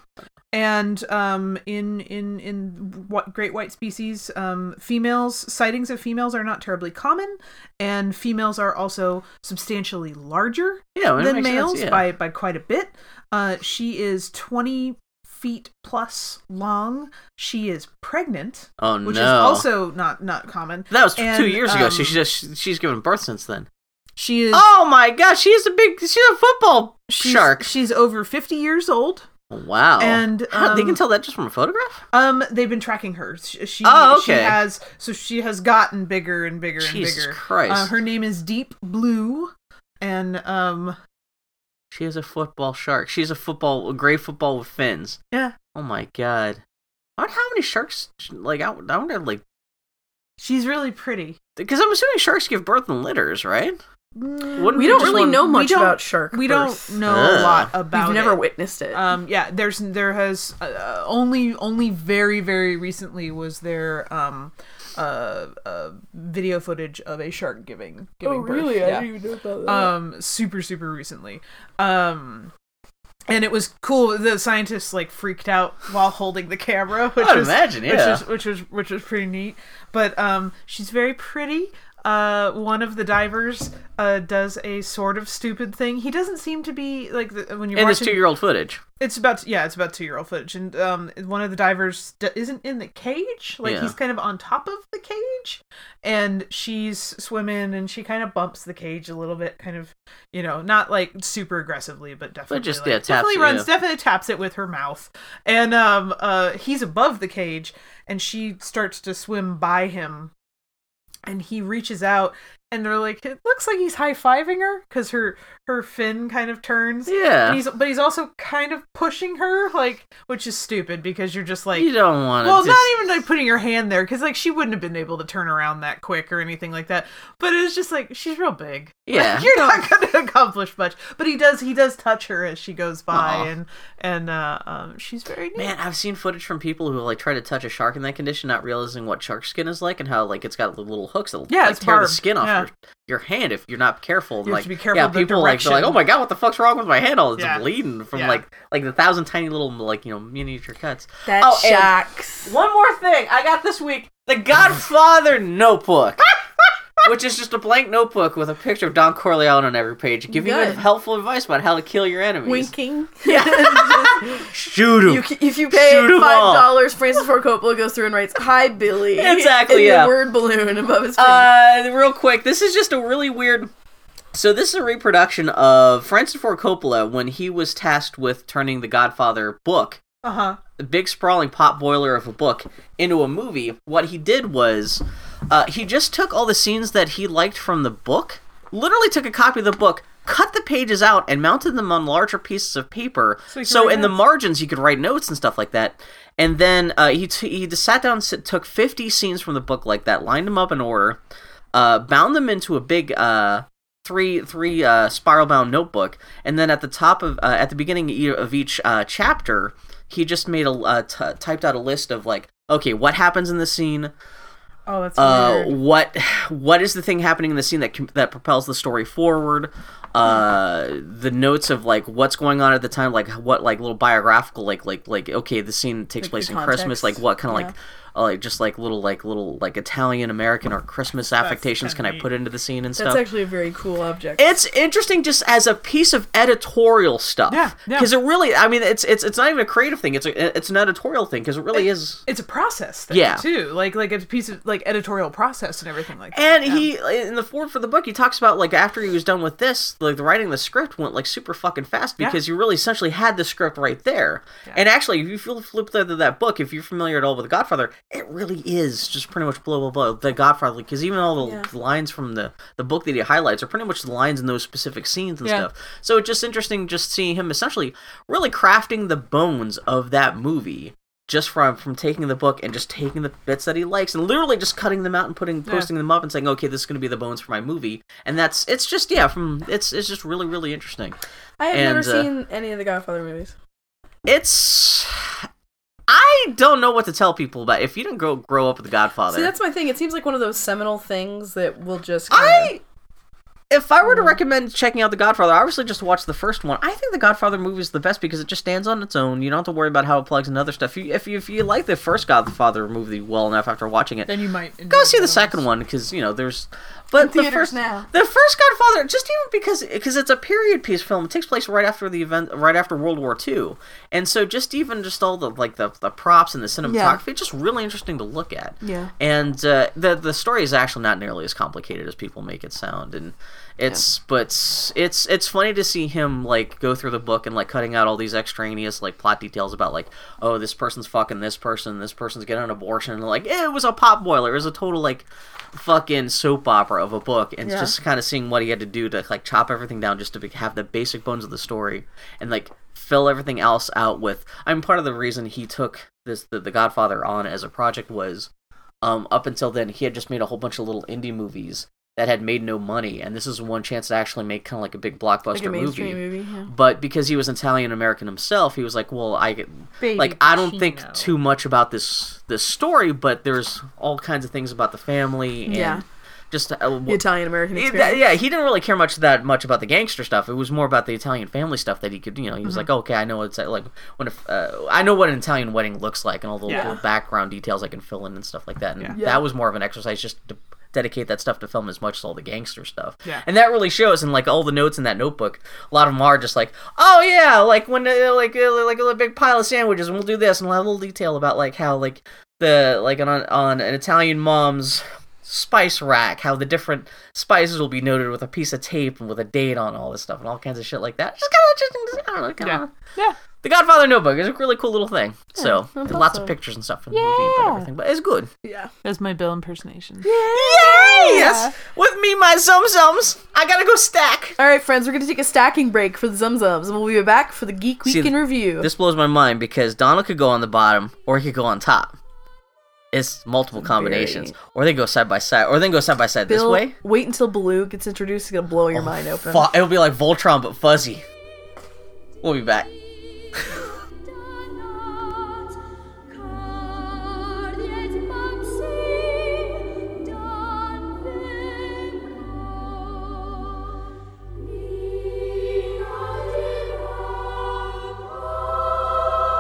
Speaker 4: and um, in in in what great white species, um, females sightings of females are not terribly common, and females are also substantially larger
Speaker 6: yeah, well, it
Speaker 4: than
Speaker 6: makes sense,
Speaker 4: males
Speaker 6: yeah.
Speaker 4: by by quite a bit. Uh, she is twenty feet plus long. She is pregnant,
Speaker 6: Oh no!
Speaker 4: which is also not not common.
Speaker 6: That was
Speaker 4: And,
Speaker 6: two years ago. So
Speaker 4: um,
Speaker 6: she's just, she's given birth since then.
Speaker 4: she is
Speaker 6: Oh my gosh, she's a big she's a football
Speaker 4: she's-
Speaker 6: shark.
Speaker 4: She's over fifty years old.
Speaker 6: Wow.
Speaker 4: and,
Speaker 6: How- they
Speaker 4: um,
Speaker 6: can tell that just from a photograph.
Speaker 4: Um, they've been tracking her. She, she,
Speaker 6: Oh,
Speaker 4: she
Speaker 6: okay.
Speaker 4: has so she has gotten bigger and bigger
Speaker 6: Jesus
Speaker 4: and bigger.
Speaker 6: Christ.
Speaker 4: Uh, her name is Deep Blue, and um,
Speaker 6: She is a football shark. She's a football a gray football with fins.
Speaker 4: yeah,
Speaker 6: Oh my god. I wonder how many sharks like I I wonder like
Speaker 4: she's really pretty.
Speaker 6: because I'm assuming sharks give birth in litters, right? Wouldn't
Speaker 5: We
Speaker 6: you
Speaker 5: don't
Speaker 6: just
Speaker 5: really
Speaker 6: want-
Speaker 5: know
Speaker 4: we
Speaker 5: much
Speaker 4: don't-
Speaker 5: about shark.
Speaker 4: We don't
Speaker 5: birth.
Speaker 4: know
Speaker 6: Ugh.
Speaker 4: a lot about.
Speaker 5: We've never
Speaker 4: it.
Speaker 5: witnessed it.
Speaker 6: Uh,
Speaker 4: Um, yeah, there's there has uh, uh, only only very very recently was there um, uh, uh, video footage of a shark giving
Speaker 5: Oh,
Speaker 4: giving birth. Yeah.
Speaker 5: even know about
Speaker 4: um super super recently um and it was cool the scientists like freaked out while holding the camera which
Speaker 6: I'd
Speaker 4: was,
Speaker 6: imagine,
Speaker 4: which
Speaker 6: yeah.
Speaker 4: was which was which was pretty neat but um she's very pretty uh one of the divers uh does a sort of stupid thing he doesn't seem to be like the, when you're
Speaker 6: In this
Speaker 4: watching
Speaker 6: two year old footage.
Speaker 4: it's about yeah it's about two year old footage and um one of the divers d- isn't in the cage like
Speaker 6: Yeah.
Speaker 4: he's kind of on top of the cage and she's swimming and she kind of bumps the cage a little bit kind of you know not like super aggressively but definitely
Speaker 6: just,
Speaker 4: like,
Speaker 6: yeah, taps
Speaker 4: definitely
Speaker 6: it,
Speaker 4: runs
Speaker 6: yeah.
Speaker 4: definitely taps it with her mouth and um uh he's above the cage and she starts to swim by him and he reaches out and they're like it looks like he's high-fiving her because her her fin kind of turns
Speaker 6: Yeah.
Speaker 4: and he's, but he's also kind of pushing her, like, which is stupid because you're just like,
Speaker 6: you don't want to
Speaker 4: well,
Speaker 6: just...
Speaker 4: not even like putting your hand there because like she wouldn't have been able to turn around that quick or anything like that. But it was just like she's real big.
Speaker 6: Yeah.
Speaker 4: you're not going to accomplish much. But he does, he does touch her as she goes by,
Speaker 6: Aw.
Speaker 4: and and uh, um, she's very neat.
Speaker 6: Man, I've seen footage from people who like try to touch a shark in that condition, not realizing what shark skin is like and how like it's got the little hooks that
Speaker 4: Yeah,
Speaker 6: like,
Speaker 4: it's
Speaker 6: tear
Speaker 4: barbed.
Speaker 6: the skin off
Speaker 4: Yeah.
Speaker 6: your, your hand if you're not careful. And,
Speaker 4: You have
Speaker 6: like,
Speaker 4: to be careful
Speaker 6: yeah,
Speaker 4: of the
Speaker 6: people like they're like,
Speaker 4: direction.
Speaker 6: oh my god, what the fuck's wrong with my hand? All it's
Speaker 4: Yeah.
Speaker 6: bleeding from
Speaker 4: Yeah.
Speaker 6: like like the thousand tiny little like you know miniature cuts.
Speaker 5: that
Speaker 6: Oh, and-
Speaker 5: shocks.
Speaker 6: One more thing I got this week: the Godfather Notebook. which is just a blank notebook with a picture of Don Corleone on every page, giving you
Speaker 5: Good.
Speaker 6: helpful advice about how to kill your enemies.
Speaker 5: Winking.
Speaker 6: Shoot him.
Speaker 5: You, c- if you pay
Speaker 6: Shoot 'em
Speaker 5: five
Speaker 6: all.
Speaker 5: dollars, Francis Ford Coppola goes through and writes "Hi Billy"
Speaker 6: Exactly,
Speaker 5: in
Speaker 6: yeah.
Speaker 5: the word balloon above his face.
Speaker 6: uh, real quick, this is just a really weird. So this is a reproduction of Francis Ford Coppola when he was tasked with turning the Godfather book,
Speaker 3: Uh huh.
Speaker 6: the big sprawling pot boiler of a book, into a movie. What he did was, uh, he just took all the scenes that he liked from the book, literally took a copy of the book, cut the pages out, and mounted them on larger pieces of paper. So,
Speaker 3: he could write
Speaker 6: in the
Speaker 3: notes.
Speaker 6: margins, you could write notes and stuff like that. And then uh, he t- he just sat down, and s- took fifty scenes from the book like that, lined them up in order, uh, bound them into a big uh, three three uh, spiral bound notebook, and then at the top of uh, at the beginning e- of each uh, chapter, he just made a uh, t- typed out a list of like, okay, what happens in the scene,
Speaker 3: Oh, that's
Speaker 6: uh,
Speaker 3: weird.
Speaker 6: what what is the thing happening in the scene that com- that propels the story forward? Uh, the notes of like what's going on at the time, like what like little biographical, like like like okay, the scene takes
Speaker 5: the
Speaker 6: place in
Speaker 5: context,
Speaker 6: Christmas, like what kind of like. Uh, like just like little like little like Italian American or Christmas affectations can
Speaker 3: kinda
Speaker 6: I
Speaker 3: neat.
Speaker 6: put into the scene and
Speaker 5: That's
Speaker 6: stuff?
Speaker 5: actually a very cool object.
Speaker 6: it's interesting just as a piece of editorial stuff.
Speaker 3: Yeah, yeah.
Speaker 6: Because it really, I mean, it's it's it's not even a creative thing. It's a, it's an editorial thing because it really is.
Speaker 3: it's a process thing
Speaker 6: Yeah.
Speaker 3: too. Like like it's a piece of like editorial process and everything like that.
Speaker 6: And he in the forward for the book, he talks about like after he was done with this, like the writing of the script went like super fucking fast because you really essentially had the script right there. And actually, if you fl- flip through that book, if you're familiar at all with the Godfather, it really is just pretty much blah blah blah the Godfather because even all the lines from the the book that he highlights are pretty much the lines in those specific scenes and stuff. So it's just interesting just seeing him essentially really crafting the bones of that movie. Just from from taking the book and just taking the bits that he likes and literally just cutting them out and putting posting them up and saying, okay, this is going to be the bones for my movie, and that's it's just yeah, from it's it's just really really interesting.
Speaker 5: I have never
Speaker 6: and, uh,
Speaker 5: seen any of the Godfather movies.
Speaker 6: It's I don't know what to tell people, but if you didn't grow grow up with The Godfather,
Speaker 5: See, that's my thing. It seems like one of those seminal things that will just. kinda- Mm.
Speaker 6: I if I were to recommend checking out The Godfather, obviously just watch the first one. I think The Godfather movie is the best because it just stands on its own. You don't have to worry about how it plugs into other stuff. You, if you if you like the first Godfather movie well enough after watching it,
Speaker 3: then you might enjoy
Speaker 6: go see the
Speaker 3: those.
Speaker 6: second one because you know there's but the
Speaker 5: theaters
Speaker 6: first
Speaker 5: now.
Speaker 6: the first godfather just even because because it's a period piece film it takes place right after the event right after world war ii and so just even just all the like the, the props and the cinematography just really interesting to look at
Speaker 5: Yeah.
Speaker 6: and uh, the the story is actually not nearly as complicated as people make it sound and it's but it's it's funny to see him like go through the book and like cutting out all these extraneous like plot details about like oh this person's fucking this person this person's getting an abortion and like eh, it was a pot boiler it was a total like fucking soap opera of a book and
Speaker 5: Yeah.
Speaker 6: just kind of seeing what he had to do to like chop everything down just to be, have the basic bones of the story and like fill everything else out with i mean part of the reason he took this the, the godfather on as a project was um, up until then he had just made a whole bunch of little indie movies that had made no money and this is one chance to actually make kind of like a big blockbuster
Speaker 5: like a mainstream movie. yeah.
Speaker 6: but because he was Italian American himself, he was like, "Well, I like I don't think
Speaker 3: Pacino.
Speaker 6: too much about this this story, but there's all kinds of things about the family and
Speaker 5: Yeah.
Speaker 6: just uh,
Speaker 5: The Italian American
Speaker 6: it-
Speaker 5: experience.
Speaker 6: yeah, he didn't really care much that much about the gangster stuff. It was more about the Italian family stuff that he could, you know, he was
Speaker 5: Mm-hmm.
Speaker 6: like, okay, I know it's like when if, uh, I know what an Italian wedding looks like and all the little background details I can fill in and stuff like that. And that was more of an exercise just to dedicate that stuff to film as much as all the gangster stuff.
Speaker 3: Yeah.
Speaker 6: And that really shows in like all the notes in that notebook. A lot of them are just like, oh yeah, like when uh, like uh, like a big pile of sandwiches and we'll do this and we'll have a little detail about like how like the like on on an Italian mom's spice rack, how the different spices will be noted with a piece of tape and with a date on all this stuff and all kinds of shit like that. Just kind of interesting. I don't know. Kind of,
Speaker 3: Yeah.
Speaker 6: The Godfather Notebook is a really cool little thing. so and lots of pictures and stuff from the movie and everything, but it's good.
Speaker 4: That's my Bill impersonation.
Speaker 6: Yes, with me my zumzums. I gotta go stack.
Speaker 5: All right, friends, we're going to take a stacking break for the Zumzums, and we'll be back for the Geek Week
Speaker 6: See,
Speaker 5: in Review.
Speaker 6: This blows my mind because Donald could go on the bottom or he could go on top. It's multiple combinations, or they go side by side, or then go side by side
Speaker 5: Bill,
Speaker 6: this way. Oh,
Speaker 5: wait until Baloo gets introduced. It's going to blow your mind open.
Speaker 6: Fu- it'll be like Voltron but fuzzy. We'll be back.
Speaker 8: Oh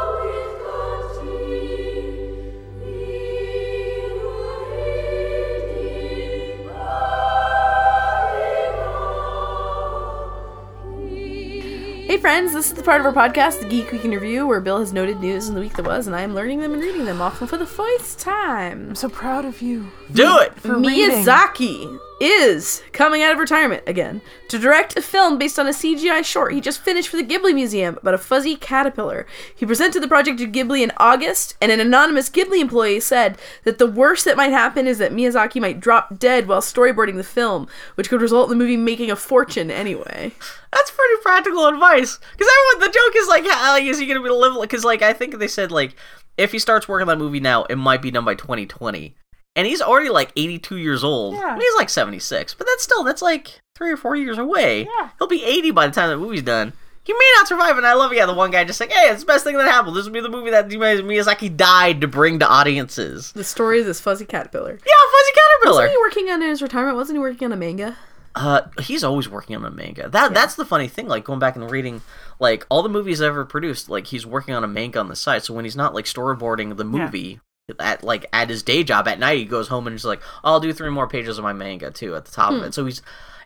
Speaker 5: Hey friends, this is the part of our podcast, The Geek Week in Review, where Bill has noted news in the week that was, and I am learning them and reading them, often for the first time.
Speaker 4: so proud of you.
Speaker 6: Do it.
Speaker 4: For reading.
Speaker 5: Miyazaki is coming out of retirement again to direct a film based on a CGI short he just finished for the Ghibli Museum about a fuzzy caterpillar. He presented the project to Ghibli in August, and an anonymous Ghibli employee said that the worst that might happen is that Miyazaki might drop dead while storyboarding the film, which could result in the movie making a fortune anyway.
Speaker 6: That's pretty practical advice. Because everyone, the joke is like, how, like, is he going to be able to live? Because like, I think they said like, if he starts working on that movie now, it might be done by 2020. And he's already like 82 years old. I mean, he's like 76, but that's still that's like three or four years away. Yeah. He'll be 80 by the time that movie's done. He may not survive, and I love yeah the one guy just saying, "Hey, it's the best thing that happened. This will be the movie that Miyazaki died to bring to audiences."
Speaker 5: The story of this fuzzy caterpillar.
Speaker 6: Yeah, fuzzy caterpillar.
Speaker 5: Wasn't he working on his retirement? Wasn't he working on a manga?
Speaker 6: Uh, he's always working on a manga. That that's the funny thing. Like going back and reading, like all the movies ever produced, like he's working on a manga on the side. So when he's not like storyboarding the movie at like at his day job at night, he goes home and he's like, "I'll do three more pages of my manga too." At the top of it, so he's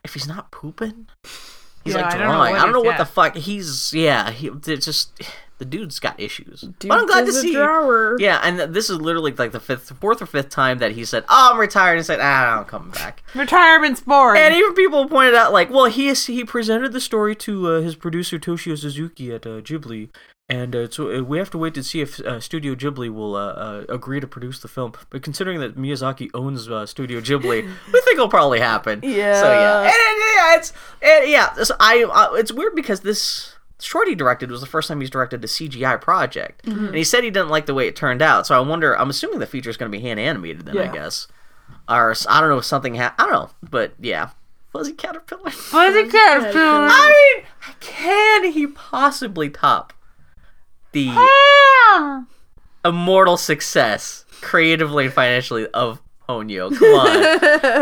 Speaker 6: if he's not pooping, he's
Speaker 3: Hmm. Yeah,
Speaker 6: like
Speaker 3: I
Speaker 6: drawing.
Speaker 3: don't know what
Speaker 6: I don't know
Speaker 3: he's
Speaker 6: what the
Speaker 3: at.
Speaker 6: fuck he's. Yeah, he it's just the dude's got issues. but I'm glad to
Speaker 5: Dude is a
Speaker 6: see.
Speaker 5: drawer.
Speaker 6: Yeah, and th- this is literally like the fifth, fourth or fifth time that he said, "Oh, I'm retired," and said, "Ah, I'm coming back."
Speaker 3: Retirement's boring.
Speaker 6: And even people pointed out, like, well, he is, he presented the story to uh, his producer Toshio Suzuki at uh, Ghibli, and uh, so uh, we have to wait to see if uh, Studio Ghibli will uh, uh, agree to produce the film. But considering that Miyazaki owns uh, Studio Ghibli, we think it'll probably happen.
Speaker 5: Yeah.
Speaker 6: So yeah, and, and, yeah, it's and, yeah. So I, I it's weird because this. Short he directed was the first time he's directed a CGI project, and he said he didn't like the way it turned out. So I wonder. I'm assuming the feature is going to be hand animated then, I
Speaker 4: Yeah.
Speaker 6: guess, or s- I don't know if something. Ha- I don't know, but yeah, fuzzy caterpillar.
Speaker 3: Fuzzy caterpillar.
Speaker 6: I mean, can he possibly top the
Speaker 3: Damn.
Speaker 6: immortal success creatively and financially of Ponyo? Come on.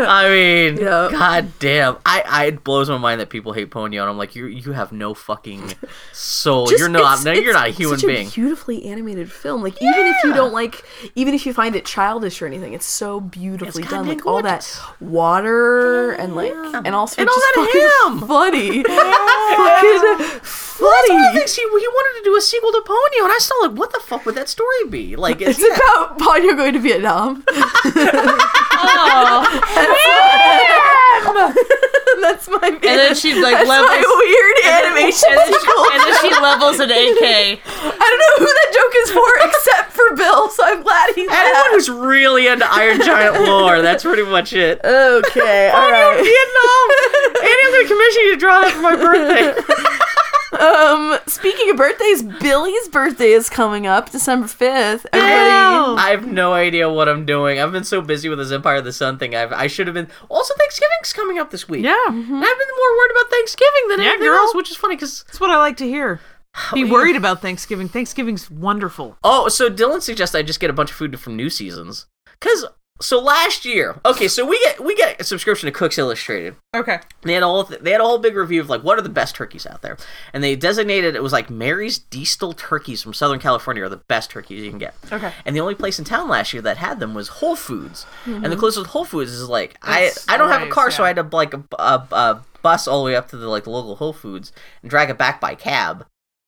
Speaker 6: I mean, god damn. I, I it blows my mind that people hate Ponyo and I'm like, you you have no fucking soul.
Speaker 5: Just-
Speaker 6: you're not
Speaker 5: it's-
Speaker 6: no,
Speaker 5: it's
Speaker 6: you're not a human
Speaker 5: such
Speaker 6: being.
Speaker 5: A beautifully animated film. Like even if you don't like, even if you find it childish or anything, it's so beautifully done.
Speaker 6: goddamn
Speaker 5: Like all that water and like and also
Speaker 6: And all
Speaker 5: just
Speaker 6: that
Speaker 5: fucking
Speaker 6: ham!
Speaker 5: funny, fucking
Speaker 6: That's one of the
Speaker 5: funny.
Speaker 6: things he, he wanted to do a sequel to Ponyo, and I still like, what the fuck would that story be? Like,
Speaker 5: It's about Ponyo going to Vietnam. That's my favorite.
Speaker 8: And then she like
Speaker 5: That's
Speaker 8: levels.
Speaker 5: my weird animation.
Speaker 8: And then, she, and then she levels an AK.
Speaker 5: I don't know who that joke is for, except for Bill. So I'm glad he's
Speaker 6: Anyone who's really into Iron Giant lore, that's pretty much it.
Speaker 5: Okay, all right.
Speaker 6: Vietnam. Any other commission you draw that for my birthday?
Speaker 5: Um, speaking of birthdays, Billy's birthday is coming up December 5th. Everybody,
Speaker 6: I have no idea what I'm doing. I've been so busy with this Empire of the Sun thing. I've, I should have been. Also, Thanksgiving's coming up this week.
Speaker 4: Yeah, Mm-hmm.
Speaker 6: And I've been more worried about Thanksgiving than
Speaker 4: Yeah,
Speaker 6: anything
Speaker 4: girl.
Speaker 6: else, which is funny because
Speaker 4: that's what I like to hear. Be worried about Thanksgiving. Thanksgiving's wonderful.
Speaker 6: Oh, so Dylan suggests I just get a bunch of food from new seasons. Cause so last year, okay, so we get we get a subscription to Cooks Illustrated.
Speaker 3: Okay.
Speaker 6: They had all they had a whole big review of like what are the best turkeys out there, and they designated it was like Mary's Distal turkeys from Southern California are the best turkeys you can get. Okay. And the only place in town last year that had them was Whole Foods, and the closest Whole Foods is like
Speaker 3: Mm-hmm. That's
Speaker 6: I I don't have a
Speaker 3: always,
Speaker 6: car, so
Speaker 3: yeah.
Speaker 6: I had to like a, a, a bus all the way up to the like local Whole Foods and drag it back by cab,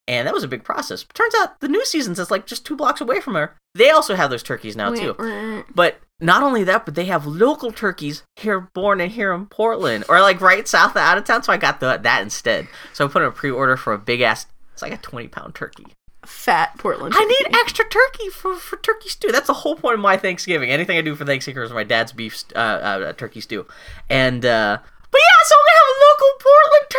Speaker 6: and that was a big process. Turns out the new seasons is like just two blocks away from her. They also have those turkeys now too. But not only that, but they have local turkeys here born and here in Portland, or like right south of out of town. So I got the, that instead. So I put in a pre order for a big ass. It's like a twenty pound turkey.
Speaker 5: fat Portland.
Speaker 6: I need extra turkey for, for turkey stew. That's the whole point of my Thanksgiving. Anything I do for Thanksgiving is my dad's beef st- uh, uh, turkey stew, and uh, but yeah, so I'm gonna have a local Portland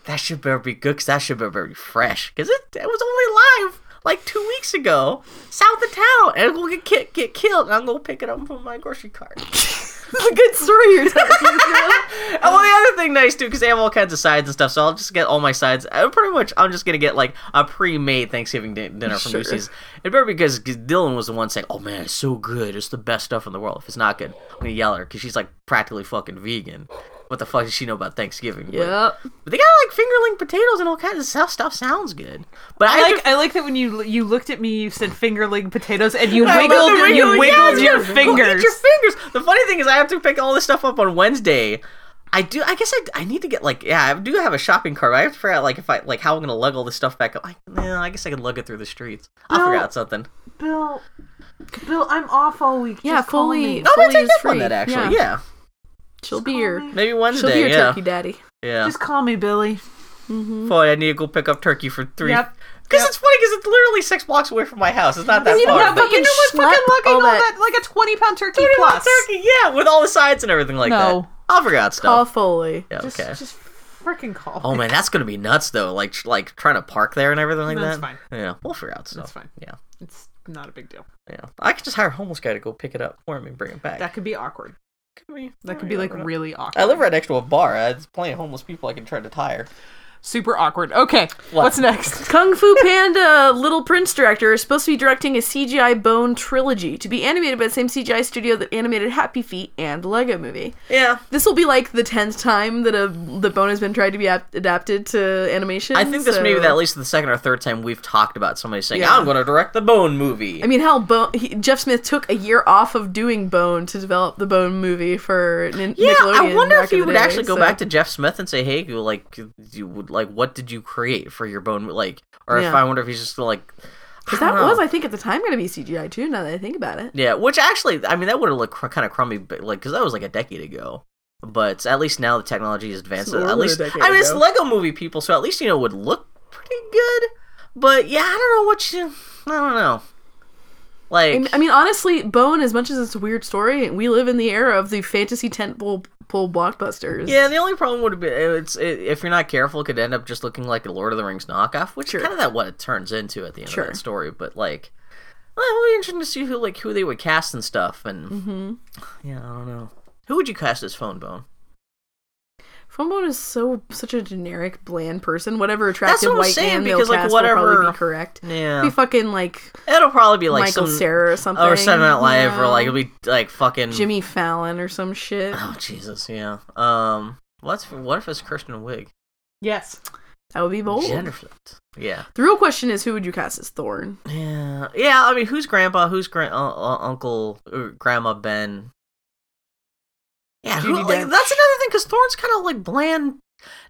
Speaker 6: turkey. That should better be good, 'cause that should better be fresh, cause it, it was only live like two weeks ago, south of town, and it will get ki- get killed, and I'm gonna pick it up from my grocery cart.
Speaker 5: It's a good story you're telling.
Speaker 6: Oh, well, the other thing nice too, because they have all kinds of sides and stuff. So I'll just get all my sides. I pretty much, I'm just gonna get like a pre-made Thanksgiving din- dinner from Lucy's. It better because Dylan was the one saying, "Oh man, it's so good. It's the best stuff in the world." If it's not good, I'm gonna yell at her because she's like practically fucking vegan. What the fuck does she know about Thanksgiving? But-
Speaker 5: yep.
Speaker 6: But they got like fingerling potatoes and all kinds of stuff. Stuff sounds good. But I,
Speaker 4: I like
Speaker 6: just-
Speaker 4: I like that when you you looked at me, you said fingerling potatoes, and you
Speaker 6: I love
Speaker 4: wiggled
Speaker 6: the
Speaker 4: you
Speaker 6: wriggling-
Speaker 4: wiggled
Speaker 6: yes,
Speaker 4: your
Speaker 6: yes. Go eat
Speaker 4: fingers.
Speaker 6: your fingers. The funny thing is, I have to pick all this stuff up on Wednesday. I do. I guess I, I need to get like yeah. I do have a shopping cart. But I have to figure out like if I like how I'm gonna lug all this stuff back up. I, no, I guess I could lug it through the streets. I'll figure
Speaker 4: No.
Speaker 6: out something.
Speaker 4: Bill, Bill, I'm off all week.
Speaker 5: Yeah,
Speaker 4: Just call
Speaker 5: fully.
Speaker 4: me.
Speaker 6: Oh,
Speaker 5: fully
Speaker 6: maybe take
Speaker 5: is
Speaker 6: up
Speaker 5: free.
Speaker 6: on that actually. Yeah,
Speaker 5: she'll
Speaker 4: Just
Speaker 5: be
Speaker 4: call
Speaker 5: your
Speaker 4: me.
Speaker 6: maybe
Speaker 5: she'll
Speaker 6: Wednesday.
Speaker 5: be your
Speaker 6: yeah,
Speaker 5: turkey daddy.
Speaker 6: yeah.
Speaker 4: Just call me Billy.
Speaker 6: Boy, I need to go pick up turkey for three.
Speaker 4: Yep.
Speaker 6: Because it's funny because it's literally six blocks away from my house. It's not that
Speaker 5: you don't
Speaker 6: far.
Speaker 5: have
Speaker 6: but-
Speaker 5: fucking
Speaker 4: you know what? Fucking
Speaker 5: schlep
Speaker 4: lugging
Speaker 5: all
Speaker 4: all
Speaker 5: that-
Speaker 4: that, like a twenty pound turkey
Speaker 6: Thirty dollar
Speaker 4: plus.
Speaker 6: turkey, yeah, with all the sides and everything like
Speaker 4: No.
Speaker 6: that. I'll figure out stuff.
Speaker 5: Call Foley.
Speaker 6: yeah,
Speaker 4: Just,
Speaker 6: okay.
Speaker 4: just freaking call.
Speaker 6: Oh man, that's gonna be nuts though. Like tr- like trying to park there and everything like
Speaker 4: That's
Speaker 6: that.
Speaker 4: fine.
Speaker 6: Yeah, we'll figure out stuff.
Speaker 4: That's fine.
Speaker 6: Yeah,
Speaker 4: It's not a big deal.
Speaker 6: yeah. I could just hire a homeless guy to go pick it up for me and bring it back.
Speaker 4: That could be awkward.
Speaker 6: could be,
Speaker 4: That could be like really awkward.
Speaker 6: I live right next to a bar. Uh, There's plenty of homeless people I can try to tire.
Speaker 4: Super awkward. Okay, what's next?
Speaker 5: Kung Fu Panda Little Prince director is supposed to be directing a CGI Bone trilogy to be animated by the same CGI studio that animated Happy Feet and Lego Movie.
Speaker 6: Yeah,
Speaker 5: This will be like the tenth time that a the Bone has been tried to be ap- adapted to animation.
Speaker 6: I think this
Speaker 5: so-
Speaker 6: may be at least the second or third time we've talked about somebody saying,
Speaker 5: Yeah.
Speaker 6: "I'm going to direct the Bone movie."
Speaker 5: I mean, hell, Bone, he, Jeff Smith took a year off of doing Bone to develop the Bone movie for Nin-
Speaker 6: yeah,
Speaker 5: Nickelodeon.
Speaker 6: I wonder
Speaker 5: back
Speaker 6: if
Speaker 5: in
Speaker 6: you
Speaker 5: the
Speaker 6: would
Speaker 5: day,
Speaker 6: actually go
Speaker 5: so-
Speaker 6: back to Jeff Smith and say, "Hey, you like you would like what did you create for your Bone?" mo- Like, or if
Speaker 5: Yeah.
Speaker 6: I wonder if he's just like. I
Speaker 5: But that
Speaker 6: don't know.
Speaker 5: was, I think, at the time going to be CGI too. Now that I think about it,
Speaker 6: Yeah, which actually, I mean, that would have looked cr- kind of crummy, but, like because that was like a decade ago. But at least now the technology is advanced.
Speaker 5: more
Speaker 6: At
Speaker 5: than a
Speaker 6: least, I
Speaker 5: decade
Speaker 6: mean, it's
Speaker 5: ago.
Speaker 6: Lego Movie people, so at least you know it would look pretty good. But yeah, I don't know what you. I don't know. Like,
Speaker 5: I mean- I mean, honestly, Bone. As much as it's a weird story, we live in the era of the fantasy tentpole pull blockbusters.
Speaker 6: yeah, the only problem would be it's it, if you're not careful, it could end up just looking like a Lord of the Rings knockoff, which is kind of that what it turns into at the end
Speaker 5: Sure.
Speaker 6: of that story. But like, well, it'll be interesting to see who like who they would cast and stuff. And
Speaker 5: Mm-hmm.
Speaker 6: yeah, I don't know. Who would you cast as Phone Bone?
Speaker 5: Phone Bone is so such a generic, bland person. Whatever
Speaker 6: That's
Speaker 5: attractive
Speaker 6: what I'm
Speaker 5: white
Speaker 6: saying,
Speaker 5: man they'll
Speaker 6: because, like,
Speaker 5: cast will probably
Speaker 6: whatever-
Speaker 5: be correct.
Speaker 6: Yeah,
Speaker 5: Be fucking like
Speaker 6: It'll probably be like
Speaker 5: Michael
Speaker 6: some
Speaker 5: Sarah or something.
Speaker 6: or Saturday Night Live,
Speaker 5: you
Speaker 6: or like
Speaker 5: know?
Speaker 6: it'll be like fucking
Speaker 5: Jimmy Fallon or some shit.
Speaker 6: Mm. Oh Jesus, yeah. Um, what's what if it's Kirsten Wig?
Speaker 4: yes.
Speaker 5: That would be bold.
Speaker 6: Gender flipped. Yeah,
Speaker 5: The real question is, who would you cast as Thorn?
Speaker 6: yeah, yeah. I mean, who's grandpa? Who's grand uh, uh, uncle? Or grandma Ben? Yeah, who,
Speaker 5: Judi
Speaker 6: like, that's
Speaker 5: Dench.
Speaker 6: another thing because Thorne's kind of like bland,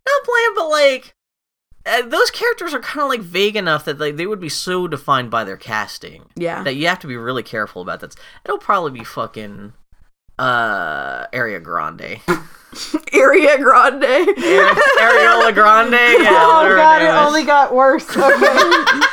Speaker 6: not bland, but like. Uh, those characters are kind of like vague enough that like, they would be so defined by their casting.
Speaker 5: Yeah.
Speaker 6: that you have to be really careful about this. It'll probably be fucking uh Area Grande.
Speaker 5: Area Grande.
Speaker 6: Ariola Grande. Yeah,
Speaker 3: oh
Speaker 6: whatever
Speaker 3: god,
Speaker 6: her
Speaker 3: it
Speaker 6: name is.
Speaker 3: only got worse. Okay.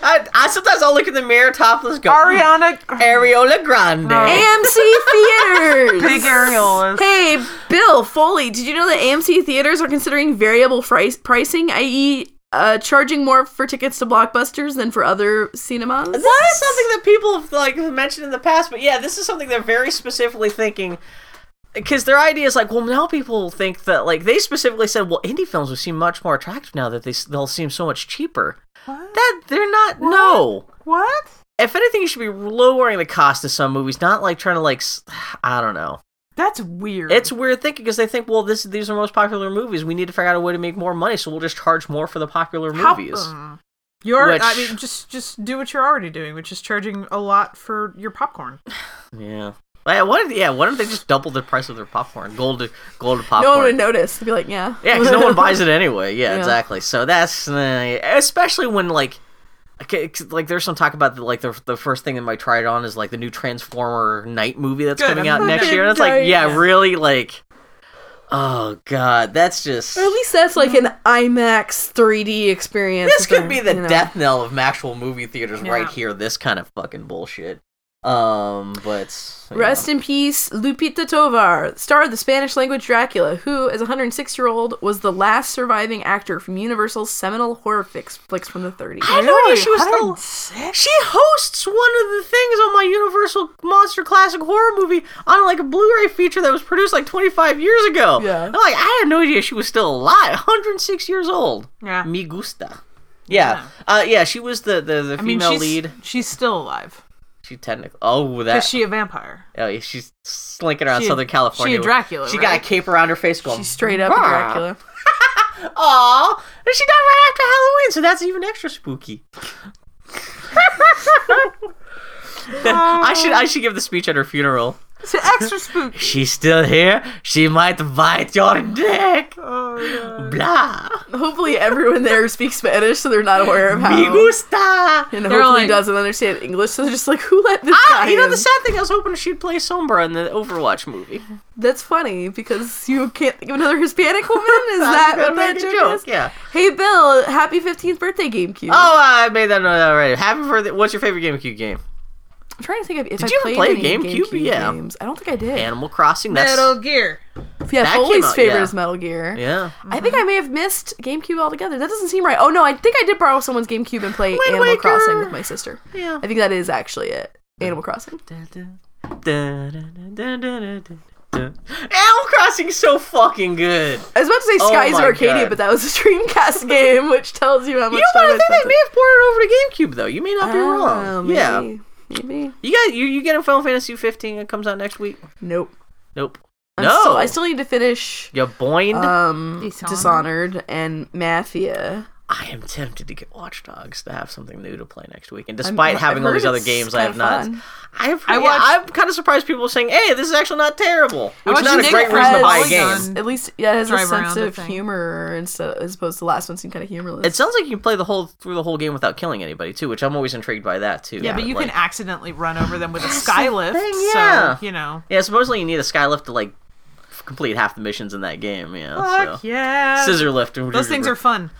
Speaker 6: I, I sometimes I'll look in the mirror topless go
Speaker 3: Ariana
Speaker 6: Ariola Grande.
Speaker 5: AMC Theaters.
Speaker 3: Big areolas.
Speaker 5: Hey, Bill Foley, did you know that AMC theaters are considering variable price- pricing, i.e., uh, charging more for tickets to blockbusters than for other cinemas?
Speaker 6: This is something that people have like mentioned in the past, but yeah, this is something they're very specifically thinking because their idea is like, well, now people think that like they specifically said, well, indie films will seem much more attractive now that they s- they'll seem so much cheaper. That they're not. No.
Speaker 3: What?
Speaker 6: if anything, you should be lowering the cost of some movies, not like trying to like s- I don't know.
Speaker 3: That's weird.
Speaker 6: It's weird thinking because they think, well, this these are most popular movies. We need to figure out a way to make more money, so we'll just charge more for the popular movies.
Speaker 3: Mm. You're. I
Speaker 6: Which-
Speaker 3: mean, just just do what you're already doing, which is charging a lot for your popcorn.
Speaker 6: Yeah. Like, what? if- Yeah. Why don't they just double the price of their popcorn? Gold, gold popcorn.
Speaker 5: No one would notice. They'd be like, yeah.
Speaker 6: Yeah, because no one buys it anyway. Yeah,
Speaker 5: Yeah.
Speaker 6: exactly. So that's uh, especially when like. okay, 'cause, Like there's some talk about the, like the, the first thing that might try it on is like the new Transformer Night movie that's
Speaker 3: Good,
Speaker 6: coming
Speaker 3: I'm
Speaker 6: out next
Speaker 5: fucking
Speaker 6: year. And it's like,
Speaker 5: dying.
Speaker 6: yeah, really, like, oh god, that's just
Speaker 5: Or at least that's like an IMAX 3D experience.
Speaker 6: this
Speaker 5: if they're,
Speaker 6: could be the
Speaker 5: you know.
Speaker 6: death knell of actual movie theaters
Speaker 3: Yeah.
Speaker 6: right here. This kind of fucking bullshit. Um, but yeah.
Speaker 5: Rest in peace, Lupita Tovar, star of the Spanish language Dracula, who, as a 106 year old, was the last surviving actor from Universal's seminal horror fix, flicks from the 30s.
Speaker 6: I know
Speaker 3: Really?
Speaker 6: she was still.
Speaker 3: 106?
Speaker 6: She hosts one of the things on my Universal Monster Classic Horror movie on like a Blu-ray feature that was produced like 25 years ago.
Speaker 5: Yeah.
Speaker 6: I'm like I had no idea she was still alive. 106 years old.
Speaker 3: Yeah.
Speaker 6: Mi gusta. Yeah. Uh, yeah. She was the the, the
Speaker 3: I mean,
Speaker 6: female
Speaker 3: she's
Speaker 6: lead.
Speaker 3: she's still alive.
Speaker 6: She technically. Oh, that.
Speaker 3: Is she a vampire?
Speaker 6: oh, yeah, she's slinking around
Speaker 3: She a-
Speaker 6: Southern California.
Speaker 3: she a Dracula,
Speaker 6: She
Speaker 3: right?
Speaker 6: got a cape around her face. Going.
Speaker 5: She's straight up a
Speaker 6: "Bah."
Speaker 5: Dracula.
Speaker 6: Aw, and she died right after Halloween, so that's even extra spooky. I should I should give the speech at her funeral.
Speaker 4: It's an extra spook.
Speaker 6: She's still here. She might bite your dick. Oh, Blah.
Speaker 5: Hopefully, everyone there speaks Spanish, so they're not aware of how.
Speaker 6: Me gusta.
Speaker 5: And
Speaker 8: They're
Speaker 5: hopefully
Speaker 8: like-
Speaker 5: doesn't understand English, so they're just like, who let this
Speaker 6: Ah,
Speaker 5: guy
Speaker 6: you know
Speaker 5: in?
Speaker 6: the sad thing. I was hoping she'd play Sombra in the Overwatch movie.
Speaker 5: That's funny because you can't think of another Hispanic woman. Is that
Speaker 6: gonna
Speaker 5: what that
Speaker 6: make a
Speaker 5: joke,
Speaker 6: joke,
Speaker 5: is?
Speaker 6: yeah.
Speaker 5: Hey, Bill, happy 15th birthday, GameCube.
Speaker 6: Oh, I made that note already. Happy birthday. What's your favorite GameCube game?
Speaker 5: I'm trying to think of if I
Speaker 6: you ever
Speaker 5: played
Speaker 6: play
Speaker 5: any
Speaker 6: GameCube? Yeah.
Speaker 5: games. I don't think I did.
Speaker 6: Animal Crossing. That's
Speaker 3: Metal Gear.
Speaker 5: yeah,
Speaker 6: that
Speaker 5: Foley's
Speaker 6: came out,
Speaker 5: favorite
Speaker 6: yeah.
Speaker 5: is Metal Gear.
Speaker 6: yeah.
Speaker 5: I
Speaker 8: Mm-hmm.
Speaker 5: think I may have missed GameCube altogether. That doesn't seem right. Oh no, I think I did borrow someone's GameCube and play Animal
Speaker 6: Waker.
Speaker 5: Crossing with my sister.
Speaker 6: Yeah.
Speaker 5: I think that is actually it. Animal Crossing.
Speaker 6: Animal Crossing's so fucking good.
Speaker 5: I was about to say
Speaker 6: Oh
Speaker 5: Skies of
Speaker 6: my
Speaker 5: Arcadia,
Speaker 6: God.
Speaker 5: but that was a Dreamcast game, which tells you how much
Speaker 6: You know
Speaker 5: time
Speaker 6: what? I
Speaker 5: I
Speaker 6: think
Speaker 5: spent
Speaker 6: they may have ported it over to GameCube though. You may not be
Speaker 5: Oh,
Speaker 6: wrong.
Speaker 5: maybe,
Speaker 6: Yeah.
Speaker 5: Maybe.
Speaker 6: You got you you getting Final Fantasy 15 that comes out next week?
Speaker 5: Nope.
Speaker 6: Nope.
Speaker 5: I'm
Speaker 6: no.
Speaker 5: Still, I still need to finish
Speaker 6: You're boined.
Speaker 5: um
Speaker 8: Dishonored.
Speaker 5: Dishonored and Mafia.
Speaker 6: I am tempted to get Watch Dogs to have something new to play next week. And despite having all
Speaker 5: heard
Speaker 6: these other
Speaker 5: it's
Speaker 6: games, I
Speaker 5: kinda
Speaker 6: have not.
Speaker 5: fun.
Speaker 6: I have. I I'm kind of surprised people are saying, "Hey, this is actually not terrible," which
Speaker 8: watched
Speaker 6: is not a
Speaker 8: Nick
Speaker 6: great reason to buy a
Speaker 8: Fred's
Speaker 6: game.
Speaker 8: Polygon.
Speaker 5: At least, yeah, it has a
Speaker 8: Drive around
Speaker 5: sense
Speaker 8: the
Speaker 5: of
Speaker 8: thing.
Speaker 5: humor instead, as opposed to the last one seemed kind of humorless.
Speaker 6: It sounds like you can play the whole through the whole game without killing anybody too, which I'm always intrigued by that too.
Speaker 4: Yeah, but you
Speaker 6: like-
Speaker 4: can accidentally run over them with a skylift.
Speaker 6: thing, yeah.
Speaker 4: So, you know.
Speaker 6: Yeah, supposedly you need a skylift to like f- complete half the missions in that game. Yeah,
Speaker 4: Fuck
Speaker 6: so.
Speaker 4: yeah.
Speaker 6: scissor lift.
Speaker 4: Those things are fun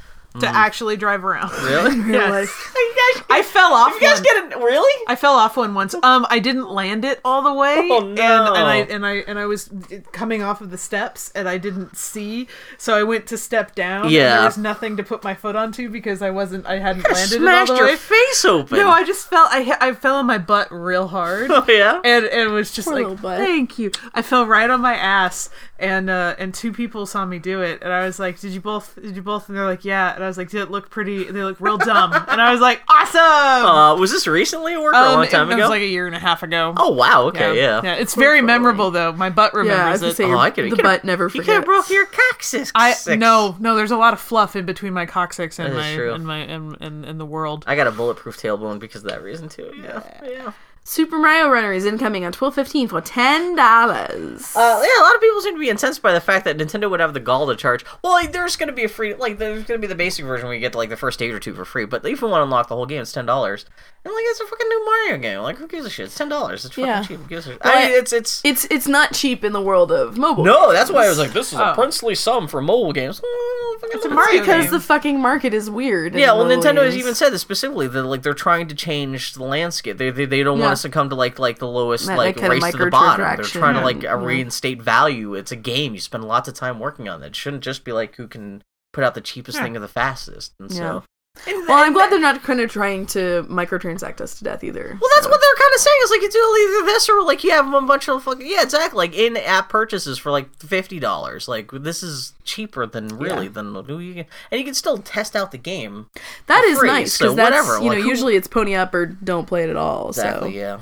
Speaker 4: to
Speaker 6: Mm.
Speaker 4: actually drive around.
Speaker 6: really.
Speaker 4: Yes.
Speaker 6: you guys,
Speaker 4: I fell off.
Speaker 6: you guys
Speaker 4: one.
Speaker 6: get it really?
Speaker 4: I fell off one once. Um, I didn't land it all the way,
Speaker 6: Oh,
Speaker 4: and, and
Speaker 6: no.
Speaker 4: I and I and I was coming off of the steps, and I didn't see, so I went to step down. and
Speaker 6: Yeah.
Speaker 4: there was nothing to put my foot onto because I wasn't. I hadn't landed it all
Speaker 6: Smashed
Speaker 4: the
Speaker 6: your
Speaker 4: way.
Speaker 6: face open.
Speaker 4: No, I just fell. I hit- I fell on my butt real hard.
Speaker 6: Oh yeah.
Speaker 4: And, and was just
Speaker 5: little
Speaker 4: like,
Speaker 5: butt.
Speaker 4: thank you. I fell right on my ass, and uh, and two people saw me do it, and I was like, did you both? Did you both? And they're like, yeah. And I was like, did it look pretty? And they look real dumb, and I was like, awesome.
Speaker 6: Uh, was this recently at work or a
Speaker 4: Um,
Speaker 6: long time
Speaker 4: it
Speaker 6: ago?
Speaker 4: was like a year and a half ago.
Speaker 6: oh wow. Okay. Yeah.
Speaker 4: it's very memorable though. My butt
Speaker 5: yeah, I was
Speaker 4: remembers
Speaker 5: gonna
Speaker 4: it.
Speaker 5: say
Speaker 6: Oh,
Speaker 5: your-
Speaker 6: I could've-
Speaker 5: the
Speaker 6: could've-
Speaker 5: butt never
Speaker 6: You could have
Speaker 5: forgets.
Speaker 6: broke your coccyx.
Speaker 4: I no, no. There's a lot of fluff in between my coccyx and
Speaker 6: That is
Speaker 4: my
Speaker 6: true.
Speaker 4: and my and, and, and the world.
Speaker 6: I got a bulletproof tailbone because of that reason too. Yeah. Yeah.
Speaker 5: Super Mario Runner is incoming on twelve fifteen for ten dollars.
Speaker 6: Uh, yeah, a lot of people seem to be incensed by the fact that Nintendo would have the gall to charge. Well, like, there's going to be a free, like, there's going to be the basic version where you get like the first stage or two for free. But if you want to unlock the whole game, it's ten dollars. And like, it's a fucking new Mario game. Like, who gives a shit? It's ten dollars. It's fucking
Speaker 5: Yeah.
Speaker 6: cheap. Who gives a shit? I mean, it's it's.
Speaker 5: it's it's not cheap in the world of mobile.
Speaker 6: No, that's why I was like, this is a princely sum for mobile games. Oh. Mm, It's a
Speaker 4: Mario
Speaker 5: because
Speaker 4: game.
Speaker 5: the fucking market is weird. in
Speaker 6: Yeah, well,
Speaker 5: mobile
Speaker 6: Nintendo has
Speaker 5: games.
Speaker 6: even said this specifically that like they're trying to change the landscape. They they, they don't
Speaker 5: Yeah.
Speaker 6: want us to come to like like the lowest
Speaker 5: That, like,
Speaker 6: like,
Speaker 5: kinda
Speaker 6: race to the bottom. They're
Speaker 5: microtransaction
Speaker 6: trying to like
Speaker 5: and-
Speaker 6: uh, reinstate value. It's a game. You spend lots of time working on it. It shouldn't just be like who can put out the cheapest thing or the fastest. And so
Speaker 5: Well, I'm glad they're not kind of trying to microtransact us to death either.
Speaker 6: Well, that's what they're kind of saying. Is like you do either this or like you have a bunch of fucking yeah, exactly. Like in-app purchases for like fifty dollars. Like this is cheaper than really than who you can, and you can still test out the game.
Speaker 5: That is
Speaker 6: free,
Speaker 5: nice
Speaker 6: so
Speaker 5: because that's
Speaker 6: whatever,
Speaker 5: you know
Speaker 6: like, who-
Speaker 5: usually it's pony up or don't play it at all.
Speaker 6: Exactly.
Speaker 5: So
Speaker 6: Yeah.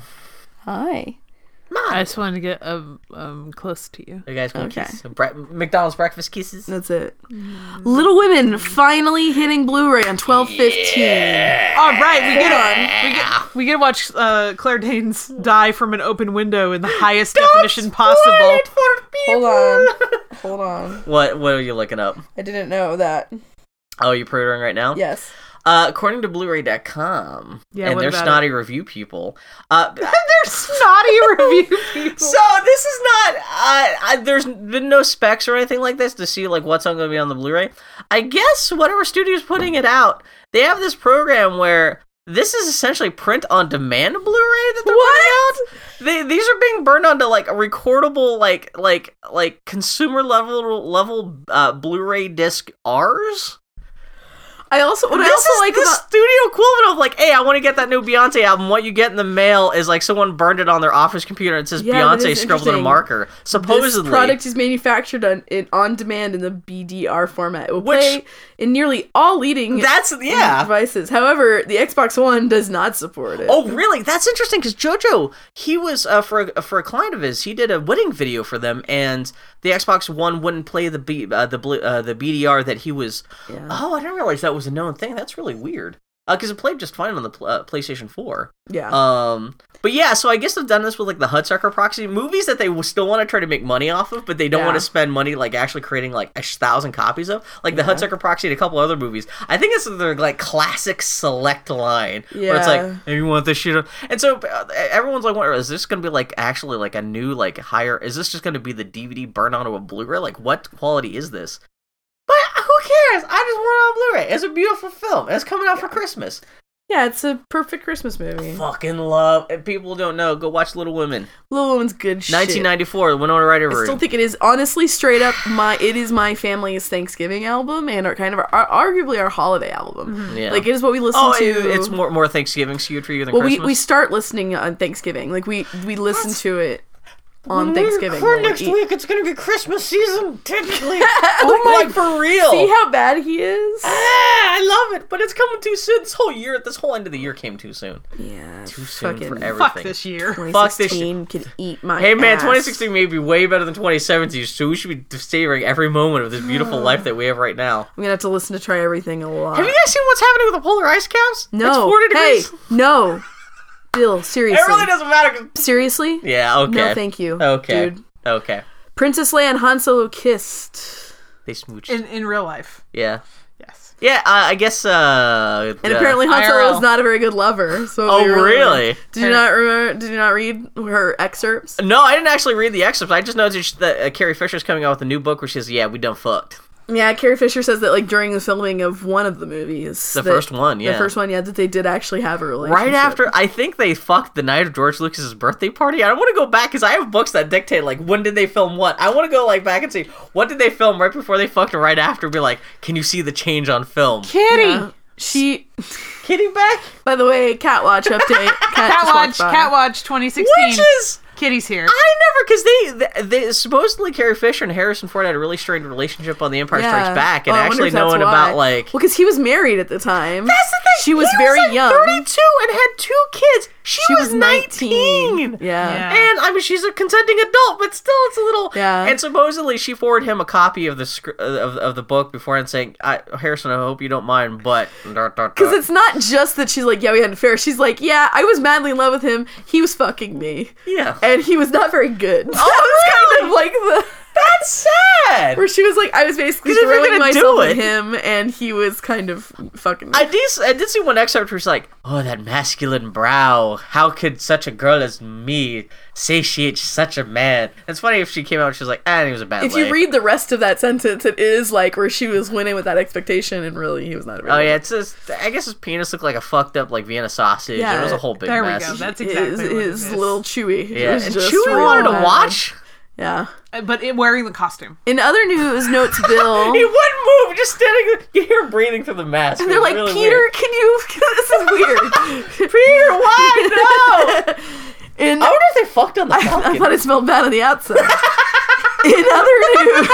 Speaker 5: hi,
Speaker 4: I just wanted to get um, um close to you.
Speaker 6: You guys want
Speaker 5: Okay.
Speaker 6: kiss? Bre- McDonald's breakfast kisses.
Speaker 5: that's it.
Speaker 6: Mm.
Speaker 5: Little Women finally hitting Blu-ray on twelve fifteen.
Speaker 4: All right, we get on. We get we get to watch uh, Claire Danes die from an open window in the highest definition possible.
Speaker 5: Hold on, hold on.
Speaker 6: What What are you looking up?
Speaker 5: I didn't know that.
Speaker 6: Oh, you're pre-ordering right now.
Speaker 5: Yes.
Speaker 6: Uh, according to Blu-ray.com,
Speaker 4: Yeah,
Speaker 6: and
Speaker 4: what
Speaker 6: they're
Speaker 4: about
Speaker 6: snotty review people. Uh,
Speaker 4: They're snotty review people.
Speaker 6: so this is not. Uh, I, there's been no specs or anything like this to see like what's going to be on the Blu-ray. I guess whatever studio's putting it out, they have this program where. This is essentially print on demand Blu-ray that they're putting out. They, these are being burned onto like a recordable, like like like consumer level level uh, Blu-ray disc R's.
Speaker 5: I also what I
Speaker 6: this
Speaker 5: also
Speaker 6: is
Speaker 5: like
Speaker 6: the
Speaker 5: about
Speaker 6: studio equivalent of like, hey, I want to get that new Beyonce album. What you get in the mail is like someone burned it on their office computer and it says
Speaker 5: Yeah, that
Speaker 6: Beyonce
Speaker 5: is
Speaker 6: scribbled in a
Speaker 5: interesting.
Speaker 6: marker. Supposedly,
Speaker 5: This product is manufactured on in, on demand in the BDR format. It will
Speaker 6: Which-
Speaker 5: play in nearly all leading
Speaker 6: that's yeah.
Speaker 5: devices. However, the Xbox One does not support it.
Speaker 6: Oh, really? That's interesting because JoJo, he was uh, for a, for a client of his, he did a wedding video for them, and the Xbox One wouldn't play the B, uh, the blue, uh, the BDR that he was. Oh, I didn't realize that was a known thing. That's really weird. because it played just fine on the pl- uh, PlayStation 4.
Speaker 5: Yeah.
Speaker 6: Um, but yeah, so I guess they've done this with like the Hudsucker Proxy movies that they will still want to try to make money off of, but they don't
Speaker 5: Yeah.
Speaker 6: want to spend money like actually creating like a thousand copies of, like the Hudsucker Proxy and a couple other movies. I think it's their like classic select line where
Speaker 5: Yeah.
Speaker 6: it's like, if you want this shit, up-" and so uh, everyone's like, what is this going to be like? Actually, like a new like higher? Is this just going to be the DVD burn onto a Blu-ray? Like, what quality is this? But who cares? I just want it on Blu-ray. It's a beautiful film. It's coming out for Christmas.
Speaker 5: Yeah, it's a perfect Christmas movie.
Speaker 6: Fucking love. If people don't know, go watch Little Women.
Speaker 5: Little Woman's good shit.
Speaker 6: 1994, the Winona Ryder
Speaker 5: I still
Speaker 6: version.
Speaker 5: think it is honestly straight up my it is my family's Thanksgiving album and our kind of our, our arguably our holiday album.
Speaker 6: Yeah.
Speaker 5: Like it is what we listen
Speaker 6: oh,
Speaker 5: to.
Speaker 6: it- it's more more Thanksgiving skewed for you than
Speaker 5: well, we,
Speaker 6: Christmas.
Speaker 5: we start listening on Thanksgiving. Like we we listen to it on Thanksgiving. when we eat.
Speaker 6: it's gonna be Christmas season. Technically, oh my, for real.
Speaker 5: See how bad he is.
Speaker 6: Ah. I love it, but it's coming too soon. This whole year, this whole end of the year came too soon.
Speaker 5: Yeah,
Speaker 6: Too soon
Speaker 5: fucking
Speaker 6: for everything.
Speaker 3: Fuck this year.
Speaker 5: 2016
Speaker 6: Fuck this
Speaker 5: can eat my.
Speaker 6: Hey man,
Speaker 5: ass.
Speaker 6: 2016 may be way better than 2017, so we should be savoring every moment of this beautiful life that we have right now.
Speaker 5: I'm gonna have to listen to try everything a lot.
Speaker 6: Have you guys seen what's happening with the polar ice caps?
Speaker 5: no.
Speaker 6: it's 40 degrees.
Speaker 5: Hey, no. Bill, seriously.
Speaker 6: it really doesn't matter. 'cause-
Speaker 5: Seriously?
Speaker 6: Yeah. Okay.
Speaker 5: No, thank you.
Speaker 6: Okay.
Speaker 5: Dude.
Speaker 6: Okay.
Speaker 5: Princess Leia and Han Solo kissed.
Speaker 6: They smooched.
Speaker 3: In in real life.
Speaker 6: yeah.
Speaker 3: Yes.
Speaker 6: Yeah, uh, I guess. Uh,
Speaker 5: And apparently Han Solo
Speaker 6: IRL.
Speaker 5: was not a very good lover. So
Speaker 6: Oh,
Speaker 5: we were-
Speaker 6: really?
Speaker 5: Did you not remember? Did you not read her excerpts?
Speaker 6: No, I didn't actually read the excerpts. I just noticed that uh, Carrie Fisher's coming out with a new book where she says, "Yeah, we done fucked."
Speaker 5: Yeah, Carrie Fisher says that like during the filming of one of the movies,
Speaker 6: The
Speaker 5: that-
Speaker 6: first one, yeah.
Speaker 5: the first one, yeah, that they did actually have a relationship.
Speaker 6: Right after, I think they fucked the night of George Lucas's birthday party. I want to go back because I have books that dictate like when did they film what. I want to go like back and see what did they film right before they fucked or right after. and Be like, can you see the change on film?
Speaker 3: Kitty.
Speaker 5: she.
Speaker 6: Kitty back
Speaker 5: By the way, Catwatch update. Cat, just
Speaker 3: Catwatch.
Speaker 5: walked by.
Speaker 3: Catwatch 2016.
Speaker 6: witches.
Speaker 3: Kitty's here.
Speaker 6: I never because they, they supposedly Carrie Fisher and Harrison Ford had a really strained relationship on The Empire Strikes Back, and
Speaker 5: Oh, I wonder
Speaker 6: actually
Speaker 5: if that's
Speaker 6: knowing
Speaker 5: why.
Speaker 6: about like
Speaker 5: well, because he was married at the time.
Speaker 6: That's the thing.
Speaker 5: She was
Speaker 6: He
Speaker 5: very
Speaker 6: like,
Speaker 5: young.
Speaker 6: 32 and had two kids. She,
Speaker 5: She
Speaker 6: was, 19.
Speaker 5: Yeah.
Speaker 3: Yeah.
Speaker 6: And I mean, she's a consenting adult, but still, it's a little.
Speaker 5: Yeah.
Speaker 6: And supposedly, she forwarded him a copy of the script of, of the book before and saying, I, "Harrison, I hope you don't mind, but."
Speaker 5: Because it's not just that she's like, yeah, we had an affair. She's like, yeah, I was madly in love with him. He was fucking me,
Speaker 6: yeah, Oh,
Speaker 5: and he was not very good. that was kind of like the
Speaker 6: that's sad.
Speaker 5: where she was like, I was basically
Speaker 6: 'Cause if you're
Speaker 5: throwing
Speaker 6: gonna do
Speaker 5: myself at
Speaker 6: it-
Speaker 5: him, and he was kind of fucking. Me.
Speaker 6: I did, I did see one excerpt where she's like, "Oh, that masculine brow! How could such a girl as me satiate such a man?" It's funny if she came out, and she was like, "Ah, he was a bad."
Speaker 5: if you
Speaker 6: leg."
Speaker 5: read the rest of that sentence, it is like where she was winning with that expectation, and really he was not. a very
Speaker 6: Oh
Speaker 5: good
Speaker 6: yeah, it's just I guess his penis looked like a fucked up like Vienna sausage.
Speaker 5: Yeah,
Speaker 6: it was a whole big
Speaker 3: there we
Speaker 6: mess.
Speaker 3: go. That's
Speaker 5: It
Speaker 3: exactly
Speaker 5: is-
Speaker 3: what it
Speaker 5: is
Speaker 3: is.
Speaker 5: a little chewy. It
Speaker 6: yeah,
Speaker 5: was
Speaker 6: and
Speaker 5: just
Speaker 6: Chewie
Speaker 5: real
Speaker 6: wanted to
Speaker 5: bad.
Speaker 6: watch.
Speaker 5: Yeah.
Speaker 3: But it, wearing the costume.
Speaker 5: In other news, notes Bill.
Speaker 6: He wouldn't move, just standing. there. You hear him breathing through the mask.
Speaker 5: They're like, Peter, can you? this is weird.
Speaker 6: Peter, why no?
Speaker 5: In,
Speaker 6: I wonder if they fucked on the
Speaker 5: I
Speaker 6: Falcon.
Speaker 5: thought it smelled bad on the outside. In other news,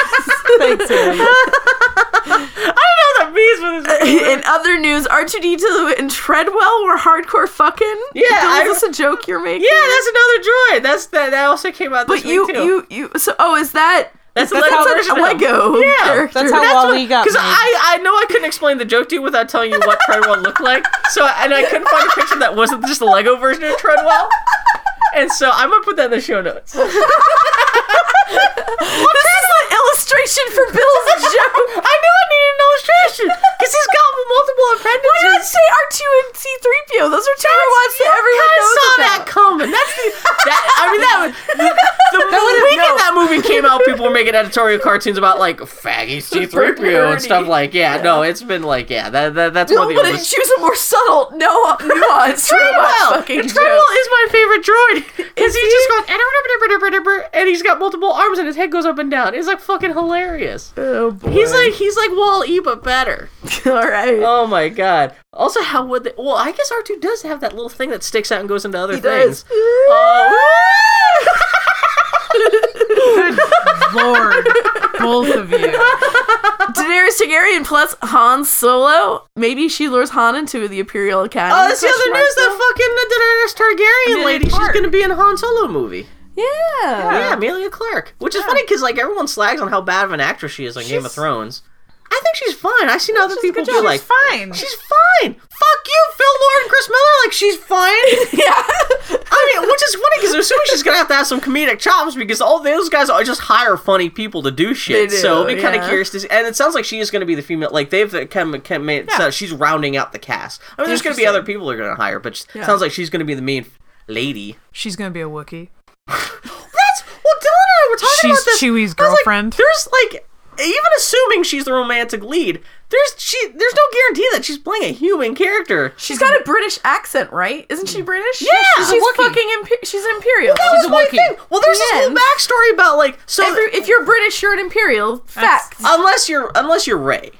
Speaker 6: I don't know what that means with his.
Speaker 5: in other news, R two D two and Treadwell were hardcore fucking.
Speaker 6: Yeah, I-
Speaker 5: Bill, is this a joke you're making?
Speaker 6: Yeah, that's another droid. That's that. That also came out. This
Speaker 5: But you,
Speaker 6: week, too.
Speaker 5: you, you. So, oh, is that?
Speaker 6: That's the
Speaker 5: that's
Speaker 6: Lego
Speaker 5: a
Speaker 6: version of him.
Speaker 5: Lego
Speaker 6: Yeah,
Speaker 5: character.
Speaker 8: that's how Wally got
Speaker 6: Because
Speaker 8: made.
Speaker 6: I, I know I couldn't explain the joke to you without telling you what Treadwell looked like. So and I couldn't find a picture that wasn't just a Lego version of Treadwell. And so I'm gonna put that in the show notes.
Speaker 5: this is the illustration for Bill's joke. I knew I needed an illustration.
Speaker 6: Because he's got multiple appendages.
Speaker 5: Why not say R two and C three PO? Those are two robots that everyone
Speaker 6: I
Speaker 5: knows
Speaker 6: saw
Speaker 5: about.
Speaker 6: that coming. That's the. That, I mean, that was the, the weekend that movie came out. People were making editorial cartoons about like faggy C three PO and stuff like. Yeah, no, it's been like yeah. That, that that's
Speaker 5: Bill
Speaker 6: one of the
Speaker 5: wanted
Speaker 6: oldest-
Speaker 5: to choose a more subtle, no nuance robot
Speaker 6: Treadwell!
Speaker 5: fucking
Speaker 6: Treadwell
Speaker 5: joke.
Speaker 6: is my favorite droid because he's just going "Eh, brr, brr, brr, brr, brr," and he's got multiple arms and his head goes up and down. It's like fucking hilarious.
Speaker 5: Oh boy.
Speaker 6: He's like he's like Wall E but better.
Speaker 5: all right.
Speaker 6: Oh my god! Also, how would they? Well, I guess R two does have that little thing that sticks out and goes into other
Speaker 5: he
Speaker 6: things.
Speaker 5: does.
Speaker 6: Uh,
Speaker 3: Good lord. Both of you.
Speaker 5: Daenerys Targaryen plus Han Solo. Maybe she lures Han into the Imperial Academy.
Speaker 6: Oh, that's the
Speaker 5: Question
Speaker 6: other
Speaker 5: mark,
Speaker 6: news.
Speaker 5: though.
Speaker 6: That fucking Daenerys Targaryen
Speaker 3: Amelia
Speaker 6: lady. She's
Speaker 3: Clarke.
Speaker 6: gonna be in a Han Solo movie.
Speaker 5: Yeah.
Speaker 6: Yeah, Amelia Clark. Which is funny because like everyone slags on how bad of an actress she is on Game of Thrones. I think she's fine. I've seen other people
Speaker 3: Good
Speaker 6: do
Speaker 3: job.
Speaker 6: like
Speaker 3: She's fine.
Speaker 6: She's fine. Fuck fuck you, Phil Lord and Chris Miller. Like she's fine.
Speaker 5: yeah.
Speaker 6: I mean, which is funny because I'm assuming she's gonna have to have some comedic chops because all those guys are just hire funny people to do shit.
Speaker 5: They do,
Speaker 6: so it'd be kind of
Speaker 5: yeah.
Speaker 6: curious to see. And it sounds like she is gonna be the female. Like they've kind of made. So she's rounding out the cast. I mean, there's gonna be
Speaker 5: Interesting.
Speaker 6: other people they're gonna hire, but it sounds like she's gonna be the main lady.
Speaker 9: She's gonna be a Wookiee.
Speaker 6: That's well, Dylan and I were talking
Speaker 9: She's
Speaker 6: about this.
Speaker 9: Chewie's
Speaker 6: I was like,
Speaker 9: girlfriend.
Speaker 6: there's like, even assuming she's the romantic lead, there's she. There's no guarantee that she's playing a human character.
Speaker 5: She's got a British accent, right? Isn't she British? Yeah, she's,
Speaker 10: she's a Wookiee.
Speaker 5: fucking impe- she's an imperial.
Speaker 6: That was
Speaker 10: a
Speaker 6: my
Speaker 10: Wookiee.
Speaker 6: thing. Well, there's this whole
Speaker 5: Yes.
Speaker 6: backstory about like so.
Speaker 5: Every- if you're British, you're an imperial. Fact.
Speaker 6: unless you're unless you're Ray.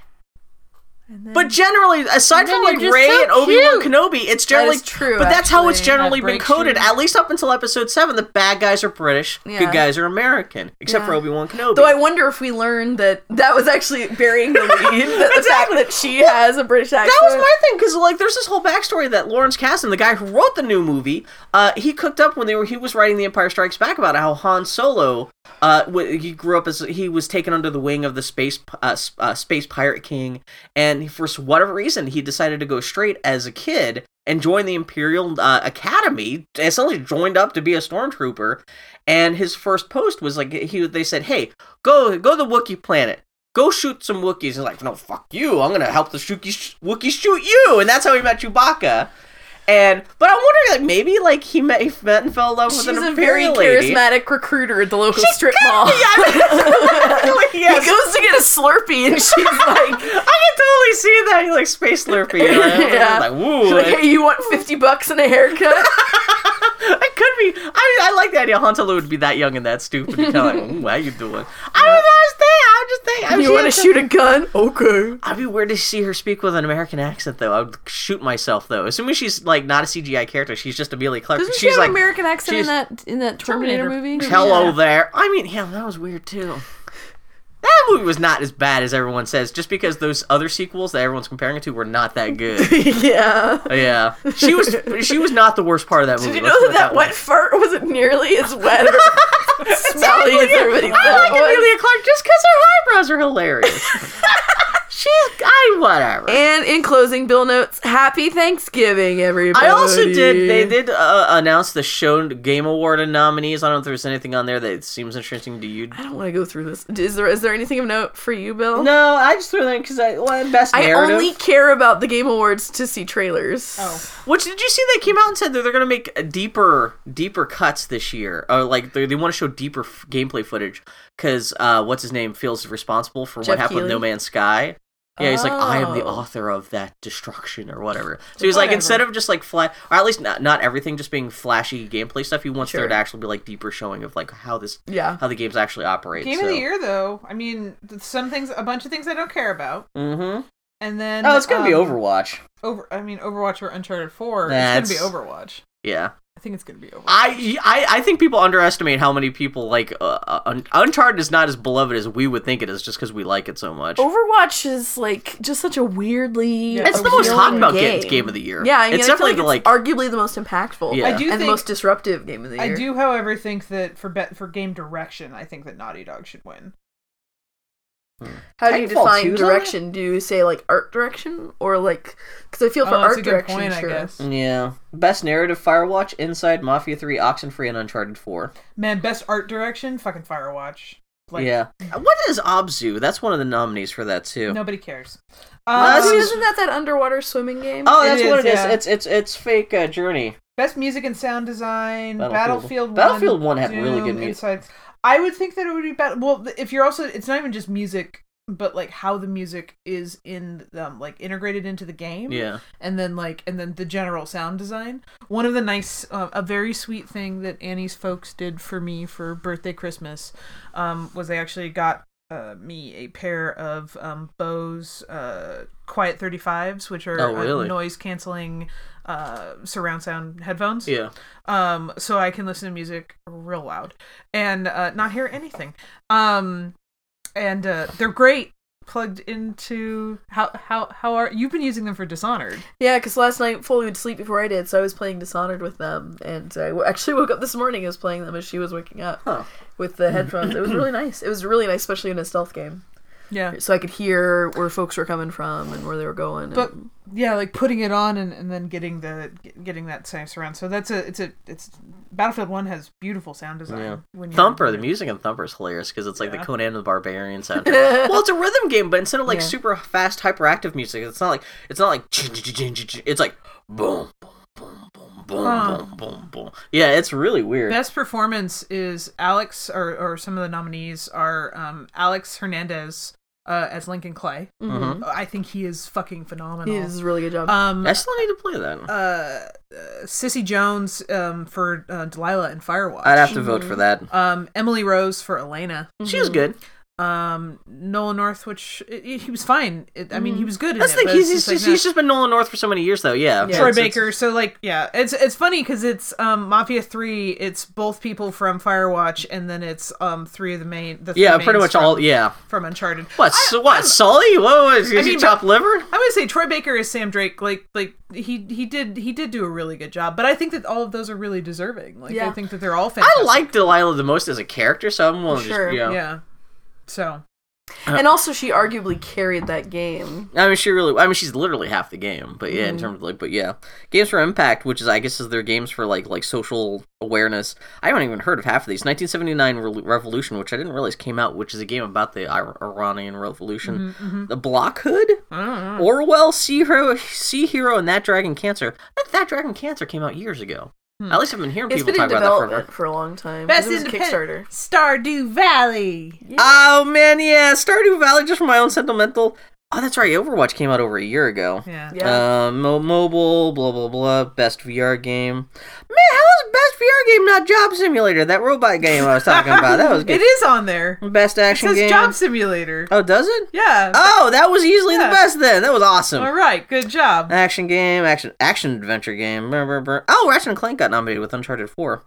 Speaker 6: But generally, aside
Speaker 10: then
Speaker 6: from like
Speaker 10: you're just
Speaker 6: Ray
Speaker 10: so
Speaker 6: and Obi Wan
Speaker 10: cute.
Speaker 6: Kenobi, it's generally
Speaker 5: is true,
Speaker 6: But that's how it's
Speaker 5: actually.
Speaker 6: generally
Speaker 10: That
Speaker 6: been
Speaker 10: breaks
Speaker 6: coded,
Speaker 10: you.
Speaker 6: at least up until episode seven. The bad guys are British,
Speaker 5: Yeah.
Speaker 6: good guys are American, except for Obi Wan Kenobi.
Speaker 5: Though I wonder if we learned that that was actually burying the lead. that the fact that she has a British accent.
Speaker 6: that was my thing because like there's this whole backstory that Lawrence Kasdan, the guy who wrote the new movie, uh, he cooked up when they were he was writing The Empire Strikes Back about how Han Solo, uh, w- he grew up as he was taken under the wing of the space p- uh, s- uh, space pirate king, and for s- whatever reason he decided to go straight as a kid and join the Imperial uh, Academy. Essentially, joined up to be a stormtrooper, and his first post was like he they said, "Hey, go go to the Wookiee planet." go shoot some Wookiees. He's like, no, fuck you. I'm gonna help the Shookie sh- Wookiees shoot you, and that's how he met Chewbacca. And but I'm wondering, like, maybe like he met, he met and fell in love with
Speaker 5: She's
Speaker 6: an
Speaker 5: a very
Speaker 6: imperial lady.
Speaker 5: charismatic recruiter at the local strip mall.
Speaker 6: Yeah, I mean, yes.
Speaker 5: He goes to get a Slurpee, and she's like,
Speaker 6: I can totally see that. He's like space slurpee. You know?
Speaker 5: Yeah.
Speaker 6: Like, woo.
Speaker 5: she's like, "Hey, you want fifty bucks and a haircut?"
Speaker 6: It could be. I mean, I like the idea. Han Solo would be that young and that stupid. Kind of like, ooh, how you doing? I don't know. I was thinking. I was just thinking. I was
Speaker 5: you want to
Speaker 6: just-
Speaker 5: shoot a gun?
Speaker 6: Oh,
Speaker 5: Okay.
Speaker 6: I'd be weird to see her speak with an American accent, though. I would shoot myself, though. Assuming she's like not a CGI character, she's just Amelia Clark.
Speaker 5: Doesn't
Speaker 6: she's
Speaker 5: she have
Speaker 6: like
Speaker 5: an American accent in
Speaker 6: she's-
Speaker 5: that in that Terminator, movie?
Speaker 6: Hello there. I mean, yeah, that was weird too. That movie was not as bad as everyone says, just because those other sequels that everyone's comparing it to were not that good. Oh,
Speaker 5: yeah.
Speaker 6: yeah, she was she was not the worst part of that movie.
Speaker 5: Did you
Speaker 6: Let's
Speaker 5: know
Speaker 6: put it
Speaker 5: that that
Speaker 6: way.
Speaker 5: wet fart wasn't nearly as wet or smelly as everybody
Speaker 6: I like
Speaker 5: thought it was?
Speaker 6: Amelia Clark just because her eyebrows are hilarious. She's I whatever.
Speaker 5: And in closing, Bill notes, Happy Thanksgiving, everybody.
Speaker 6: I also did. They did uh, announce the show Game Award and nominees. I don't know if there's anything on there that seems interesting to you.
Speaker 5: I don't want to go through this. Is there is there anything of note for you, Bill?
Speaker 6: No, I just threw that because I well, best
Speaker 5: I
Speaker 6: narrative.
Speaker 5: only care about the Game Awards to see trailers.
Speaker 10: Oh.
Speaker 6: Which did you see? They came out and said that they're going to make uh, deeper, deeper cuts this year. Or like they, they want to show deeper f- gameplay footage because uh, what's his name feels responsible for what
Speaker 5: Jeff
Speaker 6: happened with No
Speaker 5: Keighley?
Speaker 6: Man's Sky. Yeah, he's like, I am the
Speaker 5: Oh.
Speaker 6: author of that destruction or whatever. So he's like, instead of just like flash, or at least not, not everything just being flashy gameplay stuff, he wants there
Speaker 5: Sure.
Speaker 6: to actually be like deeper showing of like how this,
Speaker 5: Yeah.
Speaker 6: how the games actually operate.
Speaker 4: Game of the year, though. I mean, th- some things, a bunch of things I don't care about,
Speaker 6: Mm-hmm.
Speaker 4: and then
Speaker 6: Oh, it's gonna be
Speaker 4: um,
Speaker 6: Overwatch.
Speaker 4: Over, I mean, Overwatch or Uncharted Four. It's
Speaker 6: That's-
Speaker 4: gonna be Overwatch.
Speaker 6: Yeah.
Speaker 4: I think it's gonna be Overwatch.
Speaker 6: I, I I think people underestimate how many people like uh, uh, Un- Uncharted is not as beloved as we would think it is just because we like it so much.
Speaker 4: Oh.
Speaker 5: Overwatch is like just such a weirdly
Speaker 4: Yeah.
Speaker 6: it's the most hot
Speaker 5: appealing
Speaker 6: about
Speaker 5: game.
Speaker 6: game. game of the year.
Speaker 5: Yeah, I mean,
Speaker 6: it's
Speaker 5: I feel
Speaker 6: definitely
Speaker 5: like,
Speaker 6: like,
Speaker 5: it's arguably the most impactful.
Speaker 6: Yeah.
Speaker 4: I do
Speaker 5: and the
Speaker 4: think
Speaker 5: most disruptive game of the
Speaker 4: I
Speaker 5: year.
Speaker 4: do, however, think that for bet for game direction, I think that Naughty Dog should win.
Speaker 5: How do you
Speaker 6: Titanfall
Speaker 5: define
Speaker 6: 2's on
Speaker 5: direction? Do you say like art direction or like? Because I feel for
Speaker 4: Oh, that's
Speaker 5: art
Speaker 4: a good
Speaker 5: direction,
Speaker 4: point, I
Speaker 5: sure.
Speaker 4: guess.
Speaker 6: Mm. yeah. Best narrative: Firewatch, Inside, Mafia Three, Oxenfree, and Uncharted Four.
Speaker 4: Man, best art direction, fucking Firewatch. Like,
Speaker 6: yeah. What is Obzu? That's one of the nominees for that too.
Speaker 4: Nobody cares.
Speaker 6: No,
Speaker 5: But
Speaker 6: this
Speaker 4: Um,
Speaker 6: is-
Speaker 5: isn't that that underwater swimming game?
Speaker 6: Oh,
Speaker 4: It
Speaker 6: that's
Speaker 4: is,
Speaker 6: what it is.
Speaker 4: yeah.
Speaker 6: It's it's it's fake uh, Journey.
Speaker 4: best music and sound design.
Speaker 6: Battlefield.
Speaker 4: Battlefield.
Speaker 6: Battlefield 1 had really good
Speaker 4: Doom,
Speaker 6: mu-
Speaker 4: Inside- I would think that it would be better. Well, th- if you're also, it's not even just music, but like how the music is in, um, like integrated into the game.
Speaker 6: Yeah.
Speaker 4: and then like and then the general sound design one of the nice uh, a very sweet thing that annie's folks did for me for birthday christmas um, was they actually got uh, me a pair of um, bose uh, quiet 35s which are
Speaker 6: Oh, really?
Speaker 4: uh, noise canceling uh, surround sound headphones
Speaker 6: Yeah.
Speaker 4: um, so I can listen to music real loud and uh, not hear anything. Um, and uh, they're great plugged into how how how are you've been using them for Dishonored?
Speaker 5: Yeah, because last night Foley would sleep before I did, so I was playing Dishonored with them, and I w- actually woke up this morning. I was playing them as she was waking up
Speaker 6: Huh.
Speaker 5: with the headphones. It was really nice. It was really nice, especially in a stealth game.
Speaker 4: Yeah.
Speaker 5: so I could hear where folks were coming from and where they were going. and-
Speaker 4: But yeah, like putting it on and, and then getting the getting that same surround. So that's a it's a it's Battlefield One has beautiful sound design.
Speaker 6: Yeah.
Speaker 4: When you're-
Speaker 6: Thumper, the music in Thumper is hilarious because it's like the Conan the Barbarian sound. well, it's a rhythm game, but instead of like super fast hyperactive music, it's not like it's not like chin, chin, chin, chin, chin. it's like boom, boom, boom, boom, boom,
Speaker 4: Huh.
Speaker 6: boom, boom, boom. Yeah, it's really weird.
Speaker 4: Best performance is Alex, or, or some of the nominees are um, Alex Hernandez uh, as Lincoln Clay.
Speaker 6: Mhm.
Speaker 4: I think he is fucking phenomenal.
Speaker 5: he does a really good job.
Speaker 4: Um,
Speaker 6: I still need to play that.
Speaker 4: uh, Sissy Jones um, for uh, Delilah and Firewatch.
Speaker 6: I'd have to vote for that.
Speaker 4: um, Emily Rose for Elena.
Speaker 6: She was good.
Speaker 4: Um, Nolan North, which i i- he was fine. It, I mean, he was good. in
Speaker 6: That's
Speaker 4: it,
Speaker 6: the thing.
Speaker 4: but it's
Speaker 6: He's, he's,
Speaker 4: just like,
Speaker 6: just,
Speaker 4: nah.
Speaker 6: he's just been Nolan North for so many years, though. Yeah.
Speaker 5: Yeah.
Speaker 4: Troy
Speaker 6: It's- it's-
Speaker 4: Baker. so like, yeah, it's it's funny because it's um, Mafia Three. It's both people from Firewatch, and then it's um, three of the main. The
Speaker 6: Yeah,
Speaker 4: three
Speaker 6: pretty
Speaker 4: mains
Speaker 6: much all.
Speaker 4: from-
Speaker 6: Yeah.
Speaker 4: from Uncharted.
Speaker 6: What? so, what? Sully? Whoa, is, is he
Speaker 4: mean,
Speaker 6: chopped liver?
Speaker 4: I would say Troy Baker is Sam Drake. Like, like he he did he did do a really good job, but I think that all of those are really deserving. Like, I
Speaker 5: Yeah.
Speaker 4: think that they're all fantastic.
Speaker 6: I like Delilah the most as a character, so I'm willing
Speaker 5: Sure.
Speaker 6: to just, yeah.
Speaker 4: yeah. So
Speaker 5: and also, she arguably carried that game.
Speaker 6: I mean, she really. I mean, she's literally half the game. But
Speaker 5: Mm-hmm.
Speaker 6: yeah, in terms of like, but yeah, games for impact, which is I guess is their games for like like social awareness. I haven't even heard of half of these. 1979 Re- Revolution, which I didn't realize came out, which is a game about the Ir- Iranian Revolution.
Speaker 5: Mm-hmm,
Speaker 6: The Block Hood, Orwell, Sea Hero, Sea Hero, and That Dragon Cancer. That, that Dragon Cancer came out years ago. At least I've been hearing
Speaker 5: Hmm. It's
Speaker 6: people
Speaker 5: been in
Speaker 6: talk about that
Speaker 5: development
Speaker 6: forever.
Speaker 5: for a long time.
Speaker 4: best
Speaker 5: it was a Kickstarter.
Speaker 4: independent Stardew Valley.
Speaker 6: Oh man, yeah, Stardew Valley. Just for my own sentimental. Oh, that's right. Overwatch came out over a year ago.
Speaker 4: Yeah.
Speaker 5: Yeah.
Speaker 6: Uh, mo- mobile, blah blah blah. Best VR game. Man, how is best VR game not Job Simulator? That robot game I was talking about. That was good.
Speaker 4: It is on there.
Speaker 6: Best
Speaker 4: It
Speaker 6: action
Speaker 4: says
Speaker 6: game.
Speaker 4: Job Simulator.
Speaker 6: oh, does it?
Speaker 4: Yeah.
Speaker 6: Oh, that was easily
Speaker 4: Yeah.
Speaker 6: the best then. That was awesome.
Speaker 4: all right. Good job.
Speaker 6: Action game, action action adventure game. Brr, brr, brr. Oh, Ratchet and Clank got nominated with Uncharted Four,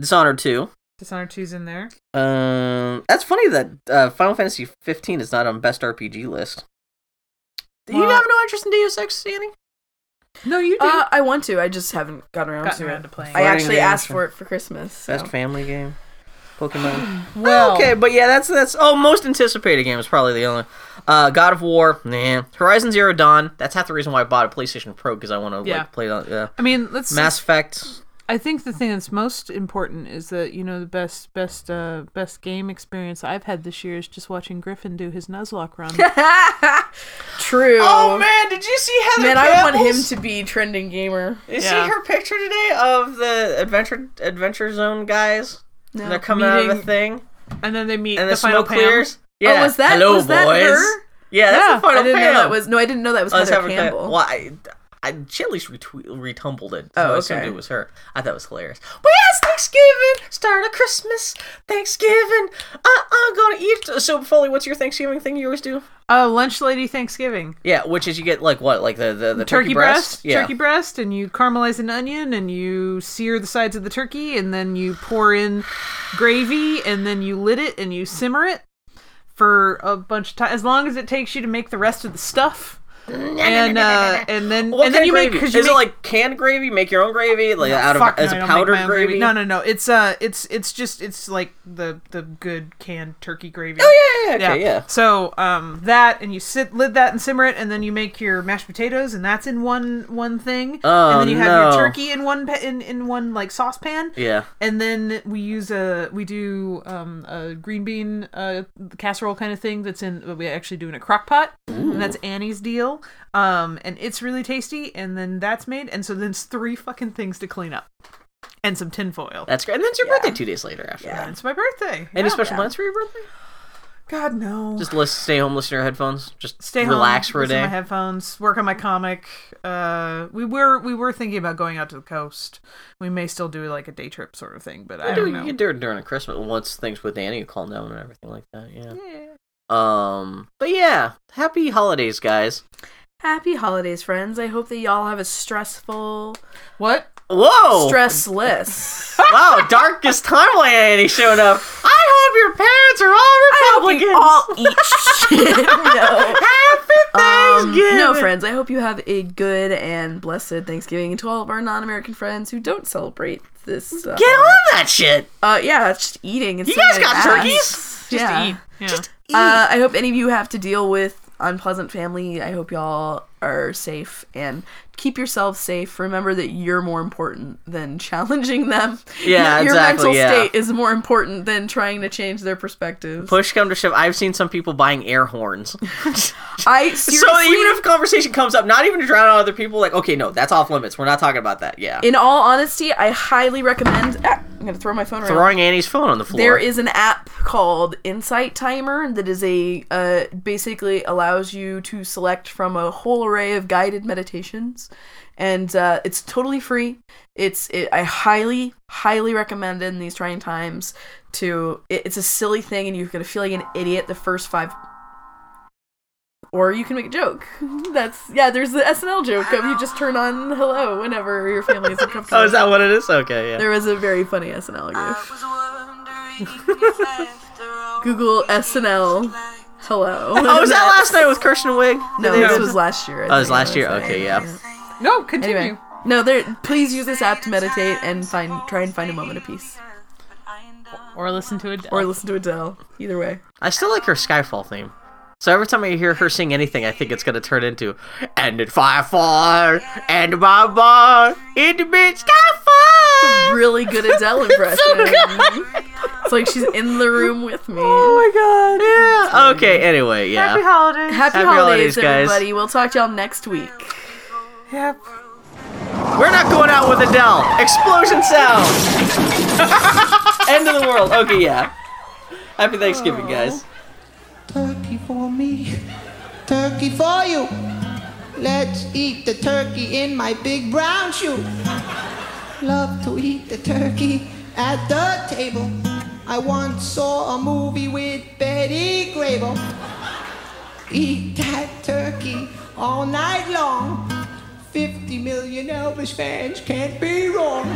Speaker 6: Dishonored Two.
Speaker 4: Dishonored 2's in there.
Speaker 6: Um, that's funny that uh, Final Fantasy 15 is not on best RPG list. Do you
Speaker 4: Well-
Speaker 6: have no interest in Deus Ex, Sandy?
Speaker 4: No, you do.
Speaker 5: Uh, I want to. I just haven't gotten around
Speaker 4: Gotten
Speaker 5: to
Speaker 4: around
Speaker 5: it.
Speaker 4: to playing.
Speaker 5: I
Speaker 6: Flirting
Speaker 5: actually
Speaker 6: games
Speaker 5: asked
Speaker 6: for-
Speaker 5: for it for Christmas. so-
Speaker 6: Best family game, Pokemon. Oh,
Speaker 4: well,
Speaker 6: okay, but yeah, that's that's oh, most anticipated game is probably the only. Uh, God of War, nah. Horizon Zero Dawn. That's half the reason why I bought a PlayStation Pro because I want to
Speaker 4: Yeah.
Speaker 6: like play it on. Yeah.
Speaker 4: I mean, let's.
Speaker 6: Mass Effect.
Speaker 4: I think the thing that's most important is that you know the best best uh best game experience I've had this year is just watching Griffin do his Nuzlocke run.
Speaker 5: True.
Speaker 6: oh, man, did you see Heather?
Speaker 5: Man, Oh, I want him to be trending gamer.
Speaker 6: You
Speaker 4: Yeah.
Speaker 6: see her picture today of the Adventure Adventure Zone guys.
Speaker 5: No.
Speaker 6: They're coming out of a
Speaker 4: meeting-
Speaker 6: thing.
Speaker 4: and then they meet
Speaker 6: and
Speaker 4: the,
Speaker 6: the,
Speaker 4: final
Speaker 6: smoke clears.
Speaker 5: Oh, was that-
Speaker 6: Hello,
Speaker 5: was that
Speaker 6: boys.
Speaker 5: her?
Speaker 6: Yeah, that's
Speaker 4: Yeah,
Speaker 6: the final
Speaker 5: I didn't
Speaker 6: panel.
Speaker 5: know that was. No, I didn't know that was
Speaker 6: Oh, it's
Speaker 5: Heather
Speaker 6: Heather Cam-
Speaker 5: Campbell.
Speaker 6: Well, I, I, she at least retweet, retumbled it. So
Speaker 5: Oh,
Speaker 6: I assumed
Speaker 5: okay.
Speaker 6: it was her. I thought it was hilarious. Well, yes, Thanksgiving, start of Christmas, Thanksgiving. I, I'm gonna eat. So, Foley, what's your Thanksgiving thing you always do?
Speaker 4: uh, lunch lady Thanksgiving
Speaker 6: Yeah, which is you get like what, like the the, the turkey,
Speaker 4: turkey breast,
Speaker 6: Yeah.
Speaker 4: turkey breast, and you caramelize an onion and you sear the sides of the turkey and then you pour in gravy and then you lid it and you simmer it for a bunch of time as long as it takes you to make the rest of the stuff. And uh, and then
Speaker 6: What
Speaker 4: and
Speaker 6: kind
Speaker 4: then you
Speaker 6: of
Speaker 4: make
Speaker 6: gravy?
Speaker 4: because you
Speaker 6: is
Speaker 4: make
Speaker 6: it like canned gravy? Make your own gravy, like out of
Speaker 4: Fuck
Speaker 6: as
Speaker 4: no, I don't
Speaker 6: a
Speaker 4: make
Speaker 6: powdered
Speaker 4: my own
Speaker 6: gravy?
Speaker 4: No, no, no. It's uh, it's it's just it's like the the good canned turkey gravy.
Speaker 6: Oh yeah, yeah, yeah, okay, yeah.
Speaker 4: So um, that and you sit lid that and simmer it, and then you make your mashed potatoes, and that's in one one thing.
Speaker 6: Oh,
Speaker 4: and then you have
Speaker 6: no.
Speaker 4: your turkey in one pa- in in one like saucepan.
Speaker 6: Yeah.
Speaker 4: And then we use a we do um, a green bean uh, casserole kind of thing that's in we actually do in a crock pot. And that's Annie's deal. Um, and it's really tasty. And then that's made. And so then it's three fucking things to clean up, and some tinfoil.
Speaker 6: That's great. And then it's your birthday two days later after that.
Speaker 4: And it's my birthday.
Speaker 6: Uh, Any
Speaker 4: Yeah.
Speaker 6: special plans for your birthday?
Speaker 4: God no.
Speaker 6: Just listen, stay home, listen to your headphones. Just
Speaker 4: stay home,
Speaker 6: relax for a
Speaker 4: listen to
Speaker 6: day.
Speaker 4: My headphones, work on my comic. Uh, we were we were thinking about going out to the coast. We may still do like a day trip sort of thing, but I
Speaker 6: do,
Speaker 4: don't
Speaker 6: you
Speaker 4: know.
Speaker 6: can do it during Christmas. Once things with Annie calm down and everything like that. Yeah. Um. But yeah, happy holidays, guys.
Speaker 5: Happy holidays, friends. I hope that y'all have a stressful,
Speaker 4: What?
Speaker 6: Whoa!
Speaker 5: stressless.
Speaker 6: wow, darkest timeline Annie showed up. I hope your parents are all
Speaker 5: I hope
Speaker 6: Republicans.
Speaker 5: you all eat shit. No.
Speaker 6: Happy
Speaker 3: Thanksgiving.
Speaker 5: Um, No, friends, I hope you have a good and blessed Thanksgiving. And to all of our non American friends who don't celebrate this. Uh,
Speaker 6: Get on that shit.
Speaker 5: Uh, yeah, it's just eating. And
Speaker 6: You
Speaker 5: stuff
Speaker 6: guys
Speaker 5: like
Speaker 6: got
Speaker 5: that.
Speaker 6: turkeys?
Speaker 5: Just
Speaker 8: Just
Speaker 5: yeah.
Speaker 8: to eat. Yeah.
Speaker 5: Uh, I hope any of you have to deal with unpleasant family. I hope y'all are safe and keep yourselves safe. Remember that you're more important than challenging them.
Speaker 6: Yeah,
Speaker 5: That your
Speaker 6: exactly,
Speaker 5: mental
Speaker 6: yeah.
Speaker 5: state is more important than trying to change their perspective.
Speaker 6: Push come to shove, I've seen some people buying air horns.
Speaker 5: I
Speaker 6: so
Speaker 5: seriously,
Speaker 6: even if conversation comes up, not even to drown out other people, like okay, no, that's off limits. We're not talking about that. Yeah,
Speaker 5: in all honesty, I highly recommend. Ah, I'm gonna throw my phone around.
Speaker 6: throwing Annie's phone on the floor.
Speaker 5: There is an app called Insight Timer that is a uh, basically allows you to select from a whole array of guided meditations, and uh, it's totally free. It's it, I highly highly recommend in these trying times. To it, it's a silly thing, and you're gonna feel like an idiot the first five. Or you can make a joke. That's yeah. There's the SNL joke of you just turn on hello whenever your family is uncomfortable.
Speaker 6: oh, is that what it is? Okay, yeah.
Speaker 5: There was a very funny SNL gif. Google SNL. Hello.
Speaker 6: Oh, was that last night with Kirsten Wig?
Speaker 5: No, this was last year. I
Speaker 6: Oh, it was
Speaker 5: think,
Speaker 6: last year.
Speaker 5: honestly.
Speaker 6: Okay, yeah.
Speaker 3: No, continue.
Speaker 5: Anyway, no, there. Please use this app to meditate and find, try and find a moment of peace,
Speaker 8: Or listen to it.
Speaker 5: or listen to Adele. Either way.
Speaker 6: I still like her Skyfall theme. So every time I hear her sing anything, I think it's gonna turn into "And at Firefall, and my bar, in the bitch Skyfall."
Speaker 5: Really good Adele impression. It's like she's in the room with me.
Speaker 6: Oh my Oh god! Yeah. Okay. Anyway,
Speaker 3: Happy
Speaker 6: yeah.
Speaker 3: holidays.
Speaker 5: Happy,
Speaker 6: Happy
Speaker 5: holidays,
Speaker 6: holidays, guys.
Speaker 5: everybody. We'll talk to y'all next week.
Speaker 3: Yep.
Speaker 6: We're not going out with Adele. Explosion sound. End of the world. Okay, yeah. Happy Thanksgiving, guys.
Speaker 11: Turkey for me, turkey for you. Let's eat the turkey in my big brown shoe. Love to eat the turkey at the table. I once saw a movie with Betty Grable. Eat that turkey all night long. 50 million Elvis fans can't be wrong.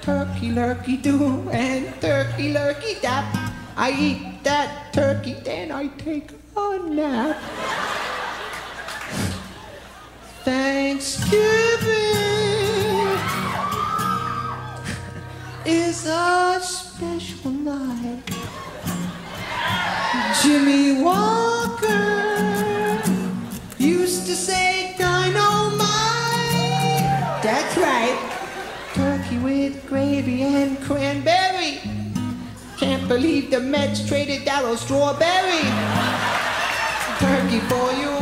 Speaker 11: Turkey lurkey do and turkey lurkey dap. I eat that turkey, then I take a nap. Thanksgiving is a special night. Jimmy Walker used to say dynamite. That's right. Turkey with gravy and cranberry. Can't believe the Mets traded Dallow Strawberry. Turkey for you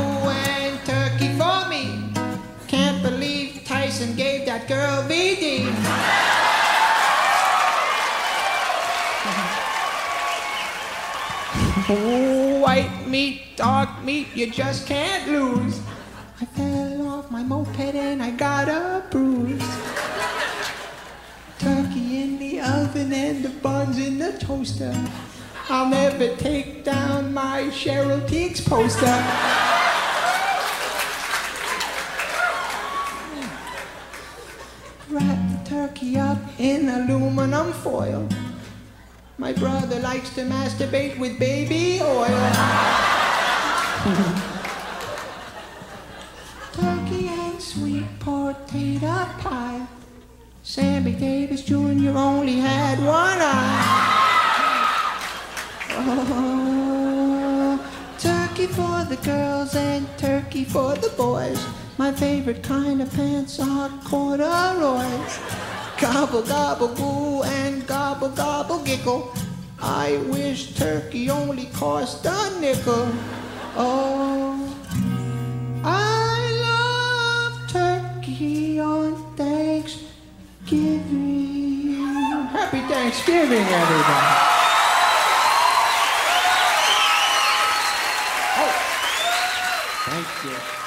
Speaker 11: and turkey for me. Can't believe Tyson gave that girl BD. Ooh, white meat, dark meat, you just can't lose. I fell off my moped and I got a bruise turkey in the oven and the buns in the toaster. I'll never take down my Cheryl Teague's poster. Wrap the turkey up in aluminum foil. My brother likes to masturbate with baby oil. turkey and sweet potato pie. Sammy Davis Jr. only had one eye. Oh, turkey for the girls and turkey for the boys. My favorite kind of pants are corduroys. Gobble, gobble, goo, and gobble, gobble, giggle. I wish turkey only cost a nickel. Oh. I love turkey on Thanksgiving. Happy Thanksgiving, everybody. Oh, thank you.